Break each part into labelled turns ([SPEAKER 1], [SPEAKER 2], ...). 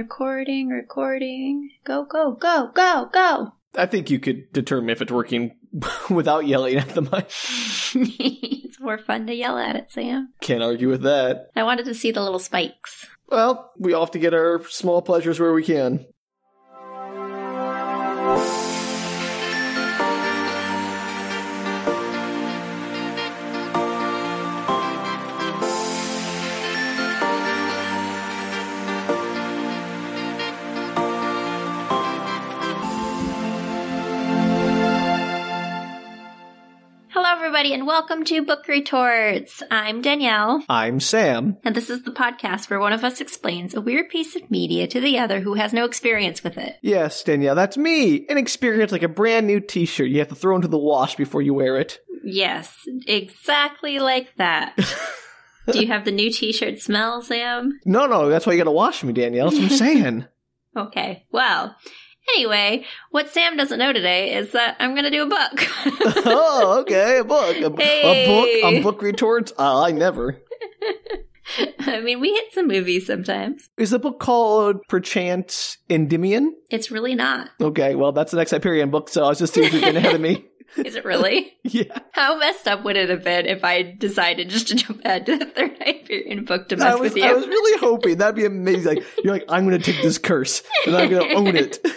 [SPEAKER 1] Recording, recording. Go, go, go, go, go.
[SPEAKER 2] I think you could determine if it's working without yelling at the mic.
[SPEAKER 1] it's more fun to yell at it, Sam.
[SPEAKER 2] Can't argue with that.
[SPEAKER 1] I wanted to see the little spikes.
[SPEAKER 2] Well, we all have to get our small pleasures where we can.
[SPEAKER 1] Hello, everybody, and welcome to Book Retorts. I'm Danielle.
[SPEAKER 2] I'm Sam.
[SPEAKER 1] And this is the podcast where one of us explains a weird piece of media to the other who has no experience with it.
[SPEAKER 2] Yes, Danielle, that's me. An experience like a brand new t shirt you have to throw into the wash before you wear it.
[SPEAKER 1] Yes, exactly like that. Do you have the new t shirt smell, Sam?
[SPEAKER 2] No, no, that's why you gotta wash me, Danielle. That's what I'm saying.
[SPEAKER 1] Okay, well, anyway, what Sam doesn't know today is that I'm going to do a book.
[SPEAKER 2] oh, okay, a book. A,
[SPEAKER 1] Hey.
[SPEAKER 2] a book, a book retorts. Uh, I never.
[SPEAKER 1] I mean, we hit some movies sometimes.
[SPEAKER 2] Is the book called Perchance Endymion?
[SPEAKER 1] It's really not.
[SPEAKER 2] Okay, well, that's the next Hyperion book, so I was just seeing if you getting ahead of me.
[SPEAKER 1] Is it really?
[SPEAKER 2] Yeah,
[SPEAKER 1] How messed up would it have been if I decided just to jump ahead to the third Hyperion book to mess
[SPEAKER 2] I was,
[SPEAKER 1] with you?
[SPEAKER 2] I was really hoping that'd be amazing. Like, you're like, I'm gonna take this curse and I'm gonna own it.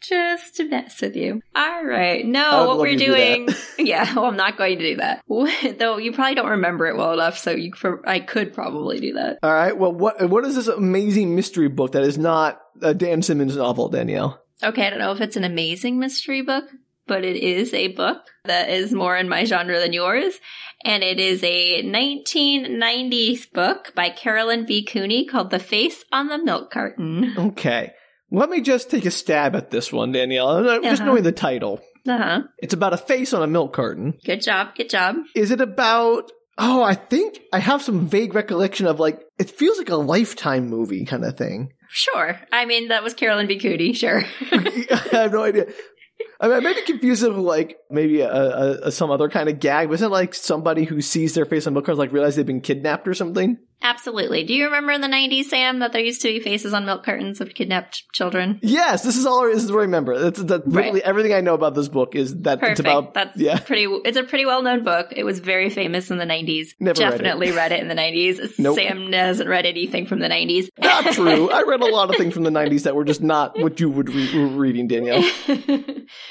[SPEAKER 1] Just to mess with you. All right.
[SPEAKER 2] I
[SPEAKER 1] No,
[SPEAKER 2] would
[SPEAKER 1] what
[SPEAKER 2] love
[SPEAKER 1] we're
[SPEAKER 2] you to do
[SPEAKER 1] doing. yeah, well, I'm not going to do that. Though you probably don't remember it well enough, so you pro- I could probably do that.
[SPEAKER 2] All right, well, what what is this amazing mystery book that is not a Dan Simmons novel, Danielle?
[SPEAKER 1] Okay, I don't know if it's an amazing mystery book, but it is a book that is more in my genre than yours. And it is a 1990s book by Carolyn B. Cooney called The Face on the Milk Carton.
[SPEAKER 2] Okay, let me just take a stab at this one, Danielle. Uh, Just
[SPEAKER 1] Uh-huh.
[SPEAKER 2] knowing the title,
[SPEAKER 1] Uh huh.
[SPEAKER 2] it's about a face on a milk carton.
[SPEAKER 1] Good job. Good job.
[SPEAKER 2] Is it about? Oh, I think I have some vague recollection of like it feels like a lifetime movie kind of thing.
[SPEAKER 1] Sure. I mean, that was Carolyn B. Cooney, sure.
[SPEAKER 2] I have no idea. I mean, I may be confused with like maybe a, a, a some other kind of gag. Wasn't it like somebody who sees their face on milk cartons like realize they've been kidnapped or something?
[SPEAKER 1] Absolutely. Do you remember in the 90s, Sam, that there used to be faces on milk cartons of kidnapped children?
[SPEAKER 2] Yes, this is all. This is what I remember. That's, that's
[SPEAKER 1] Right.
[SPEAKER 2] literally everything I know about this book is that
[SPEAKER 1] Perfect.
[SPEAKER 2] it's about
[SPEAKER 1] That's
[SPEAKER 2] yeah.
[SPEAKER 1] pretty. It's a pretty well known book. It was very famous in the nineties.
[SPEAKER 2] Never read it.
[SPEAKER 1] Definitely read it. in the nineties.
[SPEAKER 2] Nope. Ah,
[SPEAKER 1] Sam hasn't read anything from the nineties.
[SPEAKER 2] Not true. I read a lot of things from the '90s that were just not what you would re- were reading, Danielle.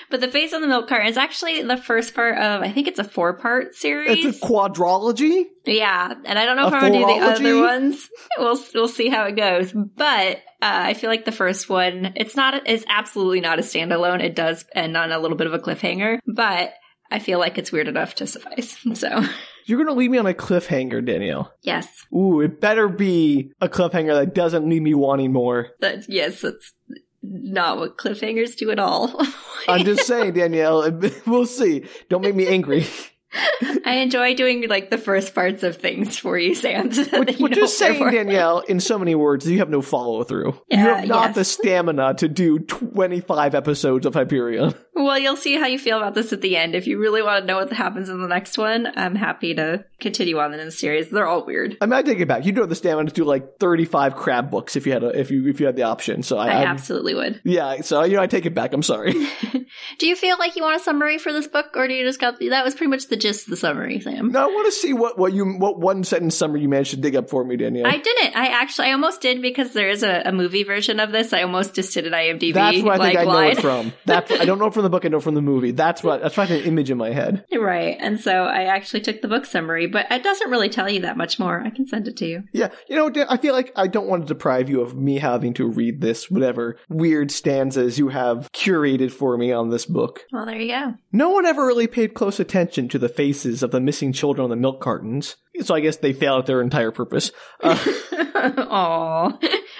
[SPEAKER 1] but the face on the milk carton is actually the first part of. I think it's a four part
[SPEAKER 2] It's
[SPEAKER 1] series.
[SPEAKER 2] a quadrology.
[SPEAKER 1] yeah, and I don't know if
[SPEAKER 2] a
[SPEAKER 1] I'm gonna do the
[SPEAKER 2] philology?
[SPEAKER 1] other ones. We'll we'll see how it goes. But uh, I feel like the first one, it's not. It's absolutely not a standalone. It does end on a little bit of a cliffhanger, but. I feel like it's weird enough to suffice. So,
[SPEAKER 2] You're gonna leave me on a cliffhanger, Danielle.
[SPEAKER 1] yes.
[SPEAKER 2] Ooh, it better be a cliffhanger that doesn't leave me wanting more.
[SPEAKER 1] That yes, that's not what cliffhangers do at all.
[SPEAKER 2] I'm just saying, Danielle, we'll see. Don't make me angry.
[SPEAKER 1] I enjoy doing like the first parts of things for you, Sam. So that you
[SPEAKER 2] Well,
[SPEAKER 1] know
[SPEAKER 2] just
[SPEAKER 1] what they're
[SPEAKER 2] saying,
[SPEAKER 1] for.
[SPEAKER 2] Danielle, in so many words, you have no follow through. you
[SPEAKER 1] Yeah,
[SPEAKER 2] have not
[SPEAKER 1] yes.
[SPEAKER 2] the stamina to do 25 episodes of Hyperion.
[SPEAKER 1] Well, you'll see how you feel about this at the end. If you really want to know what happens in the next one, I'm happy to continue on in the series. They're all weird.
[SPEAKER 2] I mean, I take it back. You'd have the stamina to do like 35 crab books if you had a, if you if you had the option. So I,
[SPEAKER 1] I
[SPEAKER 2] I'm-
[SPEAKER 1] absolutely would.
[SPEAKER 2] yeah. So you know, I take it back. I'm sorry.
[SPEAKER 1] Do you feel like you want a summary for this book, or do you just got that was pretty much the gist of the summary, Sam?
[SPEAKER 2] now I want to see what what you what one sentence summary you managed to dig up for me, Danielle.
[SPEAKER 1] I didn't. I actually, I almost did because there is a, a movie version of this. I almost just did an IMDb
[SPEAKER 2] That's where I
[SPEAKER 1] like
[SPEAKER 2] think I know
[SPEAKER 1] line.
[SPEAKER 2] it from. That's I don't know it from the book. I know it from the movie. That's what that's why I had an image in my head.
[SPEAKER 1] Right. And so I actually took the book summary, but it doesn't really tell you that much more. I can send it to you.
[SPEAKER 2] Yeah, you know, Dan, I feel like I don't want to deprive you of me having to read this whatever weird stanzas you have curated for me on this book.
[SPEAKER 1] Well, there you go.
[SPEAKER 2] No one ever really paid close attention to the faces of the missing children on the milk cartons, so I guess they fail at their entire purpose. Uh,
[SPEAKER 1] Aw.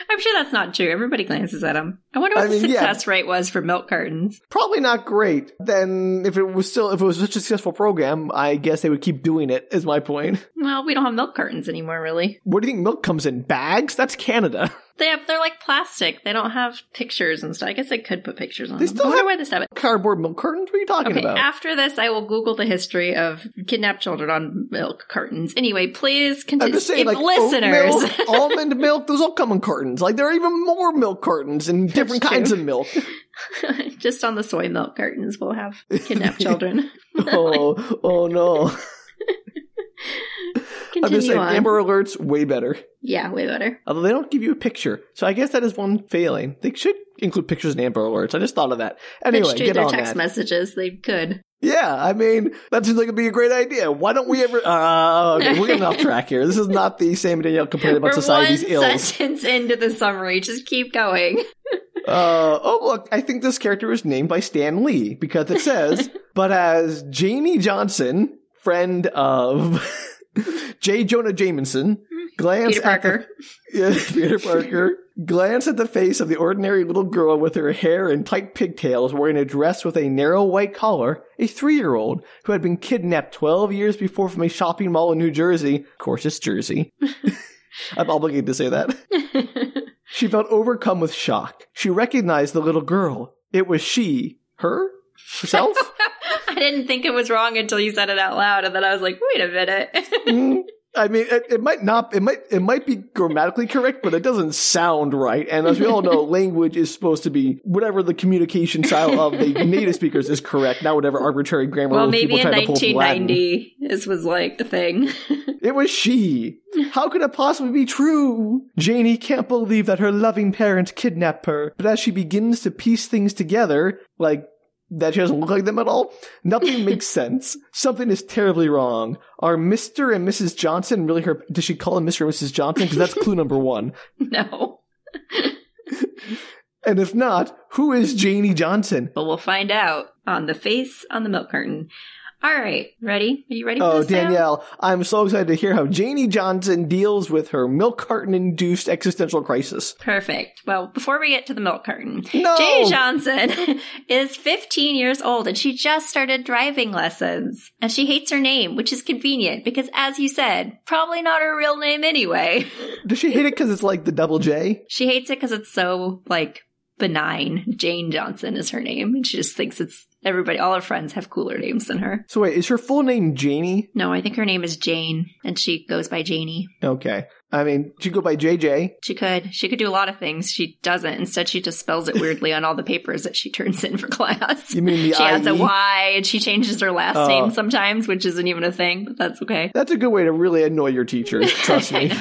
[SPEAKER 1] I'm sure that's not true. Everybody glances at them. I wonder what
[SPEAKER 2] I
[SPEAKER 1] the
[SPEAKER 2] mean, yeah.
[SPEAKER 1] success rate was for milk cartons.
[SPEAKER 2] probably not great. Then, if it was still if it was such a successful program, I guess they would keep doing it. Is my point.
[SPEAKER 1] Well, we don't have milk cartons anymore, really.
[SPEAKER 2] Where do you think milk comes in? Bags? That's Canada.
[SPEAKER 1] They have, they're like plastic. They don't have pictures and stuff. I guess I could put pictures on
[SPEAKER 2] They
[SPEAKER 1] them.
[SPEAKER 2] still
[SPEAKER 1] I wonder
[SPEAKER 2] have-
[SPEAKER 1] why they have it.
[SPEAKER 2] Cardboard milk cartons? What are you talking
[SPEAKER 1] Okay,
[SPEAKER 2] about?
[SPEAKER 1] after this, I will Google the history of kidnapped children on milk cartons. Anyway, please
[SPEAKER 2] I'm
[SPEAKER 1] continue.
[SPEAKER 2] just saying,
[SPEAKER 1] If
[SPEAKER 2] like oat
[SPEAKER 1] listeners,
[SPEAKER 2] milk, almond milk, those all come in cartons. Like there are even more milk cartons and different
[SPEAKER 1] That's
[SPEAKER 2] kinds
[SPEAKER 1] true.
[SPEAKER 2] of milk.
[SPEAKER 1] just on the soy milk cartons, we'll have kidnapped children.
[SPEAKER 2] Oh, oh no! I'm
[SPEAKER 1] Continue
[SPEAKER 2] just saying,
[SPEAKER 1] on.
[SPEAKER 2] Amber Alerts way better.
[SPEAKER 1] yeah, way better.
[SPEAKER 2] Although they don't give you a picture, so I guess that is one failing. They should include pictures in Amber Alerts. I just thought of that. Anyway,
[SPEAKER 1] Pitched through
[SPEAKER 2] get
[SPEAKER 1] their
[SPEAKER 2] on
[SPEAKER 1] text
[SPEAKER 2] that.
[SPEAKER 1] messages. They could.
[SPEAKER 2] Yeah, I mean that seems like it'd be a great idea. Why don't we ever? Uh, okay, we're getting off track here. This is not the Sam and Danielle complaining about
[SPEAKER 1] We're
[SPEAKER 2] society's
[SPEAKER 1] one
[SPEAKER 2] ills.
[SPEAKER 1] sentence into the summary. Just keep going.
[SPEAKER 2] Uh, oh, look, I think this character was named by Stan Lee because it says, but as Jamie Johnson, friend of J. Jonah Jameson, glance
[SPEAKER 1] Peter Parker.
[SPEAKER 2] At the, yeah, Peter Parker, glance at the face of the ordinary little girl with her hair in tight pigtails wearing a dress with a narrow white collar, a three-year-old who had been kidnapped 12 years before from a shopping mall in New Jersey. Of course, it's Jersey. I'm obligated to say that. She felt overcome with shock. She recognized the little girl. It was she, her, herself.
[SPEAKER 1] I didn't think it was wrong until you said it out loud, and then I was like, wait a minute.
[SPEAKER 2] Mm, I mean, it, it might not. It might. It might be grammatically correct, but it doesn't sound right. And as we all know, language is supposed to be whatever the communication style of the native speakers is correct, not whatever arbitrary grammar
[SPEAKER 1] well,
[SPEAKER 2] rules
[SPEAKER 1] maybe
[SPEAKER 2] people
[SPEAKER 1] in
[SPEAKER 2] try to pull from Latin.
[SPEAKER 1] 1990, this was like the thing.
[SPEAKER 2] It was she. How could it possibly be true? Janie can't believe that her loving parents kidnapped her, but as she begins to piece things together, like that she doesn't look like them at all, nothing makes sense. Something is terribly wrong. Are Mr. and Mrs. Johnson really her? Does she call him Mr. and Mrs. Johnson? Because that's clue number one.
[SPEAKER 1] no.
[SPEAKER 2] And if not, who is Janie Johnson?
[SPEAKER 1] But we'll find out on the face on the milk curtain. All right, ready? Are you ready for
[SPEAKER 2] Oh,
[SPEAKER 1] this? Sam?
[SPEAKER 2] Danielle, I'm so excited to hear how Janie Johnson deals with her milk carton induced existential crisis.
[SPEAKER 1] Perfect. Well, before we get to the milk curtain,
[SPEAKER 2] No!
[SPEAKER 1] Jay Johnson is 15 years old and she just started driving lessons. And she hates her name, which is convenient because, as you said, probably not her real name anyway.
[SPEAKER 2] Does she hate it because it's like the double J?
[SPEAKER 1] She hates it because it's so, like, benign. Jane Johnson is her name. And she just thinks it's everybody, all her friends have cooler names than her.
[SPEAKER 2] So wait, is her full name Janie?
[SPEAKER 1] No, I think her name is Jane and she goes by Janie.
[SPEAKER 2] Okay. I mean, she go by JJ.
[SPEAKER 1] She could. She could do a lot of things. She doesn't. Instead, she just spells it weirdly on all the papers that she turns in for class.
[SPEAKER 2] You mean the E?
[SPEAKER 1] she adds a
[SPEAKER 2] IE?
[SPEAKER 1] Y and she changes her last
[SPEAKER 2] Oh.
[SPEAKER 1] name sometimes, which isn't even a thing, but that's okay.
[SPEAKER 2] That's a good way to really annoy your teachers. Trust me.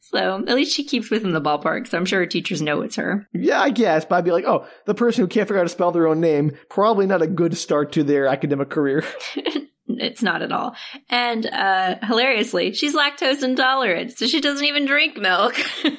[SPEAKER 1] so at least she keeps within the ballpark, so I'm sure her teachers know it's her.
[SPEAKER 2] yeah, I guess. But I'd be like, oh, the person who can't figure out how to spell their own name, probably not a good start to their academic career.
[SPEAKER 1] It's not at all. And uh hilariously, she's lactose intolerant, so she doesn't even drink milk.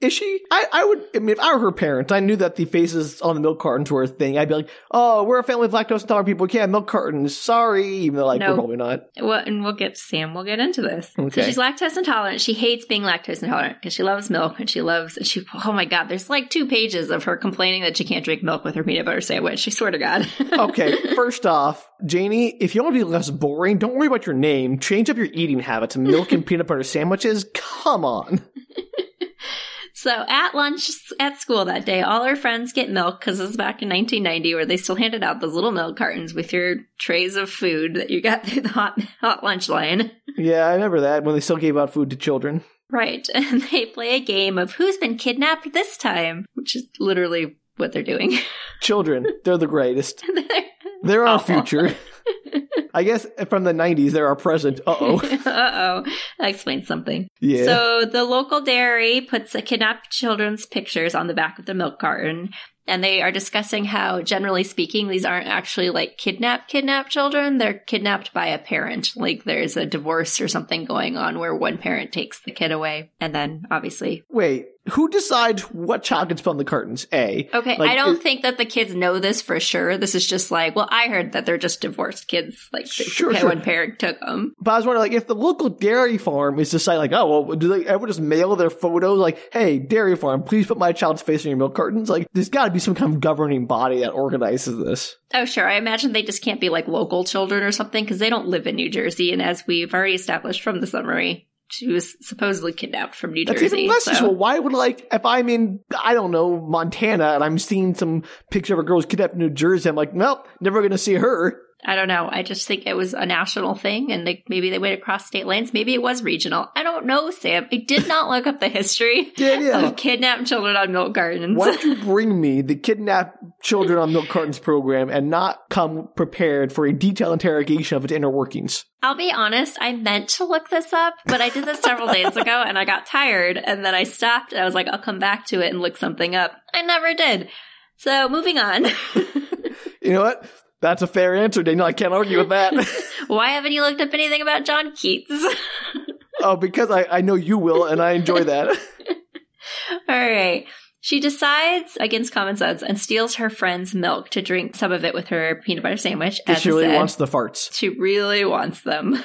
[SPEAKER 2] Is she? I, I would, I mean, if I were her parents, I knew that the faces on the milk cartons were a thing. I'd be like, oh, we're a family of lactose intolerant people. We can't have milk cartons. Sorry. Even though, like,
[SPEAKER 1] No.
[SPEAKER 2] we're probably not.
[SPEAKER 1] Well, and we'll get Sam. We'll get into this.
[SPEAKER 2] Okay.
[SPEAKER 1] So she's lactose intolerant. She hates being lactose intolerant because she loves milk and she loves and she. Oh my God! There's like two pages of her complaining that she can't drink milk with her peanut butter sandwich. She swear to God.
[SPEAKER 2] Okay, first off, Janie, if you want to be less boring, don't worry about your name. Change up your eating habits. Milk and peanut butter sandwiches? Come on.
[SPEAKER 1] So at lunch at school that day, all her friends get milk because this is back in 1990 where they still handed out those little milk cartons with your trays of food that you got through the hot hot lunch line.
[SPEAKER 2] Yeah, I remember that when they still gave out food to children.
[SPEAKER 1] Right. And they play a game of who's been kidnapped this time, which is literally what they're doing.
[SPEAKER 2] Children, they're the greatest. They're our
[SPEAKER 1] Awful.
[SPEAKER 2] future. I guess from the 90s, they're our present. Uh oh.
[SPEAKER 1] Uh oh. That explains something.
[SPEAKER 2] Yeah.
[SPEAKER 1] So the local dairy puts a kidnapped children's pictures on the back of the milk carton. And they are discussing how, generally speaking, these aren't actually like kidnapped, kidnapped children. They're kidnapped by a parent. Like there's a divorce or something going on where one parent takes the kid away. And then obviously.
[SPEAKER 2] Wait, who decides what child gets put on the curtains? A.
[SPEAKER 1] Okay.
[SPEAKER 2] Like,
[SPEAKER 1] I don't
[SPEAKER 2] it-
[SPEAKER 1] think that the kids know this for sure. This is just like, well, I heard that they're just divorced kids. Like they-
[SPEAKER 2] Sure, sure.
[SPEAKER 1] one parent took them.
[SPEAKER 2] But I was wondering, like, if the local dairy farm is deciding, like, oh, well, do they ever just mail their photos? Like, hey, dairy farm, please put my child's face on your milk cartons. Like, there's got to be some kind of governing body that organizes this.
[SPEAKER 1] Oh, sure. I imagine they just can't be like local children or something because they don't live in New Jersey. And as we've already established from the summary, She was supposedly kidnapped from New
[SPEAKER 2] That's
[SPEAKER 1] Jersey.
[SPEAKER 2] even less
[SPEAKER 1] so-
[SPEAKER 2] useful. Why would like if I'm in I don't know Montana and I'm seeing some picture of a girl's kidnapped in New Jersey? I'm like, nope, never gonna see her.
[SPEAKER 1] I don't know. I just think it was a national thing and like maybe they went across state lines. Maybe it was regional. I don't know, Sam. I did not look up the history
[SPEAKER 2] Danielle,
[SPEAKER 1] of kidnapped children on milk gardens.
[SPEAKER 2] why don't you bring me the kidnap children on milk cartons program and not come prepared for a detailed interrogation of its inner workings?
[SPEAKER 1] I'll be honest, I meant to look this up, but I did this several days ago and I got tired and then I stopped and I was like, I'll come back to it and look something up. I never did. So moving on.
[SPEAKER 2] You know what? That's a fair answer, Danielle. I can't argue with that.
[SPEAKER 1] Why haven't you looked up anything about John Keats?
[SPEAKER 2] oh, because I, I know you will, and I enjoy that.
[SPEAKER 1] All right. She decides against common sense and steals her friend's milk to drink some of it with her peanut butter sandwich. As
[SPEAKER 2] she really
[SPEAKER 1] said.
[SPEAKER 2] wants the farts.
[SPEAKER 1] she really wants them.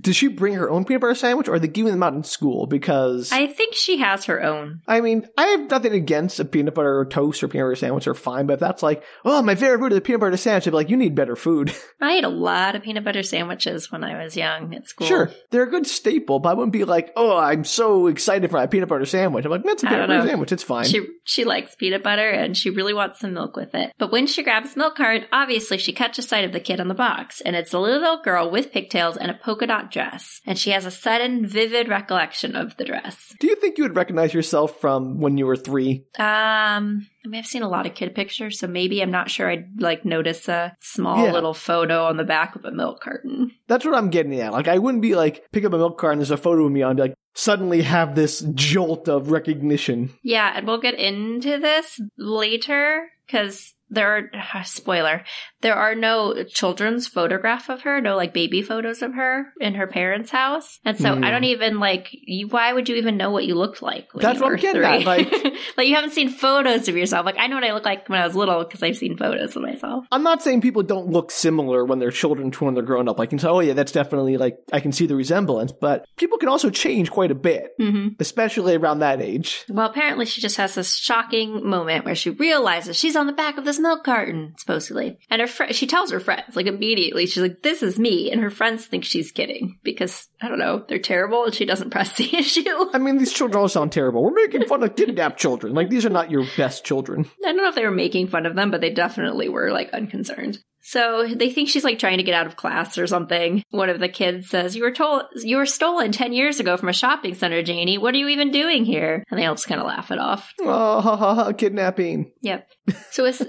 [SPEAKER 2] Does she bring her own peanut butter sandwich, or are they giving them out in school? Because
[SPEAKER 1] I think she has her own.
[SPEAKER 2] I mean, I have nothing against a peanut butter or toast or peanut butter sandwich are fine, but if that's like, oh, my favorite food is a peanut butter sandwich, I'd be like, you need better food.
[SPEAKER 1] I ate a lot of peanut butter sandwiches when I was young at school.
[SPEAKER 2] Sure, they're a good staple, but I wouldn't be like, oh, I'm so excited for my peanut butter sandwich. I'm like, that's a
[SPEAKER 1] I
[SPEAKER 2] peanut
[SPEAKER 1] don't
[SPEAKER 2] butter
[SPEAKER 1] know.
[SPEAKER 2] sandwich, it's fine.
[SPEAKER 1] She she likes peanut butter and she really wants some milk with it. But when she grabs milk card, obviously she catches sight of the kid on the box, and it's a little girl with pigtails and a polka dot dress, and she has a sudden vivid recollection of the dress.
[SPEAKER 2] Do you think you would recognize yourself from when you were three?
[SPEAKER 1] Um, I mean I've seen a lot of kid pictures, so maybe I'm not sure I'd like notice a small
[SPEAKER 2] Yeah.
[SPEAKER 1] little photo on the back of a milk carton.
[SPEAKER 2] That's what I'm getting at. Like, I wouldn't be like, pick up a milk carton, there's a photo of me on, and be like, suddenly have this jolt of recognition.
[SPEAKER 1] Yeah, and we'll get into this later because there are spoiler. There are no children's photograph of her, no like baby photos of her in her parents' house, and so
[SPEAKER 2] Hmm.
[SPEAKER 1] I don't even like. You, why would you even know what you looked like? When
[SPEAKER 2] That's
[SPEAKER 1] you
[SPEAKER 2] what
[SPEAKER 1] were
[SPEAKER 2] I'm getting
[SPEAKER 1] three?
[SPEAKER 2] at, like-
[SPEAKER 1] like you haven't seen photos of yourself. Like I know what I look like when I was little because I've seen photos of myself.
[SPEAKER 2] I'm not saying people don't look similar when they're children to when they're grown up. I can say, oh yeah, that's definitely like I can see the resemblance, but people can also change quite a bit,
[SPEAKER 1] hmm
[SPEAKER 2] especially around that age.
[SPEAKER 1] Well, apparently she just has this shocking moment where she realizes she's on the back of this milk carton, supposedly. And her fr- she tells her friends, like immediately, she's like, this is me. And her friends think she's kidding because, I don't know, they're terrible and she doesn't press the issue.
[SPEAKER 2] I mean, these children all sound terrible. We're making fun of kidnapped children. Like these are not your best children.
[SPEAKER 1] I don't know if they were making fun of them, but they definitely were like unconcerned. So they think she's like trying to get out of class or something. One of the kids says, "You were told you were stolen ten years ago from a shopping center, Janie. What are you even doing here?" And they all just kind of laugh it off.
[SPEAKER 2] Oh, ha, ha, ha, kidnapping.
[SPEAKER 1] Yep. So with,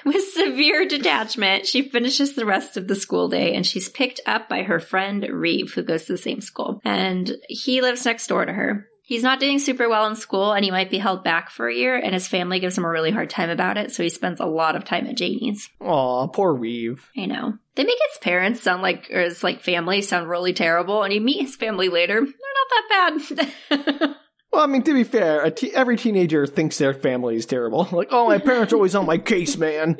[SPEAKER 1] with severe detachment, she finishes the rest of the school day and she's picked up by her friend Reeve, who goes to the same school. And he lives next door to her. He's not doing super well in school and he might be held back for a year, and his family gives him a really hard time about it, so he spends a lot of time at Janie's.
[SPEAKER 2] Aw, poor Reeve.
[SPEAKER 1] I know. They make his parents sound like, or his like family sound really terrible, and you meet his family later. They're not that bad.
[SPEAKER 2] Well, I mean, to be fair, a te- every teenager thinks their family is terrible. Like, oh, my parents are always on my case, man.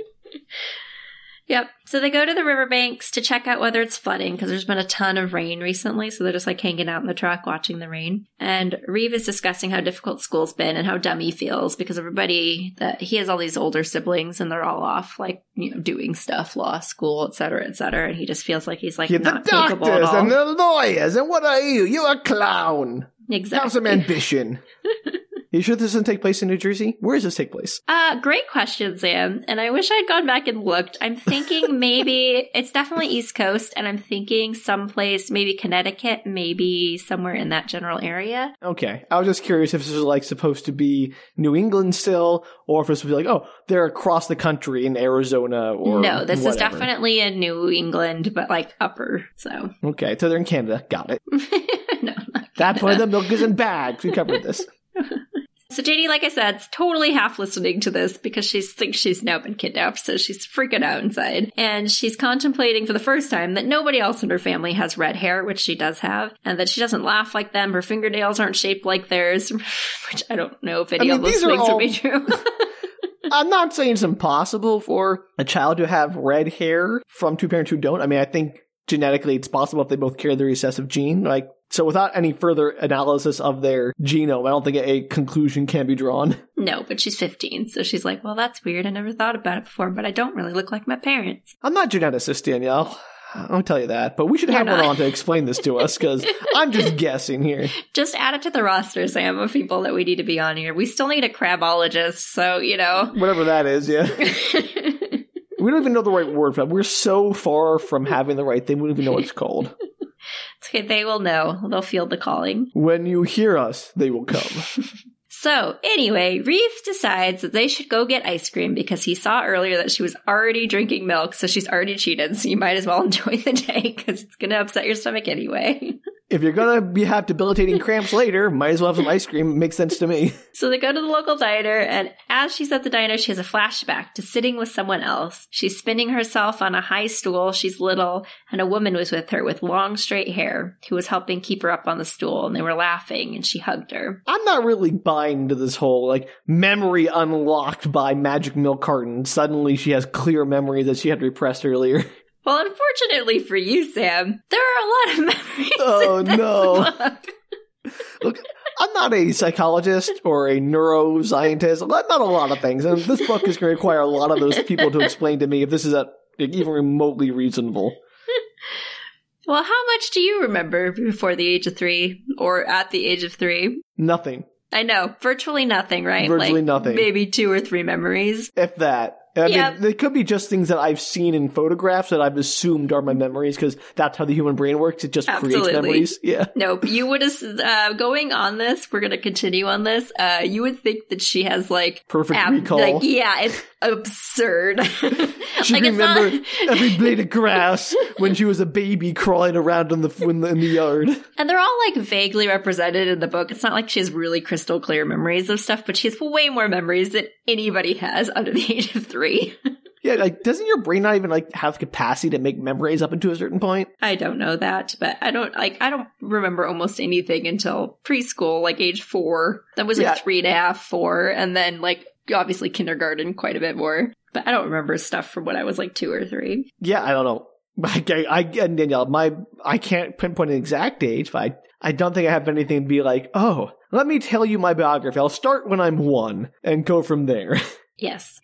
[SPEAKER 1] Yep. So they go to the riverbanks to check out whether it's flooding because there's been a ton of rain recently. So they're just like hanging out in the truck watching the rain. And Reeve is discussing how difficult school's been and how dumb he feels because everybody that he has all these older siblings and they're all off like you know doing stuff, law, school, et cetera, et cetera. And he just feels like he's like
[SPEAKER 2] You're the
[SPEAKER 1] not capable at
[SPEAKER 2] doctors
[SPEAKER 1] all.
[SPEAKER 2] and the lawyers, and what are you? You're a clown.
[SPEAKER 1] exactly.
[SPEAKER 2] Have some ambition. you sure this doesn't take place in New Jersey? Where does this take place?
[SPEAKER 1] Uh, great question, Sam. And I wish I'd gone back and looked. I'm thinking maybe it's definitely East Coast, and I'm thinking someplace, maybe Connecticut, maybe somewhere in that general area.
[SPEAKER 2] Okay. I was just curious if this was like supposed to be New England still, or if this was like, oh, they're across the country in Arizona or
[SPEAKER 1] no, this is
[SPEAKER 2] whatever.
[SPEAKER 1] definitely in New England, but like upper. So
[SPEAKER 2] Okay, so they're in Canada. Got it.
[SPEAKER 1] no.
[SPEAKER 2] That's why the milk is in bags. We covered this.
[SPEAKER 1] So Janie, like I said, is totally half listening to this because she thinks she's now been kidnapped, so she's freaking out inside. And she's contemplating for the first time that nobody else in her family has red hair, which she does have, and that she doesn't laugh like them, her fingernails aren't shaped like theirs, which I don't know if any
[SPEAKER 2] I mean,
[SPEAKER 1] of those
[SPEAKER 2] these are
[SPEAKER 1] things
[SPEAKER 2] all-
[SPEAKER 1] would be true.
[SPEAKER 2] I'm not saying it's impossible for a child to have red hair from two parents who don't. I mean, I think genetically it's possible if they both carry the recessive gene. Like, so without any further analysis of their genome, I don't think a conclusion can be drawn.
[SPEAKER 1] no, but she's 15, so she's like, well, that's weird. I never thought about it before, but I don't really look like my parents.
[SPEAKER 2] I'm not a geneticist, Danielle. I'll tell you that. But we should
[SPEAKER 1] You're
[SPEAKER 2] have one
[SPEAKER 1] not.
[SPEAKER 2] on to explain this to us because I'm just guessing here.
[SPEAKER 1] Just add it to the roster, Sam, of people that we need to be on here. We still need a crabologist, so you know.
[SPEAKER 2] Whatever that is, yeah. We don't even know the right word for that. We're so far from having the right thing, we don't even know what it's called.
[SPEAKER 1] It's okay, they will know. They'll feel the calling.
[SPEAKER 2] When you hear us, they will come.
[SPEAKER 1] So, anyway, Reef decides that they should go get ice cream because he saw earlier that she was already drinking milk, so she's already cheated, so you might as well enjoy the day because it's going to upset your stomach anyway.
[SPEAKER 2] If you're gonna be have debilitating cramps later, might as well have some ice cream. It makes sense to me.
[SPEAKER 1] So they go to the local diner, and as she's at the diner, she has a flashback to sitting with someone else. She's spinning herself on a high stool. She's little, and a woman was with her with long, straight hair who was helping keep her up on the stool, and they were laughing, and she hugged her.
[SPEAKER 2] I'm not really buying into this whole like memory unlocked by magic milk carton. Suddenly she has clear memory that she had repressed earlier.
[SPEAKER 1] Well, unfortunately for you, Sam, there are a lot of memories.
[SPEAKER 2] Oh,
[SPEAKER 1] in this
[SPEAKER 2] no.
[SPEAKER 1] book.
[SPEAKER 2] I'm not a psychologist or a neuroscientist. I'm Not not a lot of things, and this book is gonna require a lot of those people to explain to me if this is a even remotely reasonable.
[SPEAKER 1] Well, how much do you remember before the age of three or at the age of three?
[SPEAKER 2] Nothing,
[SPEAKER 1] I know, virtually nothing, right?
[SPEAKER 2] Virtually
[SPEAKER 1] like,
[SPEAKER 2] nothing.
[SPEAKER 1] Maybe two or three memories.
[SPEAKER 2] if that. I
[SPEAKER 1] Yeah.
[SPEAKER 2] mean, they could be just things that I've seen in photographs that I've assumed are my memories because that's how the human brain works. It just
[SPEAKER 1] Absolutely.
[SPEAKER 2] creates memories. Yeah.
[SPEAKER 1] Nope. You would have, uh, going on this, we're going to continue on this. Uh, you would think that she has like,
[SPEAKER 2] Perfect
[SPEAKER 1] ab-
[SPEAKER 2] recall.
[SPEAKER 1] like, yeah, it's absurd.
[SPEAKER 2] She
[SPEAKER 1] like, it's not-
[SPEAKER 2] remembered every blade of grass when she was a baby crawling around in the in the, in the yard.
[SPEAKER 1] and they're all like vaguely represented in the book. It's not like she has really crystal clear memories of stuff, but she has way more memories than anybody has under the age of three.
[SPEAKER 2] Yeah, like doesn't your brain not even like have capacity to make memories up until a certain point?
[SPEAKER 1] I don't know that, but I don't like I don't remember almost anything until preschool, like age four. That was like
[SPEAKER 2] Yeah.
[SPEAKER 1] three and a half, four, and then like obviously kindergarten quite a bit more. But I don't remember stuff from when I was like two or three.
[SPEAKER 2] Yeah, I don't know. I, I and Danielle, my I can't pinpoint an exact age, but I, I don't think I have anything to be like, oh, let me tell you my biography. I'll start when I'm one and go from there.
[SPEAKER 1] Yes.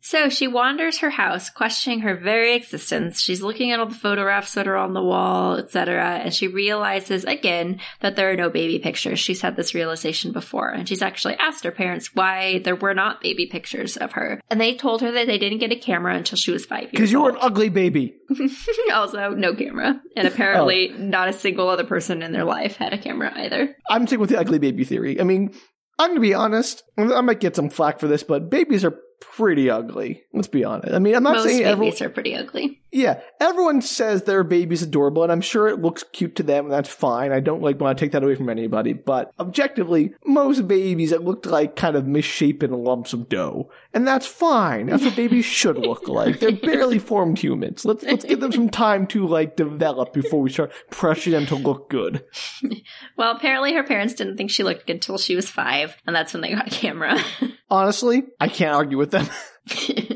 [SPEAKER 1] So she wanders her house, questioning her very existence. She's looking at all the photographs that are on the wall, etc., and she realizes again that there are no baby pictures. She's had this realization before, and she's actually asked her parents why there were not baby pictures of her. And they told her that they didn't get a camera until she was five
[SPEAKER 2] Because
[SPEAKER 1] years
[SPEAKER 2] you were
[SPEAKER 1] old.
[SPEAKER 2] an Oh. ugly baby.
[SPEAKER 1] also, no camera. And apparently, not a single other person in their life had a camera either.
[SPEAKER 2] I'm sticking with the ugly baby theory. I mean, I'm gonna be honest. I might get some flack for this, but babies are pretty ugly. Let's be honest. I mean, I'm not
[SPEAKER 1] Most
[SPEAKER 2] saying
[SPEAKER 1] babies
[SPEAKER 2] everyone.
[SPEAKER 1] are pretty ugly.
[SPEAKER 2] Yeah, everyone says their baby's adorable, and I'm sure it looks cute to them, and that's fine. I don't like want to take that away from anybody, but objectively, most babies it looked like kind of misshapen lumps of dough, and that's fine. That's what babies should look like. They're barely formed humans. Let's let's give them some time to like develop before we start pressuring them to look good.
[SPEAKER 1] Well, apparently, her parents didn't think she looked good until she was five, and that's when they got a camera.
[SPEAKER 2] Honestly, I can't argue with them.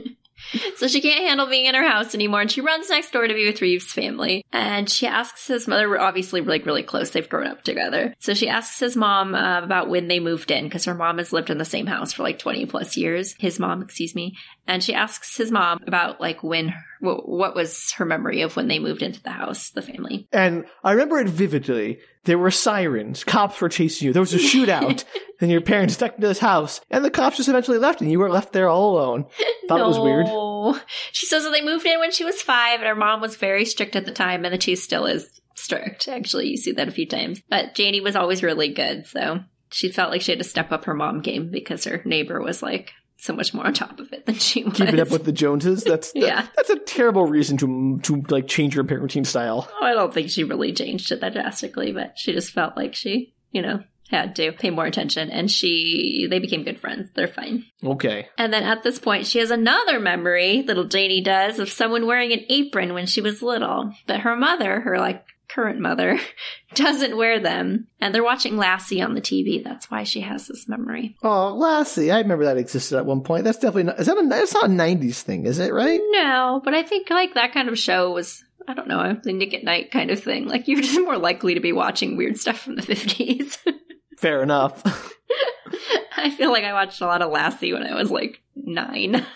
[SPEAKER 1] so she can't handle being in her house anymore, and she runs next door to be with Reeves' family. And she asks his mother. We're obviously like really close; they've grown up together. So she asks his mom uh, about when they moved in because her mom has lived in the same house for like twenty plus years. His mom, excuse me. And she asks his mom about like when wh- what was her memory of when they moved into the house, the family.
[SPEAKER 2] And I remember it vividly. There were sirens. Cops were chasing you. There was a shootout. and your parents stuck into this house. And the cops just eventually left, and you were left there all alone. Thought it was weird.
[SPEAKER 1] weird. She says that they moved in when she was five, and her mom was very strict at the time, and that she still is strict. Actually, you see that a few times. But Janie was always really good, so she felt like she had to step up her mom game because her neighbor was like so much more on top of it than she was.
[SPEAKER 2] Keeping up with the Joneses. That's that-
[SPEAKER 1] Yeah.
[SPEAKER 2] that's a terrible reason to to like change your parenting style.
[SPEAKER 1] Oh, I don't think she really changed it that drastically, but she just felt like she, you know, had to pay more attention, and she they became good friends. They're fine.
[SPEAKER 2] Okay.
[SPEAKER 1] And then at this point, she has another memory, little Janie does, of someone wearing an apron when she was little. But her mother, her like current mother, doesn't wear them. And they're watching Lassie on the TV. That's why she has this memory.
[SPEAKER 2] Oh, Lassie, I remember that existed at one point. That's definitely not. Is that a? That's not a '90s thing, is it? Right?
[SPEAKER 1] No, but I think like that kind of show was, I don't know, the Nick at Night kind of thing. Like you're just more likely to be watching weird stuff from the 50s.
[SPEAKER 2] Fair enough.
[SPEAKER 1] I feel like I watched a lot of Lassie when I was like nine.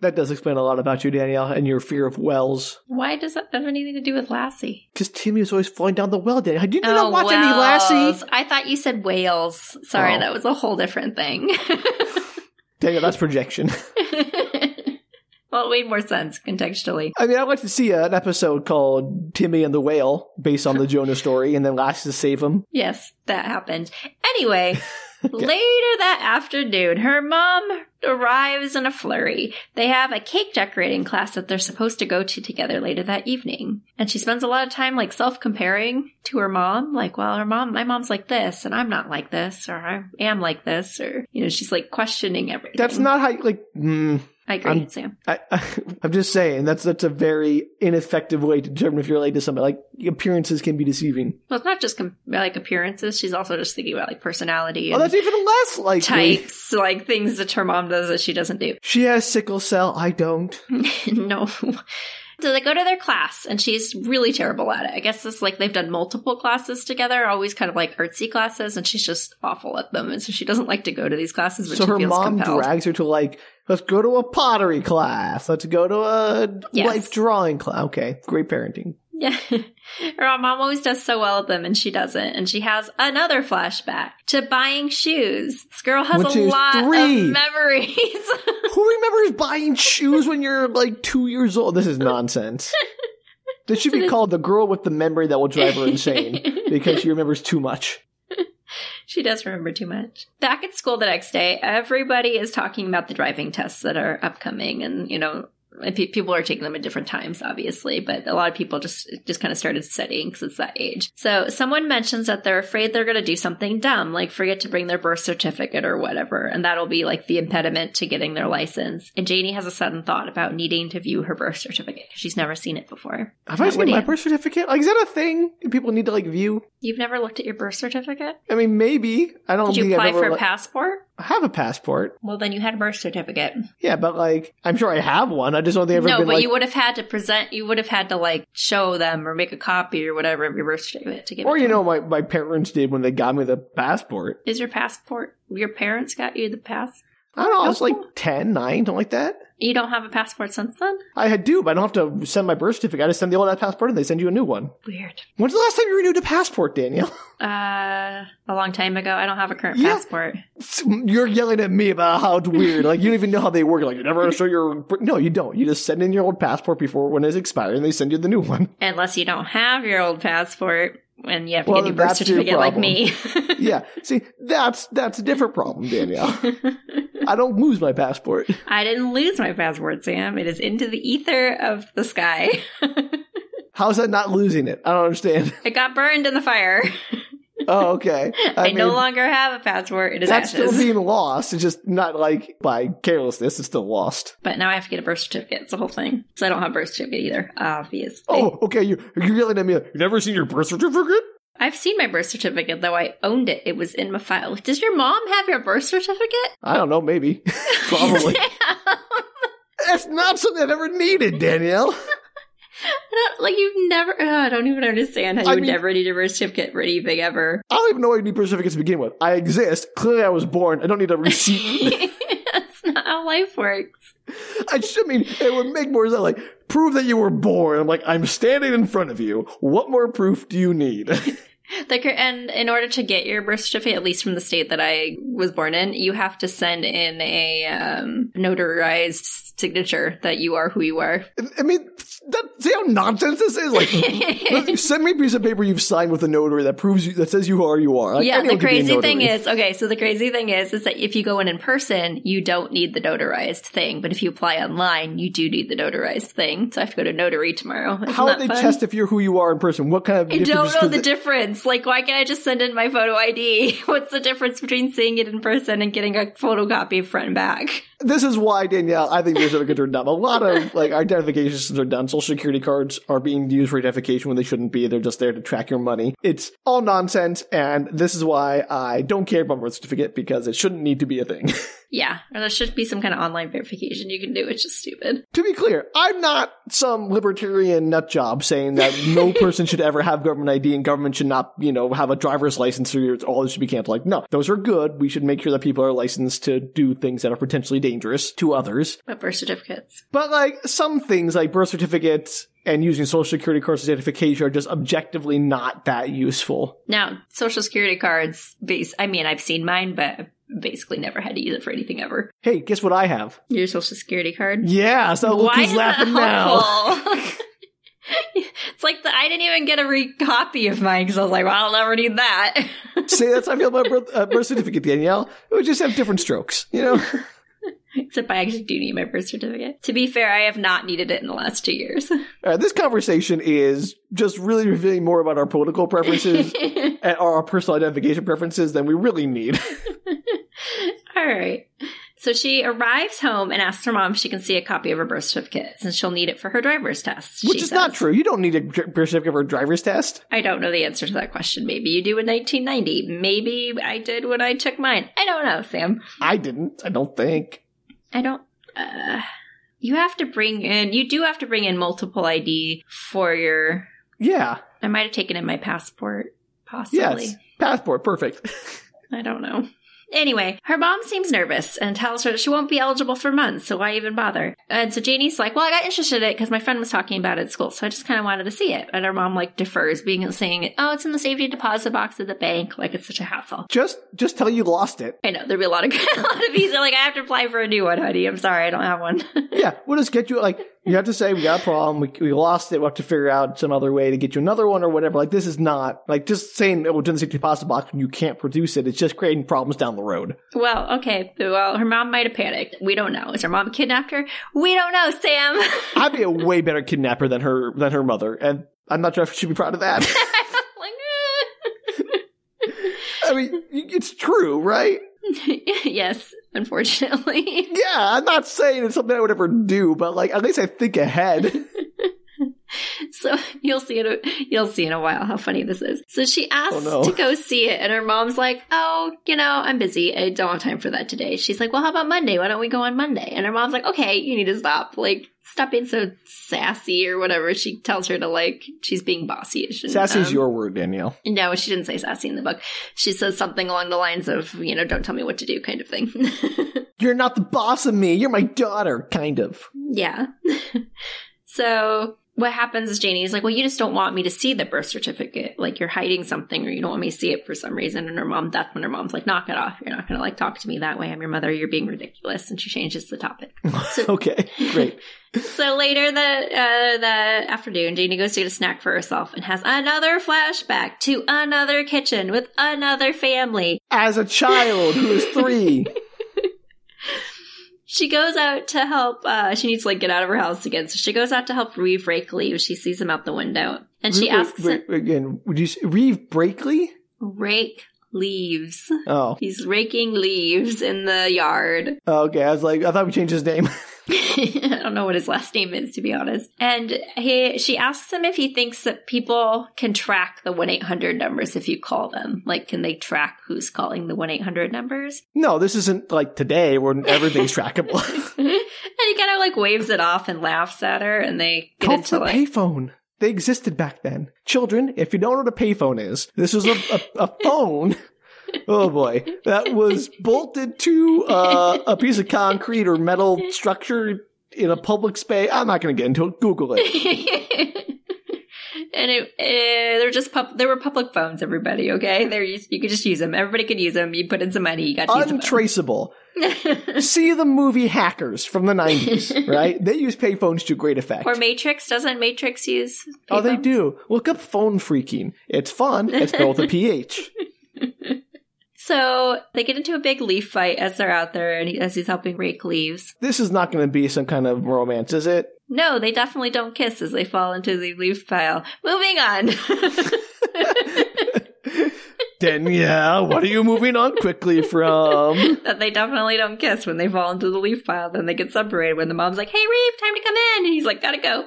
[SPEAKER 2] that does explain a lot about you, Danielle, and your fear of wells.
[SPEAKER 1] Why does that have anything to do with Lassie?
[SPEAKER 2] Because Timmy was always falling down the well, Daddy. I did not watch any Lassie.
[SPEAKER 1] Oh, whales. I thought you said whales. Sorry,
[SPEAKER 2] Oh.
[SPEAKER 1] that was a whole different thing.
[SPEAKER 2] Daniel, that's projection.
[SPEAKER 1] well, it made more sense contextually.
[SPEAKER 2] I mean, I'd like to see uh, an episode called Timmy and the Whale based on the Jonah story, and then Lassie to save him.
[SPEAKER 1] Yes, that happened. Anyway, later that afternoon, her mom arrives in a flurry. They have a cake decorating class that they're supposed to go to together later that evening. And she spends a lot of time like self comparing to her mom. Like, well, her mom, my mom's like this, and I'm not like this, or I am like this, or, you know, she's like questioning everything.
[SPEAKER 2] That's not how, you- like, mm,
[SPEAKER 1] I agree,
[SPEAKER 2] I'm-
[SPEAKER 1] Sam.
[SPEAKER 2] I, I, I'm just saying that's that's a very ineffective way to determine if you're related to somebody. Like appearances can be deceiving. Oh,
[SPEAKER 1] Well, it's not just com- like appearances. She's also just thinking about like personality
[SPEAKER 2] Oh,
[SPEAKER 1] and
[SPEAKER 2] that's even less likely.
[SPEAKER 1] types, like things that her mom does that she doesn't do.
[SPEAKER 2] She has sickle cell. I don't.
[SPEAKER 1] no. So they go to their class, and she's really terrible at it. I guess it's like they've done multiple classes together, always kind of like artsy classes, and she's just awful at them. And so she doesn't like to go to these classes, but
[SPEAKER 2] so
[SPEAKER 1] she
[SPEAKER 2] her
[SPEAKER 1] feels
[SPEAKER 2] mom
[SPEAKER 1] compelled.
[SPEAKER 2] drags her to like, let's go to a pottery class. Let's go to a
[SPEAKER 1] Yes.
[SPEAKER 2] life drawing class. Okay, great parenting.
[SPEAKER 1] Yeah. Her mom always does so well at them and she doesn't. And she has another flashback to buying shoes. This girl has
[SPEAKER 2] Which
[SPEAKER 1] a
[SPEAKER 2] is
[SPEAKER 1] lot
[SPEAKER 2] three.
[SPEAKER 1] of memories.
[SPEAKER 2] Who remembers buying shoes when you're like two years old? This is nonsense. This should be called the girl with the memory that will drive her insane because she remembers too much.
[SPEAKER 1] She does remember too much. Back at school the next day, everybody is talking about the driving tests that are upcoming, and you know, and pe- people are taking them at different times, obviously. But a lot of people just just kind of started studying because it's that age. So someone mentions that they're afraid they're going to do something dumb, like forget to bring their birth certificate or whatever, and that'll be like the impediment to getting their license. And Janie has a sudden thought about needing to view her birth certificate because she's never seen it before.
[SPEAKER 2] Have I
[SPEAKER 1] What
[SPEAKER 2] seen
[SPEAKER 1] do
[SPEAKER 2] my
[SPEAKER 1] you-
[SPEAKER 2] birth certificate? Like, is that a thing that people need to like view?
[SPEAKER 1] You've never looked at your birth certificate?
[SPEAKER 2] I mean, maybe. I don't
[SPEAKER 1] Did you
[SPEAKER 2] think
[SPEAKER 1] apply
[SPEAKER 2] I've ever,
[SPEAKER 1] for a
[SPEAKER 2] like-
[SPEAKER 1] passport?
[SPEAKER 2] I have a passport.
[SPEAKER 1] Well, then you had a birth certificate.
[SPEAKER 2] Yeah, but like, I'm sure I have one. I just don't think I've ever
[SPEAKER 1] no,
[SPEAKER 2] been
[SPEAKER 1] but
[SPEAKER 2] like,
[SPEAKER 1] you would have had to present. You would have had to like show them or make a copy or whatever of your birth certificate to give.
[SPEAKER 2] or
[SPEAKER 1] it
[SPEAKER 2] you
[SPEAKER 1] to
[SPEAKER 2] know,
[SPEAKER 1] them.
[SPEAKER 2] my my parents did when they got me the passport.
[SPEAKER 1] is your passport? Your parents got you the pass.
[SPEAKER 2] I don't know. I was like
[SPEAKER 1] Passport?
[SPEAKER 2] 10, 9, something like that.
[SPEAKER 1] You don't have a passport since then.
[SPEAKER 2] I had do, but I don't have to send my birth certificate. I just send the old passport, and they send you a new one.
[SPEAKER 1] Weird.
[SPEAKER 2] When's the last time you renewed a passport, Daniel?
[SPEAKER 1] Uh, a long time ago. I don't have a current
[SPEAKER 2] Yeah.
[SPEAKER 1] passport.
[SPEAKER 2] You're yelling at me about how it's weird. Like you don't even know how they work. Like you never show your. No, you don't. You just send in your old passport before when it's expired, and they send you the new one.
[SPEAKER 1] Unless you don't have your old passport and you have to
[SPEAKER 2] Well,
[SPEAKER 1] get a new birth
[SPEAKER 2] that's your
[SPEAKER 1] certificate like
[SPEAKER 2] problem.
[SPEAKER 1] me.
[SPEAKER 2] Yeah. See, that's that's a different problem, Danielle. I don't lose my passport.
[SPEAKER 1] I didn't lose my passport, Sam. It is into the ether of the sky.
[SPEAKER 2] How's that not losing it? I don't understand.
[SPEAKER 1] it got burned in the fire.
[SPEAKER 2] Oh, okay.
[SPEAKER 1] I, no
[SPEAKER 2] mean,
[SPEAKER 1] longer have a passport. It is
[SPEAKER 2] that's
[SPEAKER 1] ashes.
[SPEAKER 2] still being lost. It's just not like by carelessness. It's still lost.
[SPEAKER 1] But now I have to get a birth certificate. It's a whole thing. So I don't have a birth certificate either, obviously.
[SPEAKER 2] Oh, okay. You you're yelling at me. You've never seen your birth certificate?
[SPEAKER 1] I've seen my birth certificate, though I owned it. It was in my file. Does your mom have your birth certificate?
[SPEAKER 2] I don't know. Maybe. Probably.
[SPEAKER 1] Sam,
[SPEAKER 2] That's not something I've ever needed, Danielle.
[SPEAKER 1] like, you've never. Oh, I don't even understand how you
[SPEAKER 2] I
[SPEAKER 1] would
[SPEAKER 2] mean-
[SPEAKER 1] never need a birth certificate for anything ever.
[SPEAKER 2] I don't even know why you need birth certificates to begin with. I exist. Clearly, I was born. I don't need a receipt.
[SPEAKER 1] That's not how life works.
[SPEAKER 2] I just I mean, it would make more sense. Like, prove that you were born. I'm like, I'm standing in front of you. What more proof do you need?
[SPEAKER 1] Like, and in order to get your birth certificate, at least from the state that I was born in, you have to send in a um, notarized signature that you are who you are.
[SPEAKER 2] I mean, that, see how nonsense this is. Like, send me a piece of paper you've signed with a notary that proves you, that says you are you are. Like,
[SPEAKER 1] yeah, the
[SPEAKER 2] anyone can be a
[SPEAKER 1] crazy thing
[SPEAKER 2] notary.
[SPEAKER 1] is okay. So the crazy thing is, is that if you go in in person, you don't need the notarized thing, but if you apply online, you do need the notarized thing. So I have to go to notary tomorrow. Isn't
[SPEAKER 2] how
[SPEAKER 1] that
[SPEAKER 2] would they
[SPEAKER 1] fun?
[SPEAKER 2] test if you're who you are in person? What kind of
[SPEAKER 1] I
[SPEAKER 2] you have to
[SPEAKER 1] don't
[SPEAKER 2] just
[SPEAKER 1] know
[SPEAKER 2] prove
[SPEAKER 1] the
[SPEAKER 2] that-
[SPEAKER 1] difference. Like, why can't I just send in my photo ID? What's the difference between seeing it in person and getting a photocopy front and back?
[SPEAKER 2] this is why Danielle, I think there's a good done. A lot of like identification systems are done. Social security cards are being used for identification when they shouldn't be. They're just there to track your money. It's all nonsense, and this is why I don't care about birth certificate because it shouldn't need to be a thing.
[SPEAKER 1] Yeah, or there should be some kind of online verification you can do. It's just stupid.
[SPEAKER 2] to be clear, I'm not some libertarian nut job saying that no person should ever have government ID and government should not, you know, have a driver's license or it's- all this should be canceled. Like, no, those are good. We should make sure that people are licensed to do things that are potentially dangerous to others.
[SPEAKER 1] But birth certificates.
[SPEAKER 2] But like some things, like birth certificates, and using Social Security cards as identification are just objectively not that useful.
[SPEAKER 1] Now, social security cards, base, I mean, I've seen mine, but I've basically never had to use it for anything ever.
[SPEAKER 2] Hey, guess what I have?
[SPEAKER 1] Your social security card?
[SPEAKER 2] Yeah, so look who's laughing now.
[SPEAKER 1] helpful? it's like the, I didn't even get a re- copy of mine because I was like, well, I'll never need that.
[SPEAKER 2] See, that's how I feel about birth, uh, birth certificate, Danielle. It would just have different strokes, you know?
[SPEAKER 1] Except I actually do need my birth certificate. To be fair, I have not needed it in the last two years.
[SPEAKER 2] All right, this conversation is just really revealing more about our political preferences and our personal identification preferences than we really need.
[SPEAKER 1] All right. So she arrives home and asks her mom if she can see a copy of her birth certificate since she'll need it for her driver's test.
[SPEAKER 2] Which
[SPEAKER 1] she
[SPEAKER 2] is not
[SPEAKER 1] says.
[SPEAKER 2] true. You don't need a dr- birth certificate for a driver's test.
[SPEAKER 1] I don't know the answer to that question. Maybe you do in 1990. Maybe I did when I took mine. I don't know, Sam.
[SPEAKER 2] I didn't, I don't think.
[SPEAKER 1] I don't. Uh, you have to bring in. You do have to bring in multiple ID for your.
[SPEAKER 2] Yeah.
[SPEAKER 1] I might have taken in my passport, possibly.
[SPEAKER 2] Yes. Passport, perfect.
[SPEAKER 1] I don't know. Anyway, her mom seems nervous and tells her that she won't be eligible for months, so why even bother? And so Janie's like, "Well, I got interested in it because my friend was talking about it at school, so I just kind of wanted to see it." And her mom like defers, being saying, "Oh, it's in the safety deposit box at the bank. Like it's such a hassle."
[SPEAKER 2] just just tell you lost it.
[SPEAKER 1] I know there'd be a lot of a lot of these. are Like I have to apply for a new one, honey. I'm sorry, I don't have one.
[SPEAKER 2] Yeah, we'll just get you like you have to say we got a problem, we, we lost it, we'll have to figure out some other way to get you another one or whatever. Like this is not like just saying oh it's in the safety deposit box when you can't produce it, it's just creating problems down the road.
[SPEAKER 1] well, okay. Well, her mom might have panicked. We don't know. Is her mom kidnapped her? We don't know, Sam.
[SPEAKER 2] I'd be a way better kidnapper than her than her mother, and I'm not sure if she'd be proud of that.
[SPEAKER 1] like, eh.
[SPEAKER 2] I mean, y- it's true, right?
[SPEAKER 1] yes, unfortunately.
[SPEAKER 2] Yeah, I'm not saying it's something I would ever do, but like at least I think ahead.
[SPEAKER 1] So you'll see it. You'll see in a while how funny this is. So she asks
[SPEAKER 2] Oh, no.
[SPEAKER 1] to go see it, and her mom's like, "Oh, you know, I'm busy. I don't have time for that today." She's like, "Well, how about Monday? Why don't we go on Monday?" And her mom's like, "Okay, you need to stop. Like, stop being so sassy or whatever." She tells her to like she's being bossy.
[SPEAKER 2] Sassy's
[SPEAKER 1] your.
[SPEAKER 2] your word, Danielle.
[SPEAKER 1] No, she didn't say sassy in the book. She says something along the lines of, you know, don't tell me what to do kind of thing.
[SPEAKER 2] You're not the boss of me. You're my daughter, kind of.
[SPEAKER 1] yeah. so what happens is Janie's like, well, you just don't want me to see the birth certificate. Like you're hiding something or you don't want me to see it for some reason. And her mom, that's when her mom's like, knock it off. You're not going to like talk to me that way. I'm your mother. You're being ridiculous. And she changes the topic. So,
[SPEAKER 2] Okay, great.
[SPEAKER 1] so later that uh, that afternoon, Janie goes to get a snack for herself and has another flashback to another kitchen with another family.
[SPEAKER 2] As a child who is three,
[SPEAKER 1] She goes out to help. Uh, she needs to like get out of her house again, so she goes out to help Reeve rake leaves. She sees him out the window, and she
[SPEAKER 2] Wait,
[SPEAKER 1] asks him,
[SPEAKER 2] wait, wait, again. Would you say, Reeve Brakely?
[SPEAKER 1] "Rake leaves?
[SPEAKER 2] Oh,
[SPEAKER 1] He's raking leaves in the yard."
[SPEAKER 2] okay. I was like, I thought we changed his name.
[SPEAKER 1] I don't know what his last name is, to be honest. And he, she asks him if he thinks that people can track the one eight hundred numbers if you call them. Like, can they track who's calling the one eight hundred numbers?
[SPEAKER 2] no, this isn't like today when everything's trackable.
[SPEAKER 1] and he kind of like waves it off and laughs at her, and they get
[SPEAKER 2] Call
[SPEAKER 1] into
[SPEAKER 2] for the
[SPEAKER 1] like.
[SPEAKER 2] payphone. They existed back then. Children, if you don't know what a payphone is, this was a, a, a phone. Oh boy, that was bolted to uh, a piece of concrete or metal structure in a public space. I'm not going to get into it. Google it.
[SPEAKER 1] and it, eh, they're just pub- there were public phones. Everybody, okay, there you, you could just use them. Everybody could use them. You put in some money, you got to
[SPEAKER 2] Untraceable.
[SPEAKER 1] use a phone.
[SPEAKER 2] See the movie Hackers from the 90s, right? They use payphones to great effect.
[SPEAKER 1] or Matrix doesn't Matrix use?
[SPEAKER 2] Oh, they
[SPEAKER 1] payphones?
[SPEAKER 2] do. Look up phone freaking. It's fun. It's spelled with a PH.
[SPEAKER 1] So they get into a big leaf fight as they're out there, and he, as he's helping rake leaves.
[SPEAKER 2] This is not going to be some kind of romance, is it?
[SPEAKER 1] No, they definitely don't kiss as they fall into the leaf pile. Moving on.
[SPEAKER 2] Danielle, what are you moving on quickly from?
[SPEAKER 1] that they definitely don't kiss when they fall into the leaf pile. Then they get separated when the mom's like, "Hey, Reeve, time to come in," and he's like, "Gotta go,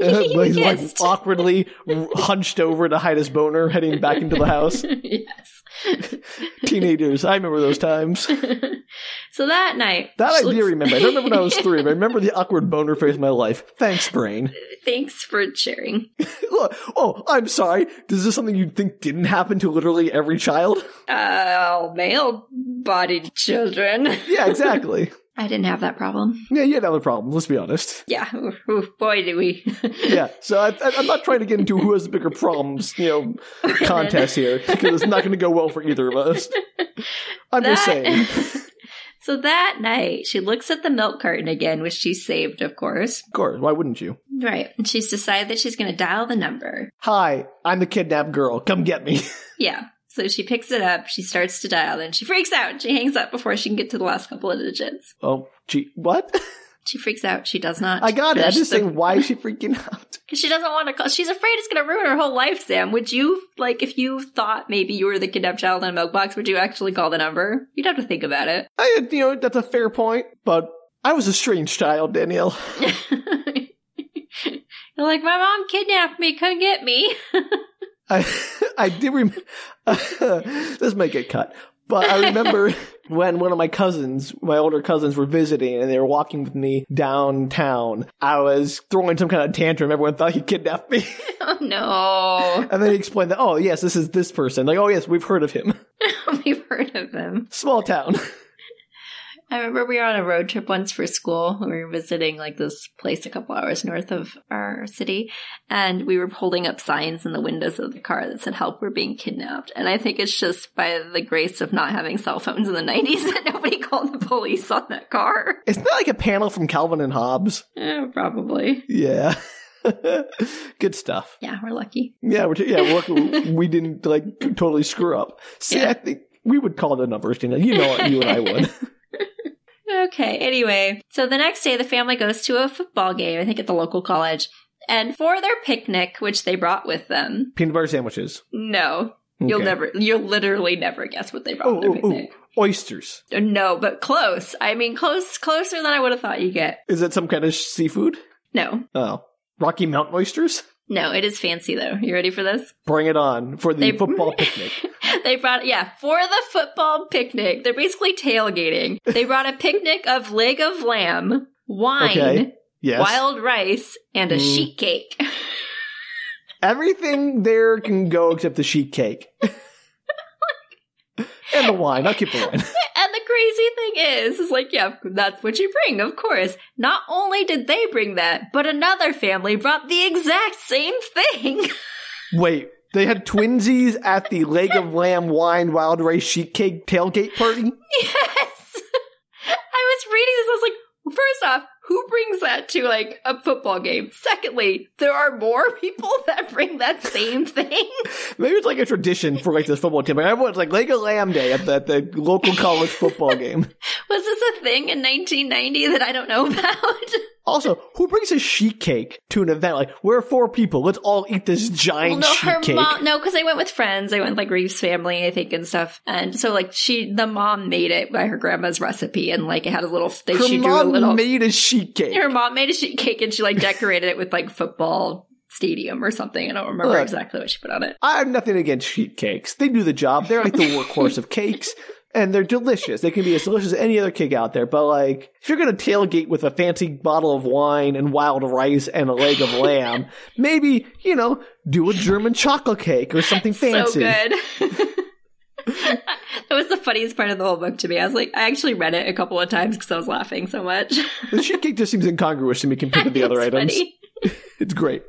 [SPEAKER 2] Uh,
[SPEAKER 1] bye."
[SPEAKER 2] he's like
[SPEAKER 1] Kissed.
[SPEAKER 2] awkwardly hunched over to hide his boner, heading back into the house.
[SPEAKER 1] yes.
[SPEAKER 2] Teenagers, I remember those times.
[SPEAKER 1] so that night,
[SPEAKER 2] That I
[SPEAKER 1] she
[SPEAKER 2] do
[SPEAKER 1] looks-
[SPEAKER 2] remember. I don't remember when I was three, but I remember the awkward boner phase of my life. Thanks, brain.
[SPEAKER 1] Thanks for sharing.
[SPEAKER 2] Look, oh, I'm sorry. Is this something you'd think didn't happen to literally every child?
[SPEAKER 1] Uh, male-bodied children.
[SPEAKER 2] Yeah, exactly.
[SPEAKER 1] I didn't have that problem.
[SPEAKER 2] Yeah, you had other problems, let's be honest.
[SPEAKER 1] Yeah, oof, oof, boy, do we.
[SPEAKER 2] Yeah, so I, I, I'm not trying to get into who has the bigger problems, you know, contest here, because it's not going to go well for either of us. I'm just saying.
[SPEAKER 1] so that night, she looks at the milk carton again, which she saved, of course.
[SPEAKER 2] Of course, why wouldn't you?
[SPEAKER 1] Right. And she's decided that she's going to dial the number.
[SPEAKER 2] Hi, I'm the kidnapped girl. Come get me.
[SPEAKER 1] Yeah. So she picks it up, she starts to dial, and she freaks out. She hangs up before she can get to the last couple of digits.
[SPEAKER 2] Oh, gee, what?
[SPEAKER 1] She freaks out. She does not.
[SPEAKER 2] I got it. I'm
[SPEAKER 1] finish
[SPEAKER 2] just
[SPEAKER 1] the-
[SPEAKER 2] saying, why is she freaking out?
[SPEAKER 1] 'Cause she doesn't want to call. She's afraid it's going to ruin her whole life, Sam. Would you, like, if you thought maybe you were the kidnapped child in a milk box, would you actually call the number? You'd have to think about it.
[SPEAKER 2] I, you know, that's a fair point, but I was a strange child, Danielle.
[SPEAKER 1] You're like, my mom kidnapped me. Come get me.
[SPEAKER 2] I, I did remember. this might get cut, but I remember when one of my cousins, my older cousins, were visiting and they were walking with me downtown. I was throwing some kind of tantrum. Everyone thought he kidnapped me,
[SPEAKER 1] oh, no.
[SPEAKER 2] and then he explained that, oh yes, this is this person. Like, oh yes, we've heard of him.
[SPEAKER 1] We've heard of him.
[SPEAKER 2] Small town.
[SPEAKER 1] I remember we were on a road trip once for school. We were visiting like this place a couple hours north of our city, and we were holding up signs in the windows of the car that said "Help! We're being kidnapped." And I think it's just by the grace of not having cell phones in the '90s that nobody called the police on that car.
[SPEAKER 2] It's not like a panel from Calvin and Hobbes.
[SPEAKER 1] Eh, probably.
[SPEAKER 2] Yeah. Good stuff.
[SPEAKER 1] Yeah, we're lucky.
[SPEAKER 2] Yeah, we're t- yeah, we're lucky we didn't like totally screw up. See,
[SPEAKER 1] Yeah.
[SPEAKER 2] I think we would call the numbers, you know, you know, you and I would.
[SPEAKER 1] Okay, anyway. So the next day, the family goes to a football game, I think at the local college, and for their picnic, which they brought with them.
[SPEAKER 2] Peanut butter sandwiches.
[SPEAKER 1] No, You'll
[SPEAKER 2] Okay.
[SPEAKER 1] never, you'll literally never guess what they brought
[SPEAKER 2] Oh,
[SPEAKER 1] to their
[SPEAKER 2] oh,
[SPEAKER 1] picnic.
[SPEAKER 2] oysters.
[SPEAKER 1] No, but close. I mean, close, closer than I would have thought you get.
[SPEAKER 2] Is it some kind of seafood?
[SPEAKER 1] No,
[SPEAKER 2] Oh, Rocky Mountain oysters.
[SPEAKER 1] no, it is fancy though. You ready for this?
[SPEAKER 2] Bring it on for the
[SPEAKER 1] They-
[SPEAKER 2] football picnic.
[SPEAKER 1] They brought, yeah, for the football picnic. They're basically tailgating. They brought a picnic of leg of lamb, wine,
[SPEAKER 2] Okay, Yes,
[SPEAKER 1] wild rice, and a
[SPEAKER 2] Mm.
[SPEAKER 1] sheet cake.
[SPEAKER 2] everything there can go except the sheet cake and the wine. I'll keep the wine.
[SPEAKER 1] And the crazy thing is, is like, yeah, that's what you bring, of course. Not only did they bring that, but another family brought the exact same thing.
[SPEAKER 2] Wait, they had twinsies at the leg of lamb wine wild rice sheet cake tailgate party.
[SPEAKER 1] Yes. I was reading this. I was like, well, first off, who brings that to like a football game? Secondly, there are more people that bring that same thing.
[SPEAKER 2] Maybe it's like a tradition for like this football team. Like, everyone's like leg of lamb day at the, at the local college football game.
[SPEAKER 1] Was this a thing in 1990 that I don't know about?
[SPEAKER 2] Also, who brings a sheet cake to an event? Like, we're four people. Let's all eat this
[SPEAKER 1] well,
[SPEAKER 2] giant
[SPEAKER 1] no,
[SPEAKER 2] sheet
[SPEAKER 1] her
[SPEAKER 2] cake.
[SPEAKER 1] mom. No, because I went with friends. I went with, like Reeves' family, I think, and stuff. And so like she, the mom made it by her grandma's recipe, and like it had a little. They,
[SPEAKER 2] Her
[SPEAKER 1] she drew a
[SPEAKER 2] mom
[SPEAKER 1] little.
[SPEAKER 2] made a sheet cake.
[SPEAKER 1] her mom made a sheet cake, and she like decorated it with like football stadium or something. I don't remember
[SPEAKER 2] Look.
[SPEAKER 1] exactly what she put on it.
[SPEAKER 2] I have nothing against sheet cakes. They do the job. They're like the workhorse of cakes, and they're delicious. They can be as delicious as any other cake out there. But like, if you're gonna tailgate with a fancy bottle of wine and wild rice and a leg of lamb, maybe you know, do a German chocolate cake or something
[SPEAKER 1] So
[SPEAKER 2] fancy.
[SPEAKER 1] good. that was the funniest part of the whole book to me. I was like, I actually read it a couple of times because I was laughing so much.
[SPEAKER 2] The sheet cake just seems incongruous to me compared to the other
[SPEAKER 1] It's
[SPEAKER 2] items.
[SPEAKER 1] funny.
[SPEAKER 2] It's great.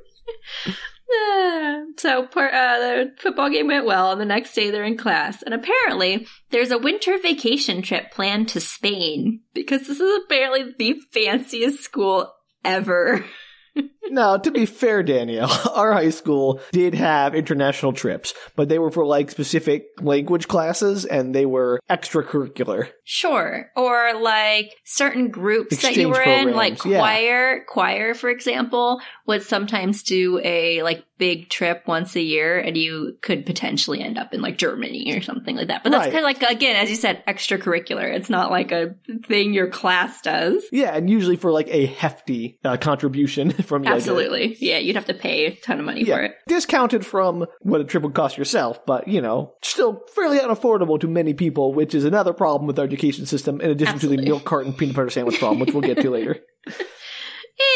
[SPEAKER 1] Ah, so par- uh, the football game went well, and the next day they're in class. And apparently, there's a winter vacation trip planned to Spain because this is apparently the fanciest school ever.
[SPEAKER 2] Now, to be fair, Danielle, our high school did have international trips, but they were for like specific language classes and they were extracurricular.
[SPEAKER 1] Sure. Or like certain groups that you
[SPEAKER 2] Exchange
[SPEAKER 1] were in, like
[SPEAKER 2] programs, yeah.
[SPEAKER 1] choir. Choir, for example, would sometimes do a like big trip once a year and you could potentially end up in like Germany or something like that. But that's
[SPEAKER 2] Right.
[SPEAKER 1] kind of like, again, as you said, extracurricular. It's not like a thing your class does.
[SPEAKER 2] Yeah, and usually for like a hefty uh, contribution from like, a-
[SPEAKER 1] Absolutely. Yeah. You'd have to pay a ton of money for
[SPEAKER 2] yeah,
[SPEAKER 1] it.
[SPEAKER 2] discounted from what a trip would cost yourself, but you know, still fairly unaffordable to many people, which is another problem with our education system. In addition to
[SPEAKER 1] Absolutely.
[SPEAKER 2] the milk carton peanut butter sandwich problem, which we'll get to later.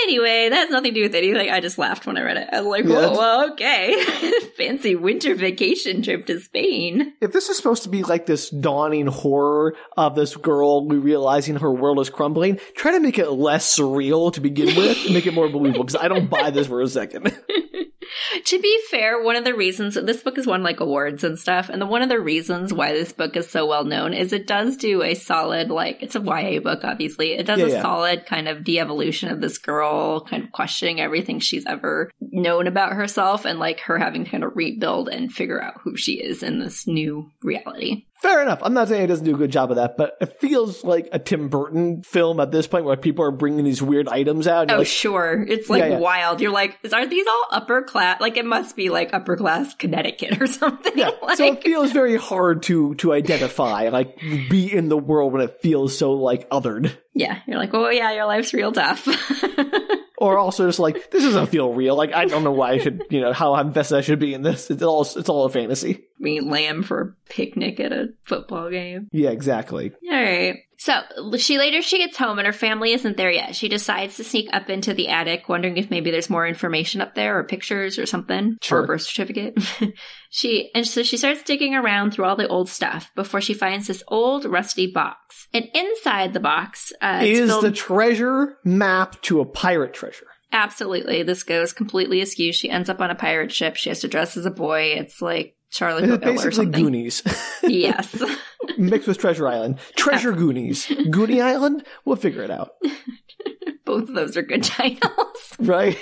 [SPEAKER 1] Anyway, that has nothing to do with anything. I just laughed when I read it. I was like,
[SPEAKER 2] Yeah,
[SPEAKER 1] whoa,
[SPEAKER 2] that's-
[SPEAKER 1] well, okay. Fancy winter vacation trip to Spain.
[SPEAKER 2] If this is supposed to be like this dawning horror of this girl realizing her world is crumbling, try to make it less surreal to begin with, and make it more believable. Because I don't buy this for a second.
[SPEAKER 1] To be fair, one of the reasons this book has won like awards and stuff, and the one of the reasons why this book is so well known is it does do a solid like it's a YA book, obviously. It does
[SPEAKER 2] Yeah,
[SPEAKER 1] a
[SPEAKER 2] yeah.
[SPEAKER 1] solid kind of de-evolution of this girl, kind of questioning everything she's ever known about herself, and like her having to kind of rebuild and figure out who she is in this new reality.
[SPEAKER 2] Fair enough. I'm not saying it doesn't do a good job of that, but it feels like a Tim Burton film at this point, where people are bringing these weird items out. and you're
[SPEAKER 1] Oh,
[SPEAKER 2] like,
[SPEAKER 1] sure, it's like
[SPEAKER 2] Yeah, yeah.
[SPEAKER 1] wild. You're like, is, are these all upper class? Like it must be like upper class Connecticut or something.
[SPEAKER 2] Yeah.
[SPEAKER 1] like,
[SPEAKER 2] so it feels very hard to to identify, like be in the world when it feels so like othered.
[SPEAKER 1] yeah, you're like, oh yeah, your life's real tough.
[SPEAKER 2] Or also just like this doesn't feel real. Like I don't know why I should you know how invested I should be in this. It's all it's all a fantasy.
[SPEAKER 1] meat lamb for a picnic at a football game.
[SPEAKER 2] Yeah, exactly.
[SPEAKER 1] All right. So she later she gets home and her family isn't there yet. She decides to sneak up into the attic, wondering if maybe there's more information up there or pictures or something or
[SPEAKER 2] Sure.
[SPEAKER 1] a birth certificate. she and so she starts digging around through all the old stuff before she finds this old rusty box. And inside the box uh, it's
[SPEAKER 2] Is
[SPEAKER 1] filled-
[SPEAKER 2] the treasure map to a pirate treasure?
[SPEAKER 1] absolutely this goes completely askew. She ends up on a pirate ship. She has to dress as a boy. It's like Charlie
[SPEAKER 2] It's
[SPEAKER 1] Hook or
[SPEAKER 2] basically
[SPEAKER 1] something.
[SPEAKER 2] Goonies
[SPEAKER 1] yes.
[SPEAKER 2] mixed with Treasure Island. Treasure Goonies, Goonie Island. We'll figure it out,
[SPEAKER 1] Both of those are good titles.
[SPEAKER 2] right?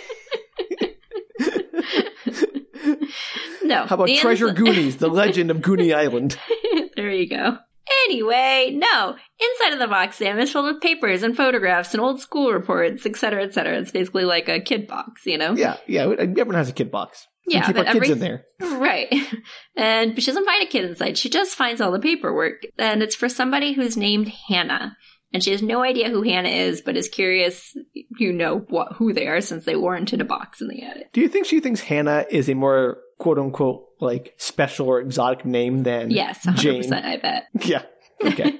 [SPEAKER 1] No.
[SPEAKER 2] How about
[SPEAKER 1] the
[SPEAKER 2] Treasure
[SPEAKER 1] ins-
[SPEAKER 2] Goonies, the legend of Goonie Island?
[SPEAKER 1] there you go. Anyway, no. Inside of the box, Sam, is filled with papers and photographs and old school reports, etc., etc. It's basically like a kid box, you know?
[SPEAKER 2] Yeah, yeah. Everyone has a kid box. We
[SPEAKER 1] Yeah,
[SPEAKER 2] keep
[SPEAKER 1] but
[SPEAKER 2] our kids
[SPEAKER 1] every-
[SPEAKER 2] in there.
[SPEAKER 1] Right. And but she doesn't find a kid inside. She just finds all the paperwork. And it's for somebody who's named Hannah. And she has no idea who Hannah is, but is curious, you know, what who they are since they warranted a box in the attic.
[SPEAKER 2] Do you think she thinks Hannah is a more quote unquote like special or exotic name than
[SPEAKER 1] Yes, 100%,
[SPEAKER 2] Jane?
[SPEAKER 1] I bet.
[SPEAKER 2] Yeah. Okay.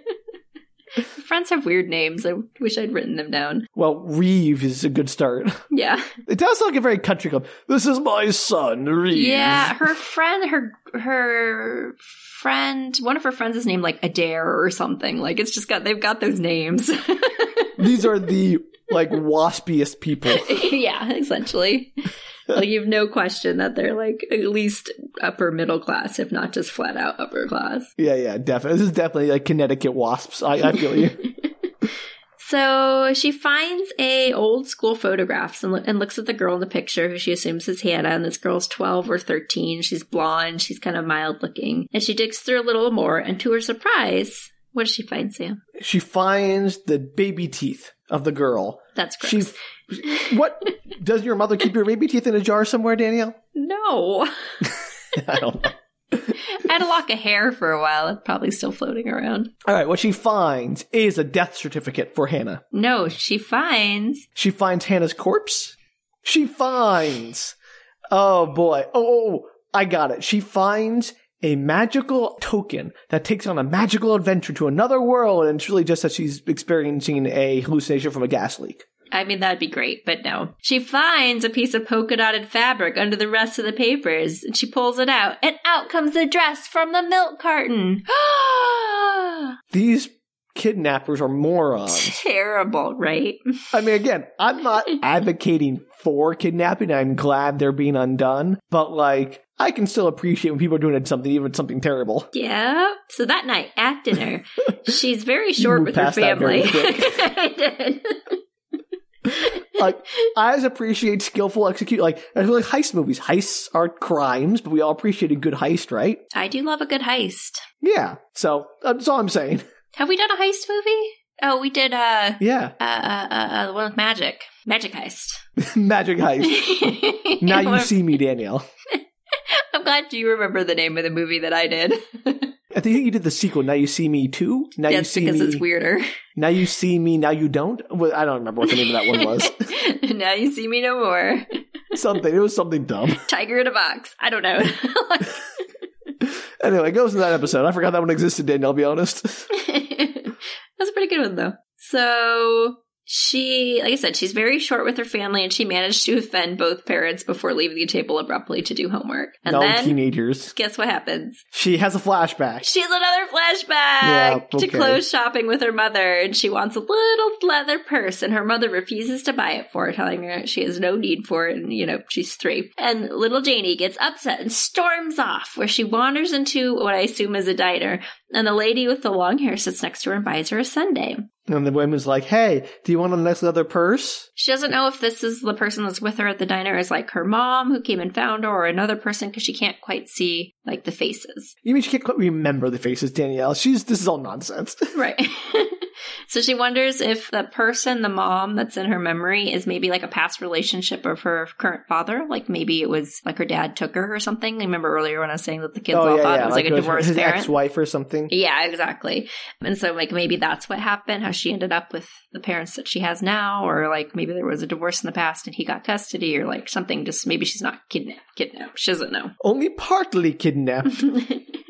[SPEAKER 1] Friends have weird names. I wish I'd written them down.
[SPEAKER 2] well, Reeve is a good start.
[SPEAKER 1] Yeah.
[SPEAKER 2] It does sound like a very country club. This is my son, Reeve.
[SPEAKER 1] Yeah, her friend, her her friend, one of her friends is named like Adair or something. Like it's just got they've got those names.
[SPEAKER 2] These are the like waspiest people.
[SPEAKER 1] yeah, essentially. like you've no question that they're like at least upper middle class, if not just flat out upper class.
[SPEAKER 2] Yeah, yeah, definitely. This is definitely like Connecticut wasps. I, I feel you.
[SPEAKER 1] So she finds a old school photographs and, lo- and looks at the girl in the picture who she assumes is Hannah. And this girl's 12 or 13. She's blonde. She's kind of mild looking. And she digs through a little more. And to her surprise, what does she find, Sam?
[SPEAKER 2] She finds the baby teeth of the girl.
[SPEAKER 1] That's gross.
[SPEAKER 2] She. What does your mother keep your baby teeth in a jar somewhere, Danielle?
[SPEAKER 1] no.
[SPEAKER 2] I don't know.
[SPEAKER 1] I had a lock of hair for a while. It's probably still floating around.
[SPEAKER 2] All right, what she finds is a death certificate for Hannah.
[SPEAKER 1] No, she finds.
[SPEAKER 2] She finds Hannah's corpse. She finds. Oh boy. Oh, oh, I got it. She finds a magical token that takes her on a magical adventure to another world, and it's really just that she's experiencing a hallucination from a gas leak.
[SPEAKER 1] I mean, that'd be great, but no. She finds a piece of polka dotted fabric under the rest of the papers, and she pulls it out, and out comes the dress from the milk carton.
[SPEAKER 2] These kidnappers are morons.
[SPEAKER 1] Terrible, right?
[SPEAKER 2] I mean, again, I'm not advocating for kidnapping. I'm glad they're being undone, but like, I can still appreciate when people are doing something, even something terrible.
[SPEAKER 1] Yeah. So that night at dinner, she's very short
[SPEAKER 2] moved
[SPEAKER 1] with her
[SPEAKER 2] past that very
[SPEAKER 1] family.
[SPEAKER 2] quick.
[SPEAKER 1] I did.
[SPEAKER 2] like I always appreciate skillful execute. Like I feel like heist movies. Heists are crimes, but we all appreciate a good heist, right?
[SPEAKER 1] I do love a good heist.
[SPEAKER 2] Yeah. So that's all I'm saying.
[SPEAKER 1] Have we done a heist movie? Oh, we did uh
[SPEAKER 2] Yeah.
[SPEAKER 1] uh, uh, uh, the one with magic, magic heist.
[SPEAKER 2] Magic heist. Now you
[SPEAKER 1] I'm-
[SPEAKER 2] see me, Danielle.
[SPEAKER 1] I'm glad you remember the name of the movie that I did.
[SPEAKER 2] I think you did the sequel. Now you see me too. Now you
[SPEAKER 1] That's
[SPEAKER 2] see
[SPEAKER 1] because
[SPEAKER 2] me.
[SPEAKER 1] it's weirder.
[SPEAKER 2] Now you see me. Now you don't. Well, I don't remember what the name of that one was.
[SPEAKER 1] now you see me no more.
[SPEAKER 2] something. It was something dumb.
[SPEAKER 1] Tiger in a box. I don't know.
[SPEAKER 2] Anyway, it goes in that episode. I forgot that one existed, Danielle. I'll be honest.
[SPEAKER 1] That's a pretty good one though. So She, like I said, she's very short with her family and she managed to offend both parents before leaving the table abruptly to do homework. And
[SPEAKER 2] now
[SPEAKER 1] then,
[SPEAKER 2] teenagers.
[SPEAKER 1] guess what happens?
[SPEAKER 2] She has a flashback.
[SPEAKER 1] She's another flashback
[SPEAKER 2] Yeah, okay.
[SPEAKER 1] to clothes shopping with her mother, and she wants a little leather purse, and her mother refuses to buy it for her, telling her she has no need for it, and you know, she's three. And little Janie gets upset and storms off, where she wanders into what I assume is a diner, and the lady with the long hair sits next to her and buys her a sundae.
[SPEAKER 2] And the woman's like, hey, do you want a nice leather purse?
[SPEAKER 1] She doesn't know if this is the person that's with her at the diner is like her mom who came and found her, or another person because she can't quite see like the faces.
[SPEAKER 2] You mean she can't quite remember the faces, Danielle? She's this is all nonsense.
[SPEAKER 1] Right. so she wonders if the person, the mom that's in her memory, is maybe like a past relationship of her current father. Like maybe it was like her dad took her or something. I remember earlier when I was saying that the kids
[SPEAKER 2] Oh,
[SPEAKER 1] all thought it was Oh, like, a
[SPEAKER 2] his-
[SPEAKER 1] divorced
[SPEAKER 2] his
[SPEAKER 1] parent.
[SPEAKER 2] ex-wife or something.
[SPEAKER 1] Yeah, exactly. And so, like, maybe that's what happened, how she ended up with the parents that she has now, or like maybe there was a divorce in the past and he got custody, or like something just maybe she's not kidnapped. Kidnapped. She doesn't know.
[SPEAKER 2] Only partly kidnapped.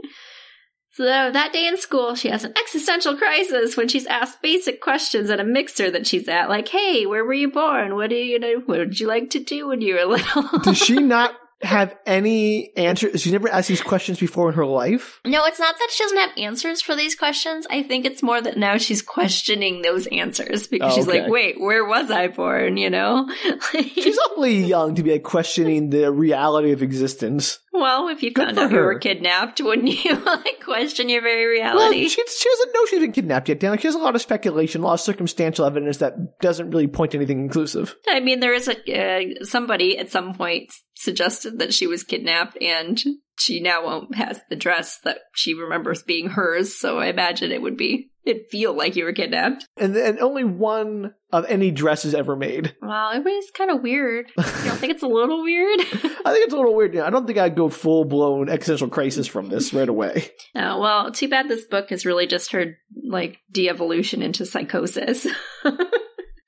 [SPEAKER 1] so that day in school, she has an existential crisis when she's asked basic questions at a mixer that she's at, like, "Hey, where were you born? What do you know? What did you like to do when you were little?"
[SPEAKER 2] Does she not have any answer? She never asked these questions before in her life.
[SPEAKER 1] no, it's not that she doesn't have answers for these questions. I think it's more that now she's questioning those answers because
[SPEAKER 2] Oh,
[SPEAKER 1] she's
[SPEAKER 2] okay.
[SPEAKER 1] like, "Wait, where was I born?" You know.
[SPEAKER 2] She's awfully young to be like, questioning the reality of existence.
[SPEAKER 1] well, if you
[SPEAKER 2] Good
[SPEAKER 1] found
[SPEAKER 2] for
[SPEAKER 1] out you
[SPEAKER 2] her.
[SPEAKER 1] were kidnapped, wouldn't you like question your very
[SPEAKER 2] Well,
[SPEAKER 1] reality?
[SPEAKER 2] she, she doesn't know she's been kidnapped yet, Danielle. She has a lot of speculation, a lot of circumstantial evidence that doesn't really point to anything inclusive.
[SPEAKER 1] I mean, there is a uh, somebody at some point suggested that she was kidnapped, and she now won't has the dress that she remembers being hers. So I imagine it would be it'd feel like you were kidnapped.
[SPEAKER 2] And, and only one of any dresses ever made.
[SPEAKER 1] Wow, it was kind of weird. You don't think it's a little weird?
[SPEAKER 2] I think it's a little weird. You know, I don't think I'd go full blown existential crisis from this right away.
[SPEAKER 1] no, well, too bad this book is really just her like de-evolution into psychosis.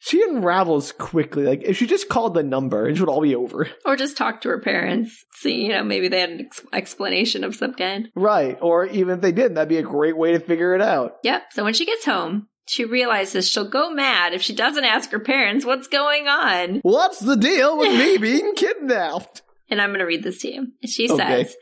[SPEAKER 2] She unravels quickly. Like if she just called the number, it would all be over,
[SPEAKER 1] or just talk to her parents, see you know maybe they had an ex- explanation of some kind.
[SPEAKER 2] right? Or even if they didn't, that'd be a great way to figure it out.
[SPEAKER 1] Yep. So when she gets home, she realizes she'll go mad if she doesn't ask her parents what's going on.
[SPEAKER 2] What's the deal with me being kidnapped?
[SPEAKER 1] And I'm going to read this to you. She
[SPEAKER 2] Okay.
[SPEAKER 1] says,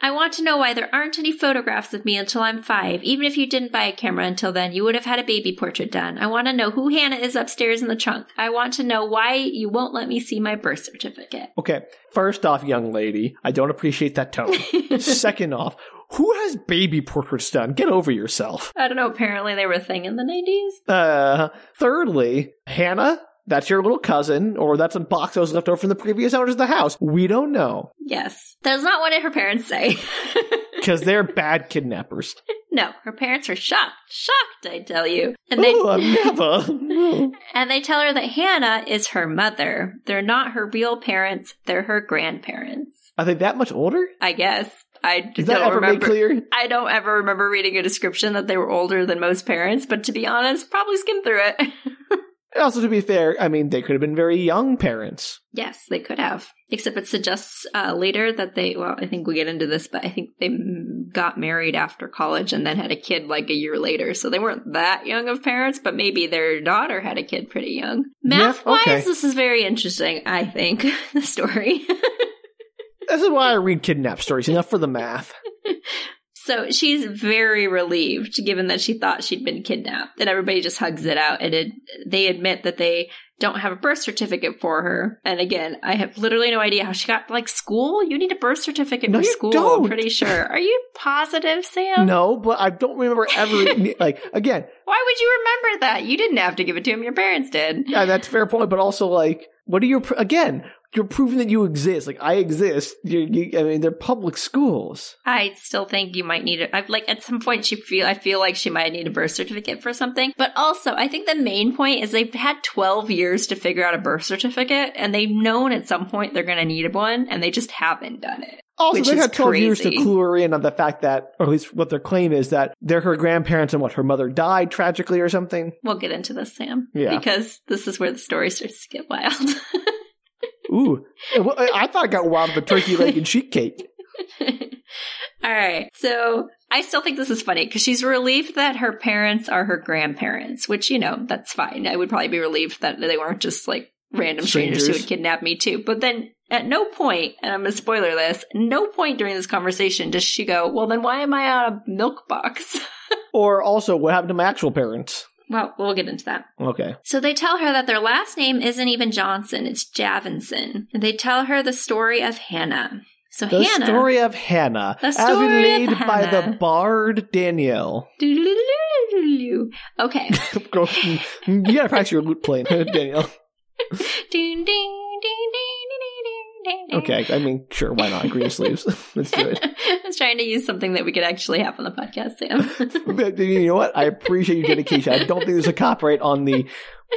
[SPEAKER 1] I want to know why there aren't any photographs of me until I'm five. Even if you didn't buy a camera until then, you would have had a baby portrait done. I want to know who Hannah is upstairs in the trunk. I want to know why you won't let me see my birth certificate.
[SPEAKER 2] Okay, first off, young lady, I don't appreciate that tone. Second off, who has baby portraits done? Get over yourself.
[SPEAKER 1] I don't know. Apparently, they were a thing in the 90s.
[SPEAKER 2] Uh, thirdly, Hannah, that's your little cousin, or that's a box that was left over from the previous owners of the house. We don't know
[SPEAKER 1] Yes. That's not what her parents say.
[SPEAKER 2] because they're bad kidnappers.
[SPEAKER 1] no, her parents are shocked. Shocked, I tell you. And they.
[SPEAKER 2] Oh, I'm never.
[SPEAKER 1] And they tell her that Hannah is her mother. They're not her real parents, they're her grandparents.
[SPEAKER 2] Are they that much older?
[SPEAKER 1] I guess. I
[SPEAKER 2] Is that
[SPEAKER 1] don't
[SPEAKER 2] ever made
[SPEAKER 1] remember.
[SPEAKER 2] clear?
[SPEAKER 1] I don't ever remember reading a description that they were older than most parents, but to be honest, probably skim through it.
[SPEAKER 2] And also, to be fair, I mean, they could have been very young parents.
[SPEAKER 1] yes, they could have. Except it suggests uh, later that they, well, I think we get into this, but I think they mm, got married after college and then had a kid like a year later. So they weren't that young of parents, but maybe their daughter had a kid pretty young.
[SPEAKER 2] Yeah,
[SPEAKER 1] Math wise,
[SPEAKER 2] okay.
[SPEAKER 1] this is very interesting, I think, the story.
[SPEAKER 2] This is why I read kidnap stories, enough for the math.
[SPEAKER 1] So she's very relieved, given that she thought she'd been kidnapped, and everybody just hugs it out. And it, they admit that they don't have a birth certificate for her. And again, I have literally no idea how she got like school. You need a birth certificate
[SPEAKER 2] No,
[SPEAKER 1] for
[SPEAKER 2] you
[SPEAKER 1] school.
[SPEAKER 2] don't.
[SPEAKER 1] I'm pretty sure. Are you positive, Sam?
[SPEAKER 2] No, but I don't remember ever, like, again,
[SPEAKER 1] Why would you remember that? You didn't have to give it to him. Your parents did.
[SPEAKER 2] yeah, uh, that's a fair point, but also, like, what are your, pr- again, you're proving that you exist. Like, I exist. You, you, I mean, they're public schools.
[SPEAKER 1] I still think you might need it. I've like at some point she feel I feel like she might need a birth certificate for something. But also, I think the main point is they've had 12 years to figure out a birth certificate and they've known at some point they're going to need one and they just haven't done it.
[SPEAKER 2] Also,
[SPEAKER 1] Which
[SPEAKER 2] they
[SPEAKER 1] is
[SPEAKER 2] had 12 years to
[SPEAKER 1] crazy.
[SPEAKER 2] clue her in on the fact that, or at least what their claim is, that they're her grandparents and what, her mother died tragically or something?
[SPEAKER 1] We'll get into this, Sam.
[SPEAKER 2] Yeah.
[SPEAKER 1] Because this is where the story starts to get wild.
[SPEAKER 2] Ooh. And wh- I I thought it got wild with turkey leg and sheet cake.
[SPEAKER 1] All right. So I still think this is funny because she's relieved that her parents are her grandparents, which, you know, that's fine. I would probably be relieved that they weren't just like random strangers, who
[SPEAKER 2] Strangers.
[SPEAKER 1] would kidnap me too. But then at no point, and I'm going to spoiler this, no point during this conversation does she go, well, then why am I on a milk box?
[SPEAKER 2] Or also, what happened to my actual parents?
[SPEAKER 1] well, we'll get into that.
[SPEAKER 2] Okay.
[SPEAKER 1] So they tell her that their last name isn't even Johnson, it's Javinson. And they tell her the story of Hannah. So
[SPEAKER 2] The
[SPEAKER 1] Hannah.
[SPEAKER 2] story of Hannah,
[SPEAKER 1] The
[SPEAKER 2] as
[SPEAKER 1] story of
[SPEAKER 2] relayed by
[SPEAKER 1] Hannah.
[SPEAKER 2] the bard Danielle.
[SPEAKER 1] Okay.
[SPEAKER 2] Go- you gotta practice your lute playing, Danielle.
[SPEAKER 1] Ding, ding, ding, ding, ding, ding, ding.
[SPEAKER 2] Okay, I mean, sure, why not? Green sleeves. Let's do it.
[SPEAKER 1] I was trying to use something that we could actually have on the podcast, Sam.
[SPEAKER 2] But you know what? I appreciate your dedication. I don't think there's a copyright on the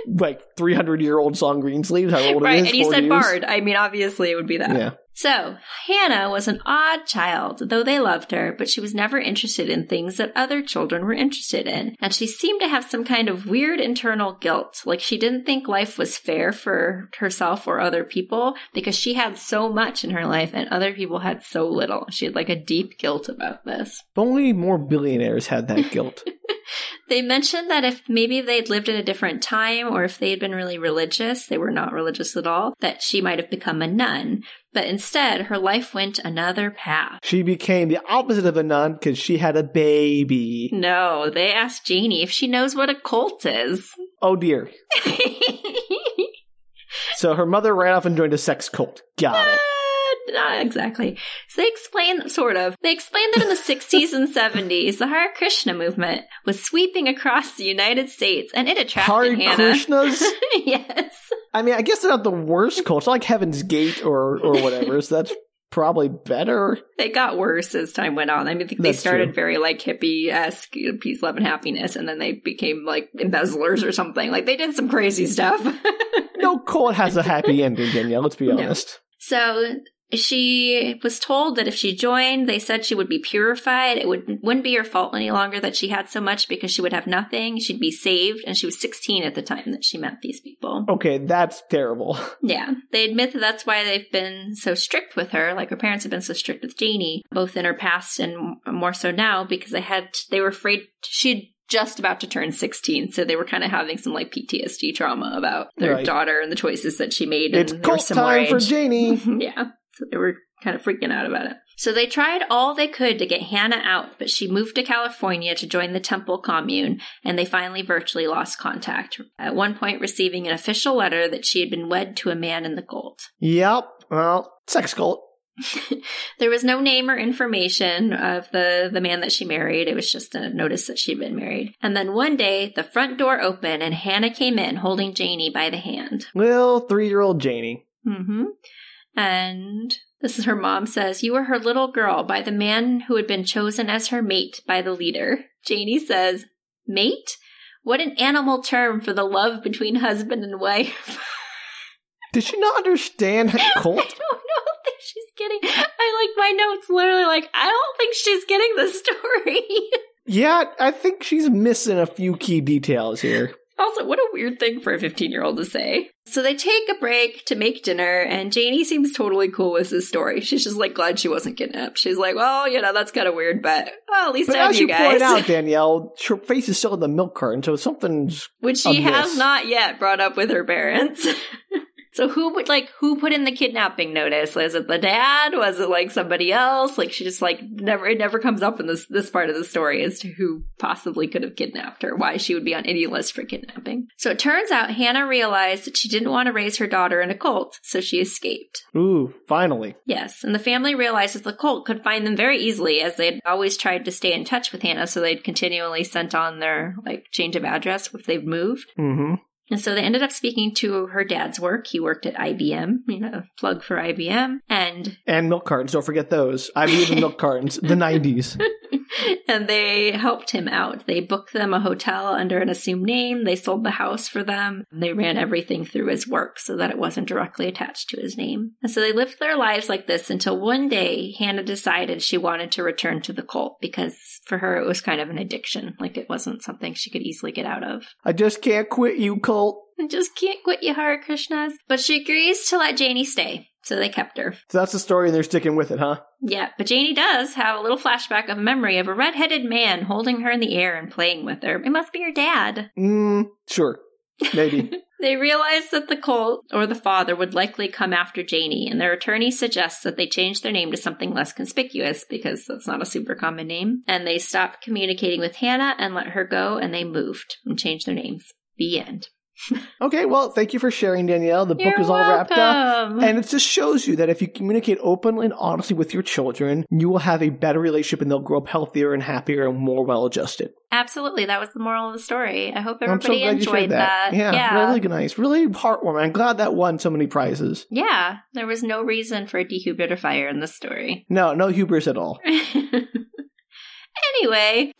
[SPEAKER 2] like 300 year old song Green Sleeves. How old
[SPEAKER 1] right,
[SPEAKER 2] it is?
[SPEAKER 1] and you
[SPEAKER 2] 40
[SPEAKER 1] said
[SPEAKER 2] years.
[SPEAKER 1] bard. I mean, obviously it would be that.
[SPEAKER 2] Yeah.
[SPEAKER 1] So, Hannah was an odd child, though they loved her, but she was never interested in things that other children were interested in. And she seemed to have some kind of weird internal guilt, like she didn't think life was fair for herself or other people because she had so much in her life and other people had so little. She had like a deep guilt about this.
[SPEAKER 2] If only more billionaires had that guilt.
[SPEAKER 1] They mentioned that if maybe they'd lived in a different time or if they had been really religious, they were not religious at all, that she might have become a nun. But instead, her life went another path.
[SPEAKER 2] she became the opposite of a nun because she had a baby.
[SPEAKER 1] No, they asked Janie if she knows what a cult is.
[SPEAKER 2] Oh dear.
[SPEAKER 1] Ah,
[SPEAKER 2] So her mother ran off and joined a sex cult. Got it.
[SPEAKER 1] Not exactly. So they explain, sort of, they explain that in the 60s and 70s, the Hare Krishna movement was sweeping across the United States and it attracted
[SPEAKER 2] Hare
[SPEAKER 1] Hannah.
[SPEAKER 2] Krishnas?
[SPEAKER 1] yes.
[SPEAKER 2] I mean, I guess they're not the worst cult. It's not like Heaven's Gate or, or whatever, so that's probably better.
[SPEAKER 1] They got worse as time went on. I mean, I think they
[SPEAKER 2] That's
[SPEAKER 1] started
[SPEAKER 2] true.
[SPEAKER 1] very like hippie esque, you know, peace, love, and happiness, and then they became like embezzlers or something. Like they did some crazy stuff.
[SPEAKER 2] No cult has a happy ending, Danielle, let's be
[SPEAKER 1] No.
[SPEAKER 2] honest.
[SPEAKER 1] So she was told that if she joined, they said she would be purified. It would, wouldn't be her fault any longer that she had so much because she would have nothing. She'd be saved. And she was 16 at the time that she met these people.
[SPEAKER 2] Okay, that's terrible.
[SPEAKER 1] Yeah. They admit that that's why they've been so strict with her. Like her parents have been so strict with Janie, both in her past and more so now because they had, they were afraid she'd just about to turn 16. So they were kind of having some like PTSD trauma about their
[SPEAKER 2] Right.
[SPEAKER 1] daughter and the choices that she made.
[SPEAKER 2] It's
[SPEAKER 1] and they were
[SPEAKER 2] cult
[SPEAKER 1] similar
[SPEAKER 2] time for
[SPEAKER 1] age.
[SPEAKER 2] Janie.
[SPEAKER 1] yeah. So they were kind of freaking out about it. So they tried all they could to get Hannah out, but she moved to California to join the Temple Commune, and they finally virtually lost contact. At one point, receiving an official letter that she had been wed to a man in the cult.
[SPEAKER 2] Yep. Well, sex cult.
[SPEAKER 1] There was no name or information of the, the man that she married. It was just a notice that she'd been married. And then one day, the front door opened, and Hannah came in holding Janie by the hand.
[SPEAKER 2] Little three year old Janie.
[SPEAKER 1] Mm-hmm. And this is her mom says, You were her little girl by the man who had been chosen as her mate by the leader. Janie says, Mate? What an animal term for the love between husband and wife.
[SPEAKER 2] Did she not understand
[SPEAKER 1] I
[SPEAKER 2] cult?
[SPEAKER 1] don't know if she's getting I like my notes literally like, I don't think she's getting the story.
[SPEAKER 2] Yeah, I think she's missing a few key details here.
[SPEAKER 1] Also, what a weird thing for a 15 year old to say. So they take a break to make dinner, and Janie seems totally cool with this story. She's just like glad she wasn't kidnapped. She's like, well, you know, that's kind of weird, but well, at least
[SPEAKER 2] But
[SPEAKER 1] I have
[SPEAKER 2] as
[SPEAKER 1] you
[SPEAKER 2] you
[SPEAKER 1] guys.
[SPEAKER 2] point out, Danielle, her face is still in the milk carton, so something's
[SPEAKER 1] Which she
[SPEAKER 2] Amiss.
[SPEAKER 1] has not yet brought up with her parents. so who would like who put in the kidnapping notice? Was it the dad? Was it like somebody else? Like she just like never it never comes up in this this part of the story as to who possibly could have kidnapped her, why she would be on any list for kidnapping. So it turns out Hannah realized that she didn't want to raise her daughter in a cult, so she escaped.
[SPEAKER 2] ooh, finally.
[SPEAKER 1] Yes, and the family realizes the cult could find them very easily as they had always tried to stay in touch with Hannah, so they'd continually sent on their like change of address if they'd moved.
[SPEAKER 2] Mm-hmm.
[SPEAKER 1] And so they ended up speaking to her dad's work. He worked at IBM, you know, plug for IBM. And
[SPEAKER 2] And milk cartons, don't forget those. I believe in milk cartons. The nineties.
[SPEAKER 1] and they helped him out. They booked them a hotel under an assumed name. They sold the house for them. They ran everything through his work so that it wasn't directly attached to his name. And so they lived their lives like this until one day Hannah decided she wanted to return to the cult because for her it was kind of an addiction. Like it wasn't something she could easily get out of.
[SPEAKER 2] I just can't quit you, cult.
[SPEAKER 1] I just can't quit you, Hare Krishnas. But she agrees to let Janie stay. So they kept her.
[SPEAKER 2] So that's the story, and they're sticking with it, huh?
[SPEAKER 1] Yeah, but Janie does have a little flashback of memory of a redheaded man holding her in the air and playing with her. It must be your dad.
[SPEAKER 2] Mm, sure. Maybe.
[SPEAKER 1] They realize that the cult or the father would likely come after Janie, and their attorney suggests that they change their name to something less conspicuous because that's not a super common name. And they stop communicating with Hannah and let her go, and they moved and changed their names. The end.
[SPEAKER 2] okay, well, thank you for sharing, Danielle. The book
[SPEAKER 1] You're
[SPEAKER 2] is all wrapped up.
[SPEAKER 1] welcome.
[SPEAKER 2] And it just shows you that if you communicate openly and honestly with your children, you will have a better relationship and they'll grow up healthier and happier and more well adjusted.
[SPEAKER 1] Absolutely, that was the moral of the story. I hope
[SPEAKER 2] I'm so
[SPEAKER 1] everybody
[SPEAKER 2] glad you
[SPEAKER 1] enjoyed
[SPEAKER 2] shared that. Yeah,
[SPEAKER 1] yeah.
[SPEAKER 2] really nice. Really heartwarming. I'm glad that won so many prizes.
[SPEAKER 1] Yeah, there was no reason for a dehumidifier in this story.
[SPEAKER 2] No, no hubris at all.
[SPEAKER 1] anyway,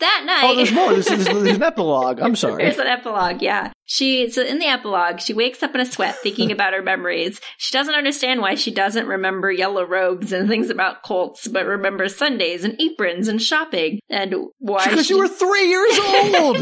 [SPEAKER 1] that night.
[SPEAKER 2] Oh, there's more. This is, there's an epilogue. I'm sorry.
[SPEAKER 1] There's an epilogue, yeah. She so in the epilogue, she wakes up in a sweat thinking about her memories. She doesn't understand why she doesn't remember yellow robes and things about cults, but remembers Sundays and aprons and shopping and why
[SPEAKER 2] Because
[SPEAKER 1] she,
[SPEAKER 2] you were three years old.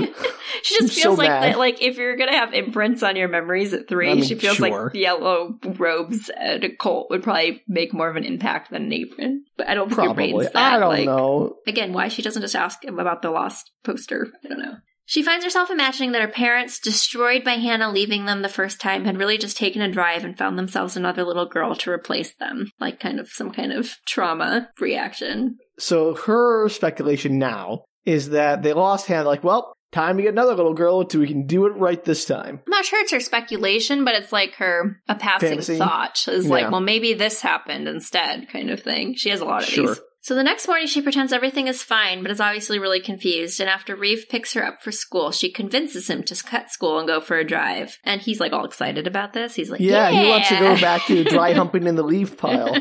[SPEAKER 1] she just
[SPEAKER 2] I'm so
[SPEAKER 1] feels like
[SPEAKER 2] mad.
[SPEAKER 1] that like if you're gonna have imprints on your memories at three,
[SPEAKER 2] I mean,
[SPEAKER 1] she feels
[SPEAKER 2] sure.
[SPEAKER 1] like yellow robes and a cult would probably make more of an impact than an apron. But I don't think your brain's
[SPEAKER 2] Probably.
[SPEAKER 1] that,
[SPEAKER 2] I don't
[SPEAKER 1] like,
[SPEAKER 2] know.
[SPEAKER 1] Again, why she doesn't just ask him about the lost poster. I don't know. She finds herself imagining that her parents, destroyed by Hannah leaving them the first time, had really just taken a drive and found themselves another little girl to replace them. Like, kind of some kind of trauma reaction.
[SPEAKER 2] So her speculation now is that they lost Hannah. Like, well, time to get another little girl so we can do it right this time.
[SPEAKER 1] I'm not sure it's her speculation, but it's like her, a passing
[SPEAKER 2] Fantasy?
[SPEAKER 1] thought is like,
[SPEAKER 2] Yeah.
[SPEAKER 1] well, maybe this happened instead, kind of thing. She has a lot of
[SPEAKER 2] Sure.
[SPEAKER 1] these. So the next morning, she pretends everything is fine, but is obviously really confused. And after Reeve picks her up for school, she convinces him to cut school and go for a drive. And he's like all excited about this. He's like,
[SPEAKER 2] Yeah,
[SPEAKER 1] yeah,
[SPEAKER 2] he wants to go back to dry humping in the leaf pile.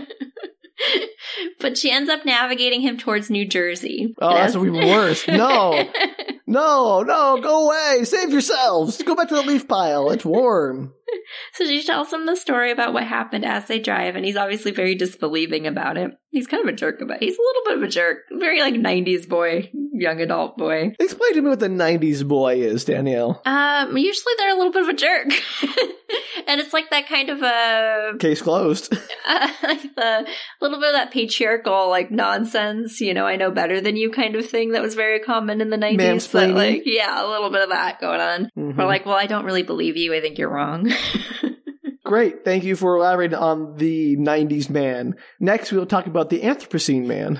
[SPEAKER 1] but she ends up navigating him towards New Jersey.
[SPEAKER 2] Oh,
[SPEAKER 1] And
[SPEAKER 2] that's
[SPEAKER 1] as-
[SPEAKER 2] even worse. No, no, no, go away. Save yourselves. Go back to the leaf pile. It's warm.
[SPEAKER 1] So she tells him the story about what happened as they drive, and he's obviously very disbelieving about it. He's kind of a jerk about it. He's a little bit of a jerk. Very like 90s boy, young adult boy.
[SPEAKER 2] Explain to me what the 90s boy is, Danielle.
[SPEAKER 1] Um, usually they're a little bit of a jerk. and it's like that kind of a,
[SPEAKER 2] Case closed.
[SPEAKER 1] uh, like the little bit of that patriarchal, like nonsense, you know, I know better than you kind of thing that was very common in the 90s. But
[SPEAKER 2] Mansplaining.
[SPEAKER 1] like, yeah, a little bit of that going on. We're
[SPEAKER 2] Mhm.
[SPEAKER 1] like, well, I don't really believe you. I think you're wrong.
[SPEAKER 2] Great. Thank you for elaborating on the 90s man. Next, we'll talk about the Anthropocene man.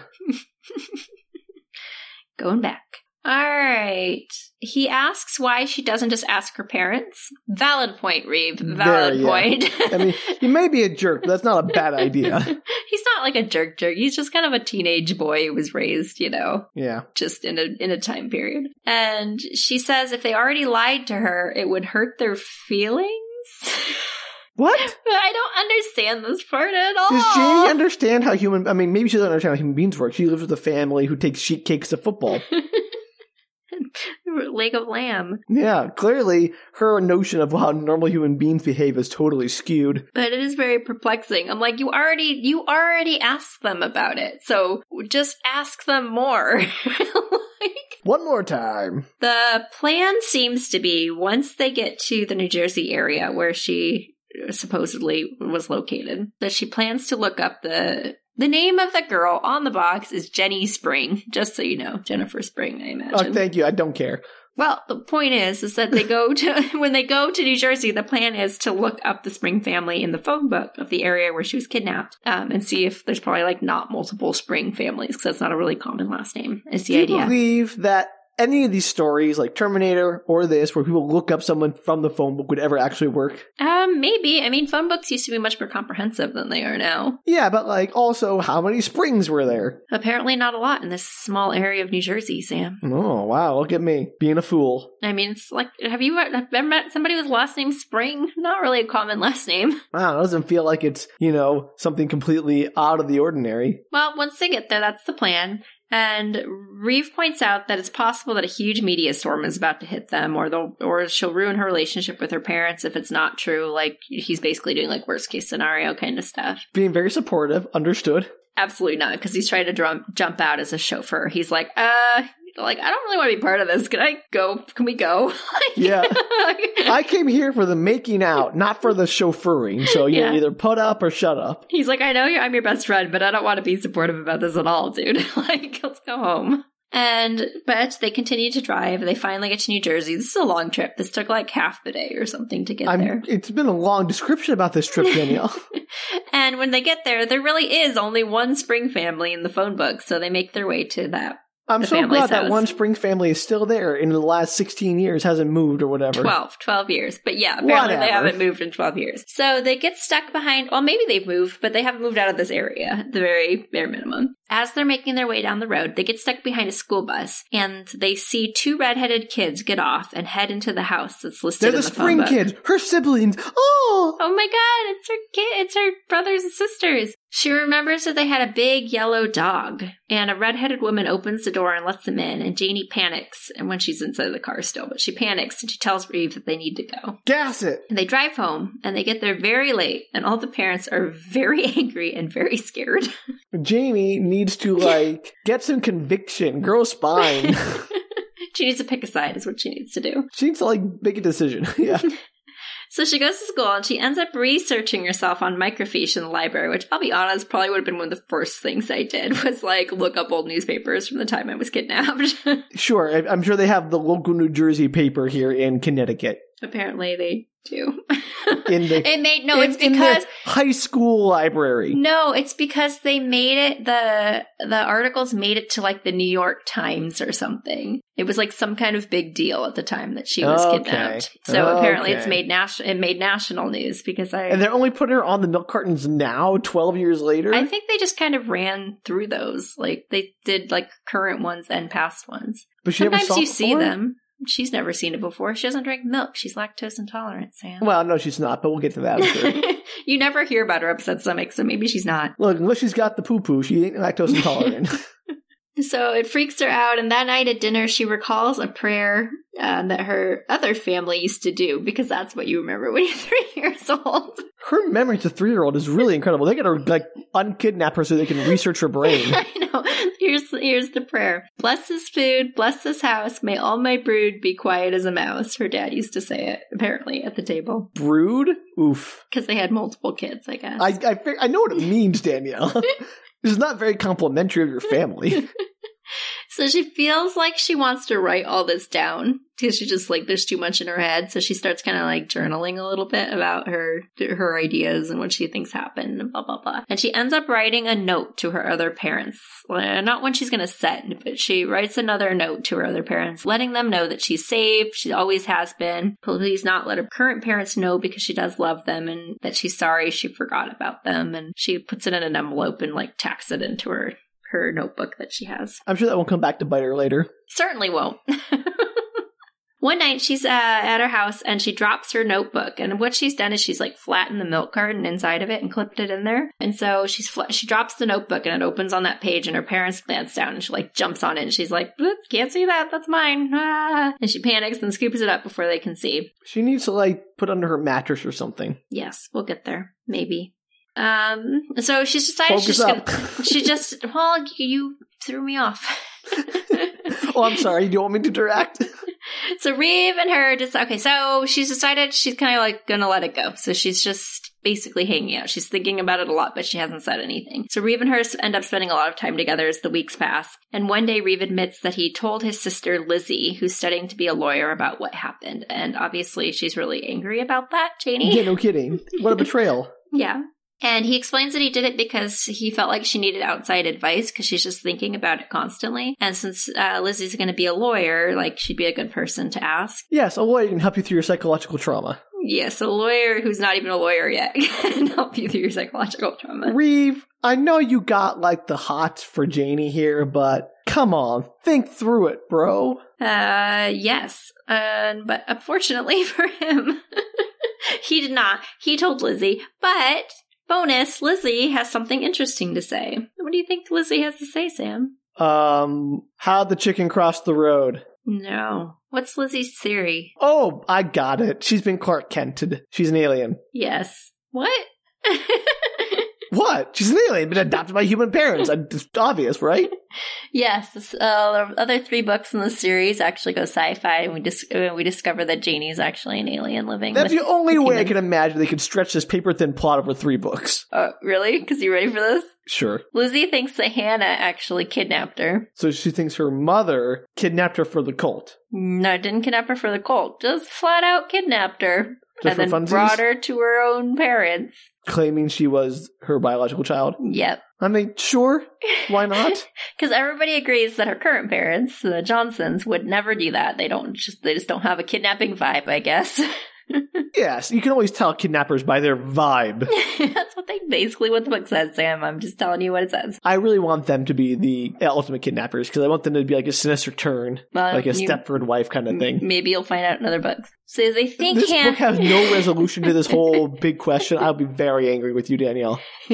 [SPEAKER 1] going back. All right. He asks why she doesn't just ask her parents. Valid point, Reeve. Valid
[SPEAKER 2] Very, yeah.
[SPEAKER 1] point.
[SPEAKER 2] I mean, he may be a jerk, but that's not a bad idea.
[SPEAKER 1] he's not like a jerk jerk. He's just kind of a teenage boy who was raised, you know,
[SPEAKER 2] Yeah.
[SPEAKER 1] just in a in a time period. And she says if they already lied to her, it would hurt their feelings.
[SPEAKER 2] What?
[SPEAKER 1] but I don't understand this part at all.
[SPEAKER 2] Does Jamie understand how human? I mean, maybe she doesn't understand how human beings work. She lives with a family who takes sheet cakes to football.
[SPEAKER 1] Leg of lamb.
[SPEAKER 2] yeah, clearly her notion of how normal human beings behave is totally skewed.
[SPEAKER 1] but it is very perplexing. I'm like, you already, you already asked them about it, so just ask them more. like,
[SPEAKER 2] One more time.
[SPEAKER 1] the plan seems to be once they get to the New Jersey area where she supposedly was located, that she plans to look up the the name of the girl on the box is Jenny Spring. Just so you know, Jennifer Spring, I imagine.
[SPEAKER 2] Oh, thank you. I don't care.
[SPEAKER 1] Well, the point is, is that they go to when they go to New Jersey. The plan is to look up the Spring family in the phone book of the area where she was kidnapped, um, and see if there's probably like not multiple Spring families because that's not a really common last name. Is the
[SPEAKER 2] Do you
[SPEAKER 1] idea?
[SPEAKER 2] believe that any of these stories, like Terminator or this, where people look up someone from the phone book, would ever actually work?
[SPEAKER 1] um, maybe. I mean, phone books used to be much more comprehensive than they are now.
[SPEAKER 2] Yeah, but like also, how many springs were there?
[SPEAKER 1] Apparently, not a lot in this small area of New Jersey, Sam.
[SPEAKER 2] Oh wow, look at me being a fool.
[SPEAKER 1] I mean, it's like, have you ever met somebody with last name Spring? Not really a common last name.
[SPEAKER 2] Wow, it doesn't feel like it's you know something completely out of the ordinary.
[SPEAKER 1] Well, once they get there, that's the plan. And Reeve points out that it's possible that a huge media storm is about to hit them, or they'll, or she'll ruin her relationship with her parents if it's not true. Like he's basically doing like worst case scenario kind of stuff.
[SPEAKER 2] Being very supportive, understood.
[SPEAKER 1] Absolutely not, because he's trying to drum, jump out as a chauffeur. He's like, uh, They're like, I don't really want to be part of this. Can I go? Can we go? Like-
[SPEAKER 2] Yeah.
[SPEAKER 1] Like-
[SPEAKER 2] I came here for the making out, not for the chauffeuring. So you
[SPEAKER 1] Yeah.
[SPEAKER 2] either put up or shut up.
[SPEAKER 1] He's like, I know you're, I'm your best friend, but I don't want to be supportive about this at all, dude. like, let's go home. And, but they continue to drive. They finally get to New Jersey. This is a long trip. This took like half the day or something to get
[SPEAKER 2] I'm,
[SPEAKER 1] there.
[SPEAKER 2] it's been a long description about this trip, Danielle.
[SPEAKER 1] And when they get there, there really is only one spring family in the phone book. So they make their way to that
[SPEAKER 2] I'm
[SPEAKER 1] The
[SPEAKER 2] so
[SPEAKER 1] family's
[SPEAKER 2] glad that
[SPEAKER 1] house.
[SPEAKER 2] one Spring family is still there and in the last 16 years hasn't moved or whatever.
[SPEAKER 1] 12, 12 years. But yeah, apparently they
[SPEAKER 2] Whatever.
[SPEAKER 1] haven't moved in 12 years. So they get stuck behind, well, maybe they've moved, but they haven't moved out of this area, at the very bare minimum. As they're making their way down the road, they get stuck behind a school bus and they see two redheaded kids get off and head into the house that's listed
[SPEAKER 2] They're
[SPEAKER 1] in
[SPEAKER 2] the
[SPEAKER 1] the,
[SPEAKER 2] Spring
[SPEAKER 1] phone book.
[SPEAKER 2] kids, her siblings. Oh,
[SPEAKER 1] Oh my god, it's her kid, it's her brothers and sisters. She remembers that they had a big yellow dog, and a redheaded woman opens the door and lets them in, and Janie panics, and when she's inside the car still, but she panics and she tells Reeve that they need to go.
[SPEAKER 2] gas it.
[SPEAKER 1] And they drive home and they get there very late, and all the parents are very angry and very scared.
[SPEAKER 2] Jamie needs to like get some conviction, grow a spine.
[SPEAKER 1] she needs to pick a side, is what she needs to do.
[SPEAKER 2] she needs to like make a decision. yeah,
[SPEAKER 1] So she goes to school and she ends up researching herself on microfiche in the library, which I'll be honest, probably would have been one of the first things I did was like look up old newspapers from the time I was kidnapped.
[SPEAKER 2] sure. I- I'm sure they have the local New Jersey paper here in Connecticut.
[SPEAKER 1] Apparently they do.
[SPEAKER 2] In the
[SPEAKER 1] it made no,
[SPEAKER 2] in-
[SPEAKER 1] it's
[SPEAKER 2] in their
[SPEAKER 1] because
[SPEAKER 2] high school library.
[SPEAKER 1] No, it's because they made it the the articles made it to like the New York Times or something. It was like some kind of big deal at the time that she was
[SPEAKER 2] Okay.
[SPEAKER 1] kidnapped. So apparently it's
[SPEAKER 2] Okay.
[SPEAKER 1] made national it made national news because I
[SPEAKER 2] And they're only putting her on the milk cartons now, 12 years later.
[SPEAKER 1] I think they just kind of ran through those. Like they did like current ones and past ones.
[SPEAKER 2] but she never
[SPEAKER 1] Sometimes
[SPEAKER 2] saw
[SPEAKER 1] you
[SPEAKER 2] it
[SPEAKER 1] see
[SPEAKER 2] before?
[SPEAKER 1] them. She's never seen it before. She doesn't drink milk. She's lactose intolerant, Sam.
[SPEAKER 2] Well, no, she's not, but we'll get to that. I'm sure.
[SPEAKER 1] you never hear about her upset stomach, so maybe she's not.
[SPEAKER 2] Look, unless she's got the poo poo, she ain't lactose intolerant.
[SPEAKER 1] So it freaks her out, and that night at dinner, she recalls a prayer uh, that her other family used to do because that's what you remember when you're three years old.
[SPEAKER 2] her memory to three year old is really incredible. They gotta like unkidnap her so they can research her brain.
[SPEAKER 1] I know. Here's here's the prayer: "Bless this food, bless this house. May all my brood be quiet as a mouse." Her dad used to say it apparently at the table
[SPEAKER 2] Brood? Oof.
[SPEAKER 1] because they had multiple kids, I guess.
[SPEAKER 2] I I, fig- I know what it means, Danielle. this is not very complimentary of your family.
[SPEAKER 1] So she feels like she wants to write all this down because she just like there's too much in her head. So she starts kind of like journaling a little bit about her her ideas and what she thinks happened and blah blah blah. And she ends up writing a note to her other parents. Uh, Not one she's gonna send, but she writes another note to her other parents, letting them know that she's safe. She always has been. Please not let her current parents know because she does love them and that she's sorry she forgot about them. And she puts it in an envelope and like tacks it into her her notebook that she has
[SPEAKER 2] I'm sure that won't come back to bite her later.
[SPEAKER 1] certainly won't. One night she's uh, at her house and she drops her notebook. And what she's done is she's like flattened the milk carton inside of it and clipped it in there. And so she's fla- she drops the notebook and it opens on that page. And her parents glance down and she like jumps on it and she's like, "Bloop, "Can't see that. That's mine." Ah. And she panics and scoops it up before they can see.
[SPEAKER 2] She needs to like put under her mattress or something.
[SPEAKER 1] Yes, we'll get there. Maybe. Um. So she's decided
[SPEAKER 2] Focus
[SPEAKER 1] she's
[SPEAKER 2] up.
[SPEAKER 1] gonna. She just. Well, you threw me off.
[SPEAKER 2] oh, I'm sorry. Do you want me to direct?
[SPEAKER 1] So Reeve and her just okay. So she's decided she's kind of like gonna let it go. So she's just basically hanging out. She's thinking about it a lot, but she hasn't said anything. So Reeve and her s- end up spending a lot of time together as the weeks pass. And one day, Reeve admits that he told his sister Lizzie, who's studying to be a lawyer, about what happened. And obviously, she's really angry about that, Janie.
[SPEAKER 2] yeah, no kidding. What a betrayal.
[SPEAKER 1] Yeah. And he explains that he did it because he felt like she needed outside advice because she's just thinking about it constantly. And since uh, Lizzie's going to be a lawyer, like she'd be a good person to ask.
[SPEAKER 2] Yes, a lawyer can help you through your psychological trauma.
[SPEAKER 1] Yes, a lawyer who's not even a lawyer yet can help you through your psychological trauma.
[SPEAKER 2] Reeve, I know you got like the hots for Janie here, but come on, think through it, bro.
[SPEAKER 1] Uh, yes, uh, but unfortunately for him, he did not. He told Lizzie, but bonus, Lizzie has something interesting to say. What do you think Lizzie has to say, Sam?
[SPEAKER 2] Um, how the chicken crossed the road.
[SPEAKER 1] No. What's Lizzie's theory?
[SPEAKER 2] Oh, I got it. She's been Clark Kented. She's an alien.
[SPEAKER 1] Yes. What?
[SPEAKER 2] What? She's an alien, been adopted by human parents. Uh, It's obvious, right?
[SPEAKER 1] Yes, this, uh, the other three books in the series actually go sci-fi, and we dis- uh, we discover that Janie's actually an alien living.
[SPEAKER 2] That's
[SPEAKER 1] with-
[SPEAKER 2] the only
[SPEAKER 1] with
[SPEAKER 2] way I
[SPEAKER 1] humans.
[SPEAKER 2] can imagine they could stretch this paper thin plot over three books.
[SPEAKER 1] Uh, really? Because you ready for this?
[SPEAKER 2] Sure.
[SPEAKER 1] Lizzie thinks that Hannah actually kidnapped her.
[SPEAKER 2] So she thinks her mother kidnapped her for the cult.
[SPEAKER 1] No, didn't kidnap her for the cult. Just flat out kidnapped her,
[SPEAKER 2] Just
[SPEAKER 1] and
[SPEAKER 2] for
[SPEAKER 1] then
[SPEAKER 2] funsies?
[SPEAKER 1] brought her to her own parents.
[SPEAKER 2] Claiming she was her biological child.
[SPEAKER 1] Yep.
[SPEAKER 2] I mean, sure. Why not?
[SPEAKER 1] Because everybody agrees that her current parents, the Johnsons, would never do that. They don't just they just don't have a kidnapping vibe, I guess.
[SPEAKER 2] yes, you can always tell kidnappers by their vibe.
[SPEAKER 1] That's what they basically what the book says, Sam. I'm just telling you what it says.
[SPEAKER 2] I really want them to be the ultimate kidnappers because I want them to be like a sinister turn,
[SPEAKER 1] Well,
[SPEAKER 2] like a
[SPEAKER 1] Uh, you-
[SPEAKER 2] Stepford wife kind of thing.
[SPEAKER 1] Maybe you'll find out in other books. So they think
[SPEAKER 2] this
[SPEAKER 1] Han-
[SPEAKER 2] book has no resolution to this whole big question. I'll be very angry with you, Danielle.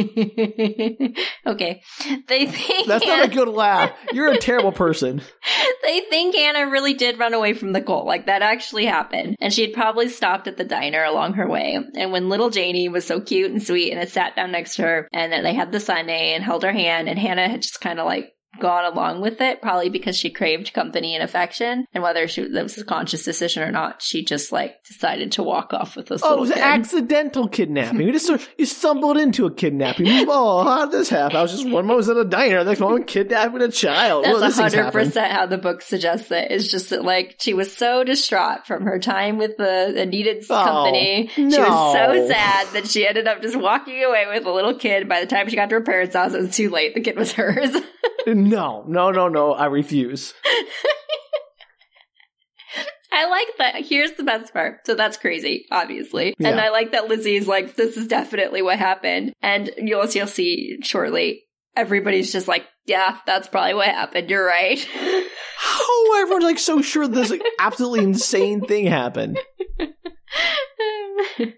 [SPEAKER 1] okay, they think
[SPEAKER 2] That's not a good laugh. You're a terrible person.
[SPEAKER 1] they think Anna really did run away from the cult. Like that actually happened. And she had probably stopped at the diner along her way. And when little Janie was so cute and sweet and had sat down next to her and then they had the sundae and held her hand and Hannah had just kind of like gone along with it probably because she craved company and affection and whether she that was a conscious decision or not she just like decided to walk off with this
[SPEAKER 2] Oh, it
[SPEAKER 1] little
[SPEAKER 2] was an
[SPEAKER 1] kid.
[SPEAKER 2] accidental kidnapping. You just sort of- you stumbled into a kidnapping. Oh, how did this happen? I was just one moment I was at a diner, the next moment kidnapping a child. Well,
[SPEAKER 1] That's
[SPEAKER 2] this thing's
[SPEAKER 1] hundred
[SPEAKER 2] happened.
[SPEAKER 1] percent how the book suggests it. It's just that like she was so distraught from her time with the Anita's
[SPEAKER 2] Oh,
[SPEAKER 1] company. She was
[SPEAKER 2] no.
[SPEAKER 1] so sad that she ended up just walking away with a little kid. By the time she got to her parents' house, it was too late. The kid was hers.
[SPEAKER 2] No, no, no, no. I refuse.
[SPEAKER 1] I like that. Here's the best part. So that's crazy, obviously. And
[SPEAKER 2] Yeah.
[SPEAKER 1] I like that Lizzie's like, this is definitely what happened. And you'll you'll see shortly. Everybody's just like, yeah, that's probably what happened. You're right.
[SPEAKER 2] How everyone's like so sure this like, absolutely insane thing happened?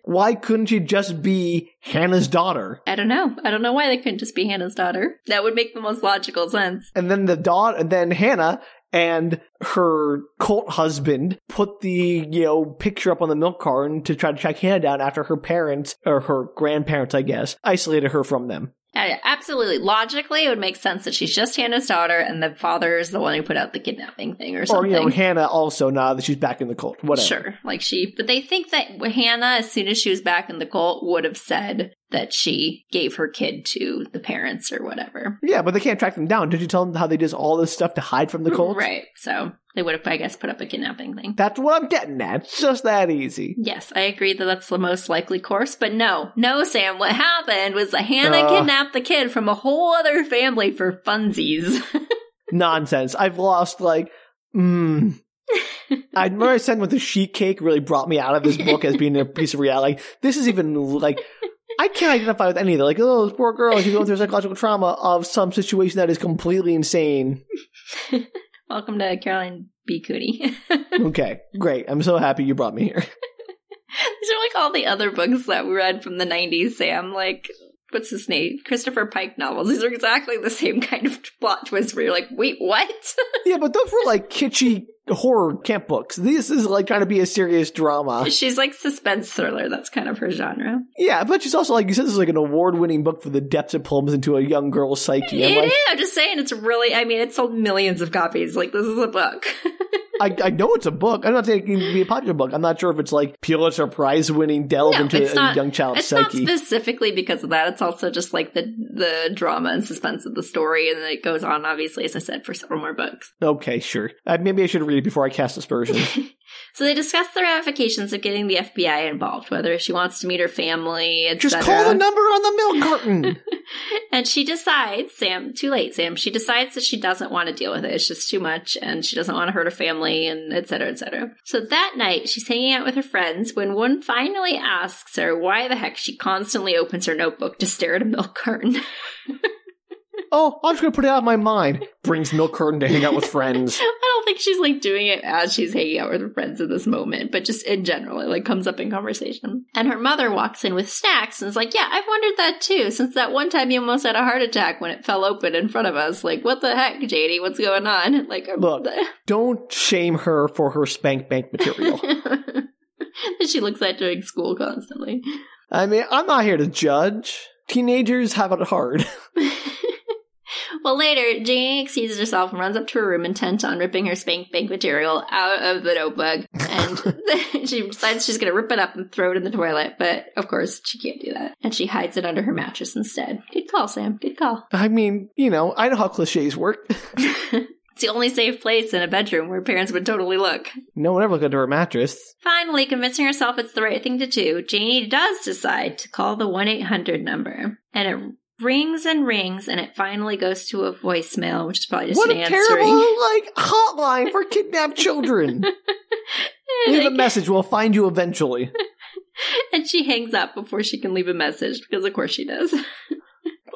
[SPEAKER 2] Why couldn't she just be Hannah's daughter?
[SPEAKER 1] I don't know. I don't know why they couldn't just be Hannah's daughter. That would make the most logical sense.
[SPEAKER 2] And then the daughter, and then Hannah and her cult husband put the you know picture up on the milk carton to try to track Hannah down after her parents or her grandparents, I guess, isolated her from them.
[SPEAKER 1] I- absolutely. Logically, it would make sense that she's just Hannah's daughter and the father is the one who put out the kidnapping thing or
[SPEAKER 2] Or
[SPEAKER 1] something.
[SPEAKER 2] you know, Hannah also now that she's back in the cult. Whatever.
[SPEAKER 1] Sure. Like she, but they think that Hannah, as soon as she was back in the cult, would have said that she gave her kid to the parents or whatever.
[SPEAKER 2] Yeah, but they can't track them down. Did you tell them how they did all this stuff to hide from the cult?
[SPEAKER 1] Mm, Right. So they would have, I guess, put up a kidnapping thing.
[SPEAKER 2] That's what I'm getting at. It's just that easy.
[SPEAKER 1] Yes, I agree that that's the most likely course, but no, no, Sam. What happened was that Hannah
[SPEAKER 2] Uh.
[SPEAKER 1] kidnapped the kid from a whole other family for funsies.
[SPEAKER 2] Nonsense. I've lost like mm. I remember I said when the sheet cake really brought me out of this book as being a piece of reality. Like, this is even like I can't identify with any of it. Like, oh, this poor girl, she's going through psychological trauma of some situation that is completely insane.
[SPEAKER 1] Welcome to Caroline B. Cooney. These
[SPEAKER 2] Okay, great. I'm so happy you brought me here.
[SPEAKER 1] are like all the other books that we read from the 90s, Sam. Like, what's his name? Christopher Pike novels. These are exactly the same kind of plot twist where you're like, wait, what?
[SPEAKER 2] Yeah, but those were like kitschy horror camp books. This is like trying to be a serious drama.
[SPEAKER 1] She's like suspense thriller. That's kind of her genre.
[SPEAKER 2] Yeah, but she's also like you said, this is like an award-winning book for the depths it plumbs into a young girl's psyche. I'm
[SPEAKER 1] It
[SPEAKER 2] like,
[SPEAKER 1] is. I'm just saying it's really, I mean, it sold millions of copies. Like, this is a book.
[SPEAKER 2] I, I know it's a book. I'm not saying it can be a popular book. I'm not sure if it's like Pulitzer Prize winning delve
[SPEAKER 1] No,
[SPEAKER 2] into
[SPEAKER 1] it's
[SPEAKER 2] a
[SPEAKER 1] not-
[SPEAKER 2] young child's
[SPEAKER 1] It's
[SPEAKER 2] psyche.
[SPEAKER 1] not specifically because of that. It's also just like the the drama and suspense of the story, and then it goes on. Obviously, as I said, for several more books.
[SPEAKER 2] okay, sure. Uh, maybe I should read it before I cast aspersions.
[SPEAKER 1] So they discuss the ramifications of getting the FBI involved, whether she wants to meet her family, etc.
[SPEAKER 2] Just call the number on the milk carton.
[SPEAKER 1] And she decides, Sam, too late, Sam. She decides that she doesn't want to deal with it. It's just too much, and she doesn't want to hurt her family, and et cetera, et cetera. So that night, she's hanging out with her friends when one finally asks her why the heck she constantly opens her notebook to stare at a milk carton.
[SPEAKER 2] oh, I'm just gonna put it out of my mind. Brings milk carton to hang out with friends.
[SPEAKER 1] I don't think she's like doing it as she's hanging out with her friends in this moment, but just in general, it like comes up in conversation. And her mother walks in with snacks and is like, Yeah, I've wondered that too, since that one time you almost had a heart attack when it fell open in front of us. Like, what the heck, JD? What's going on? Like,
[SPEAKER 2] Look. Don't shame her for her spank bank material.
[SPEAKER 1] she looks at during school constantly.
[SPEAKER 2] I mean, I'm not here to judge. Teenagers have it hard.
[SPEAKER 1] well, Well, later, Janie excuses herself and runs up to her room intent on ripping her spank bank material out of the notebook. And she decides she's going to rip it up and throw it in the toilet. But of course, she can't do that. And she hides it under her mattress instead. Good call, Sam. Good call.
[SPEAKER 2] I mean, you know, I know how cliches work.
[SPEAKER 1] It's the only safe place in a bedroom where parents would totally look.
[SPEAKER 2] No one ever looked under a mattress.
[SPEAKER 1] Finally, convincing herself it's the right thing to do, Janie does decide to call the 1 800 number. And it rings and rings, and it finally goes to a voicemail, which is probably just
[SPEAKER 2] what
[SPEAKER 1] an
[SPEAKER 2] a
[SPEAKER 1] answering.
[SPEAKER 2] terrible like hotline for kidnapped children. Leave a message. We'll find you eventually.
[SPEAKER 1] and she hangs up before she can leave a message, because of course she does.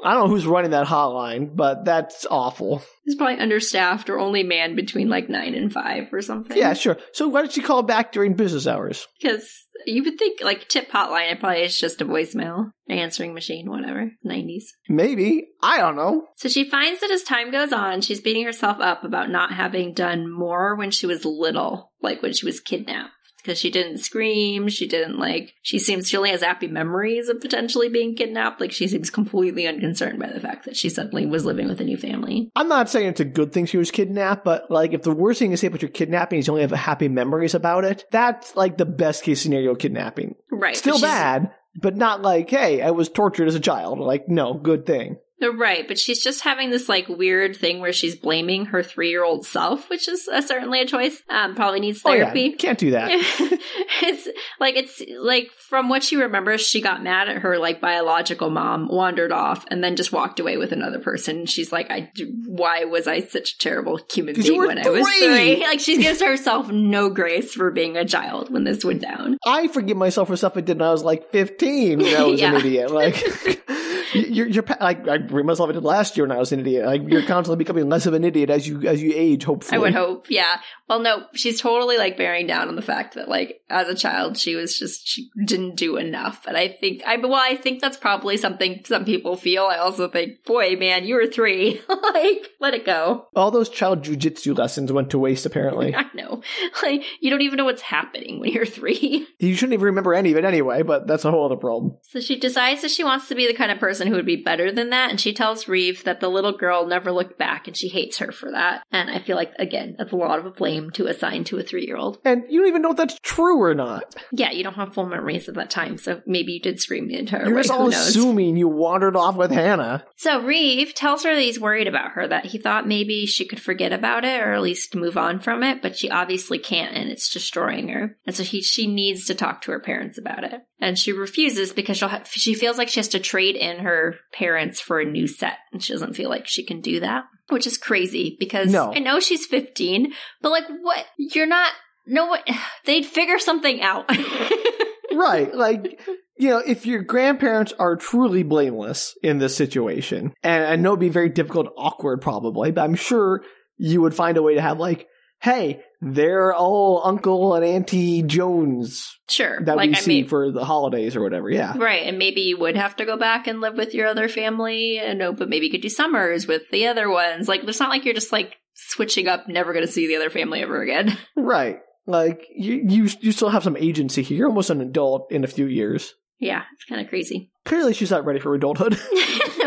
[SPEAKER 2] I don't know who's running that hotline, but that's awful.
[SPEAKER 1] She's probably understaffed or only manned between like 9 and 5 or something.
[SPEAKER 2] Yeah, sure. So why did she call back during business hours?
[SPEAKER 1] Because you would think like tip hotline, it probably is just a voicemail, an answering machine, whatever. 90s.
[SPEAKER 2] Maybe. I don't know.
[SPEAKER 1] So she finds that as time goes on, she's beating herself up about not having done more when she was little, like when she was kidnapped. Because she didn't scream, she didn't like, she seems, she only has happy memories of potentially being kidnapped. Like, she seems completely unconcerned by the fact that she suddenly was living with a new family.
[SPEAKER 2] I'm not saying it's a good thing she was kidnapped, but like if the worst thing is about your kidnapping is you only have happy memories about it, that's like the best case scenario kidnapping.
[SPEAKER 1] Right.
[SPEAKER 2] Still
[SPEAKER 1] but she's-
[SPEAKER 2] bad, but not like, hey, I was tortured as a child. Like, no, good thing.
[SPEAKER 1] Right. But she's just having this like weird thing where she's blaming her three year old self, which is uh, certainly a choice. Um, probably needs
[SPEAKER 2] Oh,
[SPEAKER 1] therapy.
[SPEAKER 2] yeah, can't do that.
[SPEAKER 1] it's like it's like from what she remembers, she got mad at her like biological mom, wandered off, and then just walked away with another person. She's like, "I why was I such a terrible human
[SPEAKER 2] 'Cause you
[SPEAKER 1] being
[SPEAKER 2] were
[SPEAKER 1] when I was
[SPEAKER 2] three."
[SPEAKER 1] three? Like she gives herself no grace for being a child when this went down.
[SPEAKER 2] I forgive myself for stuff I did when I was like 15 when I was
[SPEAKER 1] Yeah.
[SPEAKER 2] an idiot. Like, you're, you're, pa- like, I forgive myself I did last year when I was an idiot. Like, you're constantly becoming less of an idiot as you as you age, hopefully.
[SPEAKER 1] I would hope, yeah. Well, no, she's totally like bearing down on the fact that like as a child she was just she didn't do enough, and I think I well I think that's probably something some people feel. I also think, boy, man, you were three, like let it go.
[SPEAKER 2] All those child jujitsu lessons went to waste, apparently.
[SPEAKER 1] I know, like you don't even know what's happening when you're three.
[SPEAKER 2] you shouldn't even remember any of it anyway, but that's a whole other problem.
[SPEAKER 1] So she decides that she wants to be the kind of person who would be better than that, and she tells Reeve that the little girl never looked back, and she hates her for that. And I feel like again, that's a lot of a blame to assign to a three year old.
[SPEAKER 2] And you don't even know if that's true or not.
[SPEAKER 1] Yeah, you don't have full memories of that time, so maybe you did scream the entire
[SPEAKER 2] You're
[SPEAKER 1] way.
[SPEAKER 2] just
[SPEAKER 1] Who
[SPEAKER 2] all
[SPEAKER 1] knows?
[SPEAKER 2] assuming you wandered off with Hannah.
[SPEAKER 1] so Reeve tells her that he's worried about her, that he thought maybe she could forget about it or at least move on from it, but she obviously can't, and it's destroying her. And so he she needs to talk to her parents about it, and she refuses because she'll ha- she feels like she has to trade in her parents for a new set, and she doesn't feel like she can do that, which is crazy because
[SPEAKER 2] No.
[SPEAKER 1] I know she's 15, but like what you're not. No, what they'd figure something out.
[SPEAKER 2] right. Like, you know, if your grandparents are truly blameless in this situation, and I know it'd be very difficult, awkward probably, but I'm sure you would find a way to have, like, hey, they're all Uncle and Auntie Jones
[SPEAKER 1] Sure.
[SPEAKER 2] that
[SPEAKER 1] like
[SPEAKER 2] we
[SPEAKER 1] I
[SPEAKER 2] see
[SPEAKER 1] mean,
[SPEAKER 2] for the holidays or whatever. Yeah.
[SPEAKER 1] right, and maybe you would have to go back and live with your other family. And no, but maybe you could do summers with the other ones. Like, it's not like you're just like switching up, never going to see the other family ever again.
[SPEAKER 2] Right. Like, you, you, you still have some agency here. You're almost an adult in a few years.
[SPEAKER 1] yeah, it's kind of crazy.
[SPEAKER 2] Clearly, she's not ready for adulthood.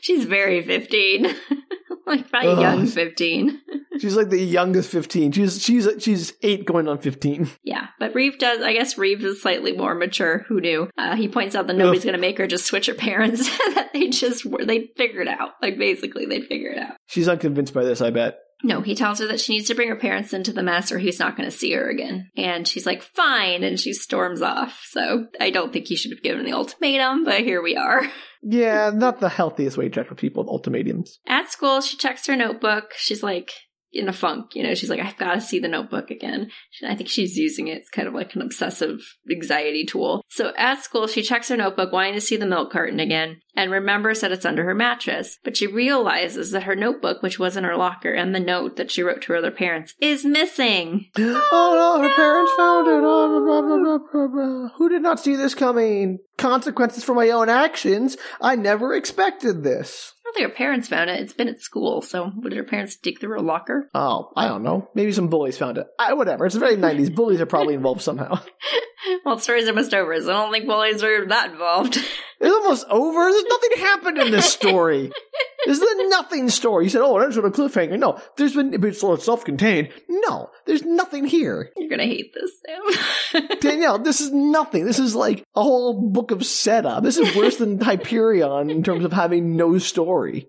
[SPEAKER 1] She's very fifteen, like probably
[SPEAKER 2] Ugh.
[SPEAKER 1] young fifteen.
[SPEAKER 2] she's like the youngest 15. She's she's she's 8 going on 15.
[SPEAKER 1] Yeah, but Reeve does. I guess Reeve is slightly more mature. Who knew? Uh, he points out that nobody's going to make her just switch her parents. that they just were they figured out. Like basically, they figured out.
[SPEAKER 2] She's unconvinced by this, I bet.
[SPEAKER 1] No, he tells her that she needs to bring her parents into the mess or he's not going to see her again. And she's like, fine. And she storms off. So I don't think he should have given the ultimatum, but here we are.
[SPEAKER 2] Yeah, not the healthiest way to check for people with ultimatums.
[SPEAKER 1] At school, she checks her notebook. She's like in a funk, you know, she's like, I've got to see the notebook again. She- I think she's using it. It's kind of like an obsessive anxiety tool. So at school, she checks her notebook, wanting to see the milk carton again, and remembers that it's under her mattress. But she realizes that her notebook, which was in her locker, and the note that she wrote to her other parents is missing.
[SPEAKER 2] Oh, no, her parents found it. Oh, blah, blah, blah, blah, blah. Who did not see this coming? Consequences for my own actions. I never expected this.
[SPEAKER 1] I don't think her parents found it. It's been at school, so did her parents dig through her locker?
[SPEAKER 2] Oh, I don't know. Maybe some bullies found it. I, whatever. It's the very 90s. Bullies are probably involved somehow.
[SPEAKER 1] Well, stories are almost over, so I don't think bullies are that involved.
[SPEAKER 2] It's almost over. There's nothing happened in this story. This is a nothing story. You said, oh, that's what a cliffhanger. No, there's been, but it's all self-contained. No, there's nothing here.
[SPEAKER 1] You're gonna hate this, Sam.
[SPEAKER 2] Danielle, this is nothing. This is like a whole book of setup. This is worse than Hyperion in terms of having no story.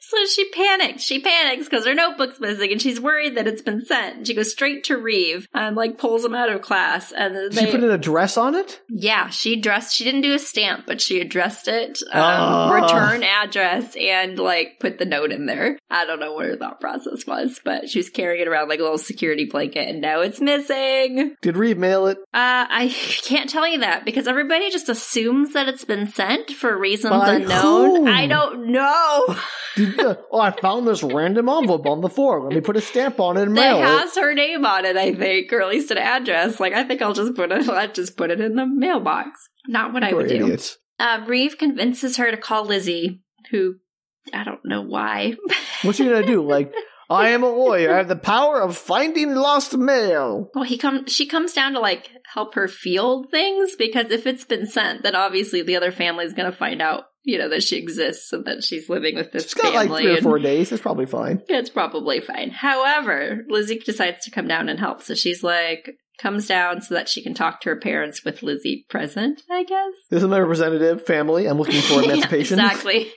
[SPEAKER 1] so she panics. She panics because her notebook's missing, and she's worried that it's been sent. And she goes straight to Reeve and like pulls him out of class. And then
[SPEAKER 2] Did
[SPEAKER 1] they,
[SPEAKER 2] she put an address on it?
[SPEAKER 1] yeah, she dressed. She didn't do a stamp, but she addressed it, um,
[SPEAKER 2] Ah.
[SPEAKER 1] return address, and like put the note in there. I don't know what her thought process was, but she was carrying it around like a little security blanket, and now it's missing.
[SPEAKER 2] Did Reeve mail it?
[SPEAKER 1] Uh, I can't tell you that because everybody just assumes that it's been sent for reasons
[SPEAKER 2] By
[SPEAKER 1] unknown.
[SPEAKER 2] whom?
[SPEAKER 1] I don't know.
[SPEAKER 2] Did the, oh, I found this random envelope on the floor. Let me put a stamp on it and
[SPEAKER 1] That
[SPEAKER 2] mail it.
[SPEAKER 1] has her name on it, I think, or at least an address. Like I think I'll just put it. I'll just put it in the mailbox. Not what I
[SPEAKER 2] We're
[SPEAKER 1] would do.
[SPEAKER 2] idiots.
[SPEAKER 1] Uh, Reeve convinces her to call Lizzie, who I don't know why.
[SPEAKER 2] What's she gonna do? Like, I am a lawyer. I have the power of finding lost mail.
[SPEAKER 1] Well, he comes. She comes down to like help her field things because if it's been sent, then obviously the other family's going to find out, you know, that she exists and that she's living with this
[SPEAKER 2] She's got
[SPEAKER 1] family.
[SPEAKER 2] like three or
[SPEAKER 1] and-
[SPEAKER 2] four days. That's probably fine.
[SPEAKER 1] It's probably fine. However, Lizzie decides to come down and help. So she's like, comes down so that she can talk to her parents with Lizzie present, I guess.
[SPEAKER 2] This is my representative family. I'm looking for
[SPEAKER 1] Yeah,
[SPEAKER 2] emancipation.
[SPEAKER 1] exactly.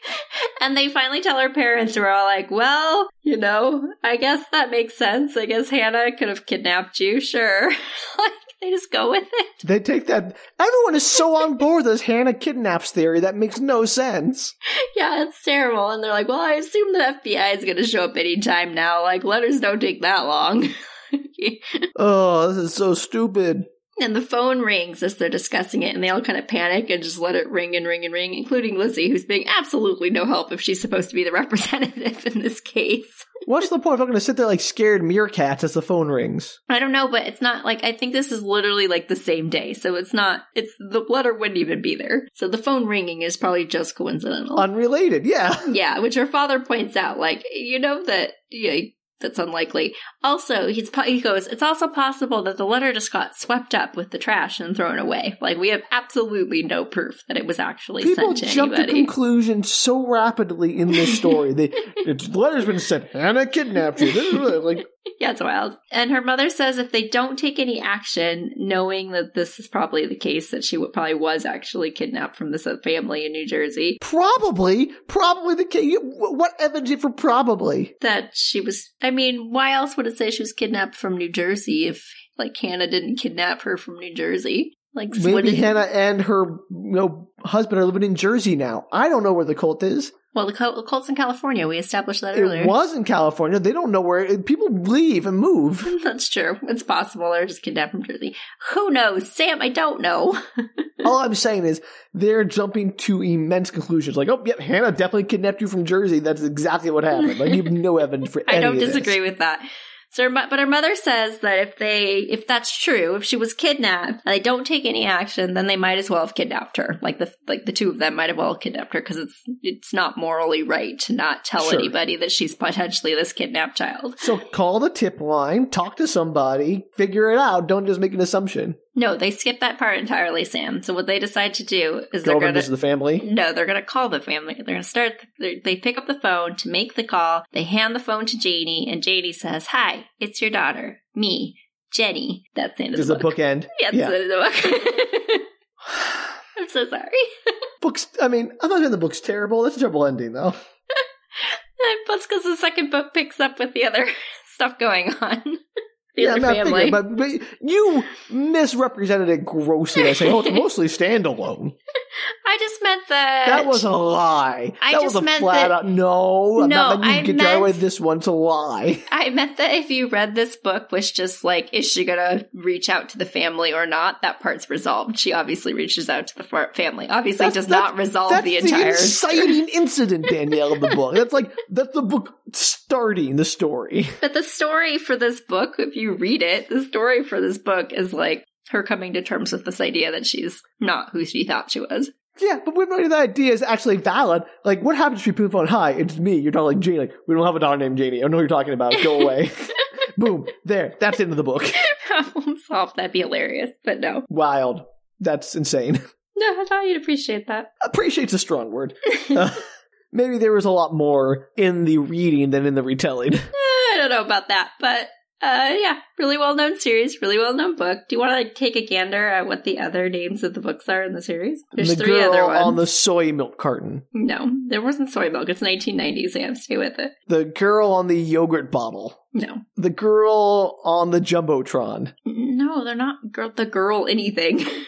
[SPEAKER 1] And they finally tell her parents, who are all like, well, you know, I guess that makes sense. I guess Hannah could have kidnapped you, sure. like, they just go with it.
[SPEAKER 2] They take that. Everyone is so on board with this Hannah kidnaps theory that makes no sense.
[SPEAKER 1] Yeah, it's terrible. And they're like, well, I assume the FBI is going to show up anytime now. Like, letters don't take that long.
[SPEAKER 2] Oh, this is so stupid.
[SPEAKER 1] And the phone rings as they're discussing it, and they all kind of panic and just let it ring and ring and ring, including Lizzie, who's being absolutely no help if she's supposed to be the representative in this case.
[SPEAKER 2] What's the point if I'm going to sit there like scared meerkats as the phone rings?
[SPEAKER 1] I don't know, but it's not like I think this is literally like the same day, so it's not. It's the letter wouldn't even be there, so the phone ringing is probably just coincidental.
[SPEAKER 2] Unrelated, yeah.
[SPEAKER 1] yeah, which her father points out, like you know that yeah. That's unlikely. Also, he's po- he goes. It's also possible that the letter just got swept up with the trash and thrown away. Like we have absolutely no proof that it was actually
[SPEAKER 2] People
[SPEAKER 1] sent to
[SPEAKER 2] jump to
[SPEAKER 1] anybody.
[SPEAKER 2] conclusions so rapidly in this story. the, the letter's been sent. Hannah kidnapped you. This is really, like
[SPEAKER 1] yeah, it's wild. And her mother says if they don't take any action, knowing that this is probably the case, that she w- probably was actually kidnapped from this uh, family in New Jersey,
[SPEAKER 2] probably, probably the case. What evidence you for probably?
[SPEAKER 1] that she was I mean, why else would it say she was kidnapped from New Jersey if like Hannah didn't kidnap her from New Jersey? Like so what
[SPEAKER 2] Maybe
[SPEAKER 1] did,
[SPEAKER 2] Hannah and her you know, husband are living in Jersey now. I don't know where the cult is.
[SPEAKER 1] Well, the Col- Colts in California, we established that earlier.
[SPEAKER 2] It was in California. They don't know where. It, people leave and move.
[SPEAKER 1] That's true. It's possible they're just kidnapped from Jersey. Who knows? Sam, I don't know.
[SPEAKER 2] All I'm saying is they're jumping to immense conclusions. Like, oh, yep, Hannah definitely kidnapped you from Jersey. That's exactly what happened. Like, you have no evidence for.
[SPEAKER 1] I
[SPEAKER 2] any
[SPEAKER 1] don't
[SPEAKER 2] of this.
[SPEAKER 1] disagree with that. So, her, mo- but her mother says that if they, if that's true, if she was kidnapped and they don't take any action, then they might as well have kidnapped her. Like the like the two of them might have well kidnapped her because it's it's not morally right to not tell
[SPEAKER 2] Sure.
[SPEAKER 1] anybody that she's potentially this kidnapped child.
[SPEAKER 2] So call the tip line, talk to somebody, figure it out. Don't just make an assumption.
[SPEAKER 1] No, they skip that part entirely, Sam. So what they decide to do is they're
[SPEAKER 2] Go
[SPEAKER 1] going
[SPEAKER 2] members of
[SPEAKER 1] to.
[SPEAKER 2] the family.
[SPEAKER 1] No, they're going to call the family. They're going to start. they they pick up the phone to make the call. They hand the phone to Janie, and Janie says, "Hi, it's your daughter, me, Jenny." That's the end of
[SPEAKER 2] Does
[SPEAKER 1] the
[SPEAKER 2] the
[SPEAKER 1] book.
[SPEAKER 2] book end?
[SPEAKER 1] Yeah, it's
[SPEAKER 2] Yeah.
[SPEAKER 1] in the book. I'm so sorry.
[SPEAKER 2] Books. I mean, I'm not saying the book's terrible. That's a terrible ending, though.
[SPEAKER 1] Plus, because the second book picks up with the other stuff going on. The
[SPEAKER 2] yeah,
[SPEAKER 1] other
[SPEAKER 2] I'm not
[SPEAKER 1] family.
[SPEAKER 2] thinking, but, but you misrepresented it grossly by saying, "Oh, it's mostly standalone."
[SPEAKER 1] I just meant that.
[SPEAKER 2] That was a lie.
[SPEAKER 1] I
[SPEAKER 2] that
[SPEAKER 1] just
[SPEAKER 2] was a
[SPEAKER 1] meant
[SPEAKER 2] flat
[SPEAKER 1] that-
[SPEAKER 2] out no. I'm
[SPEAKER 1] No,
[SPEAKER 2] not letting you
[SPEAKER 1] I
[SPEAKER 2] get away
[SPEAKER 1] meant-
[SPEAKER 2] with this one. It's a lie.
[SPEAKER 1] I meant that if you read this book, was just like, is she gonna reach out to the family or not? That part's resolved. She obviously reaches out to the far- family. Obviously,
[SPEAKER 2] That's-
[SPEAKER 1] does
[SPEAKER 2] that's-
[SPEAKER 1] not resolve
[SPEAKER 2] That's
[SPEAKER 1] the entire.
[SPEAKER 2] inciting incident, Danielle, of the book. That's like that's the book starting the story.
[SPEAKER 1] But the story for this book, if you read it, the story for this book is like her coming to terms with this idea that she's not who she thought she was.
[SPEAKER 2] Yeah, but when the idea is actually valid, like what happens if you poof on hi, it's me, you're not like Janie, like, we don't have a daughter named Janie. I don't know what you're talking about. Go away. Boom. There. That's the end of the book.
[SPEAKER 1] Problem solved. That'd be hilarious. But no.
[SPEAKER 2] Wild. That's insane.
[SPEAKER 1] No, I thought you'd appreciate that.
[SPEAKER 2] Appreciate's a strong word. Uh, maybe there was a lot more in the reading than in the retelling.
[SPEAKER 1] I don't know about that, but uh, yeah, really well known series, really well known book. Do you want to take a gander at what the other names of the books are in the series? There's
[SPEAKER 2] the
[SPEAKER 1] three
[SPEAKER 2] girl
[SPEAKER 1] other ones.
[SPEAKER 2] on the soy milk carton.
[SPEAKER 1] no, there wasn't soy milk. It's 1990s. I have to stay with it.
[SPEAKER 2] The girl on the yogurt bottle.
[SPEAKER 1] No,
[SPEAKER 2] The girl on the jumbotron.
[SPEAKER 1] no, they're not girl. The girl anything.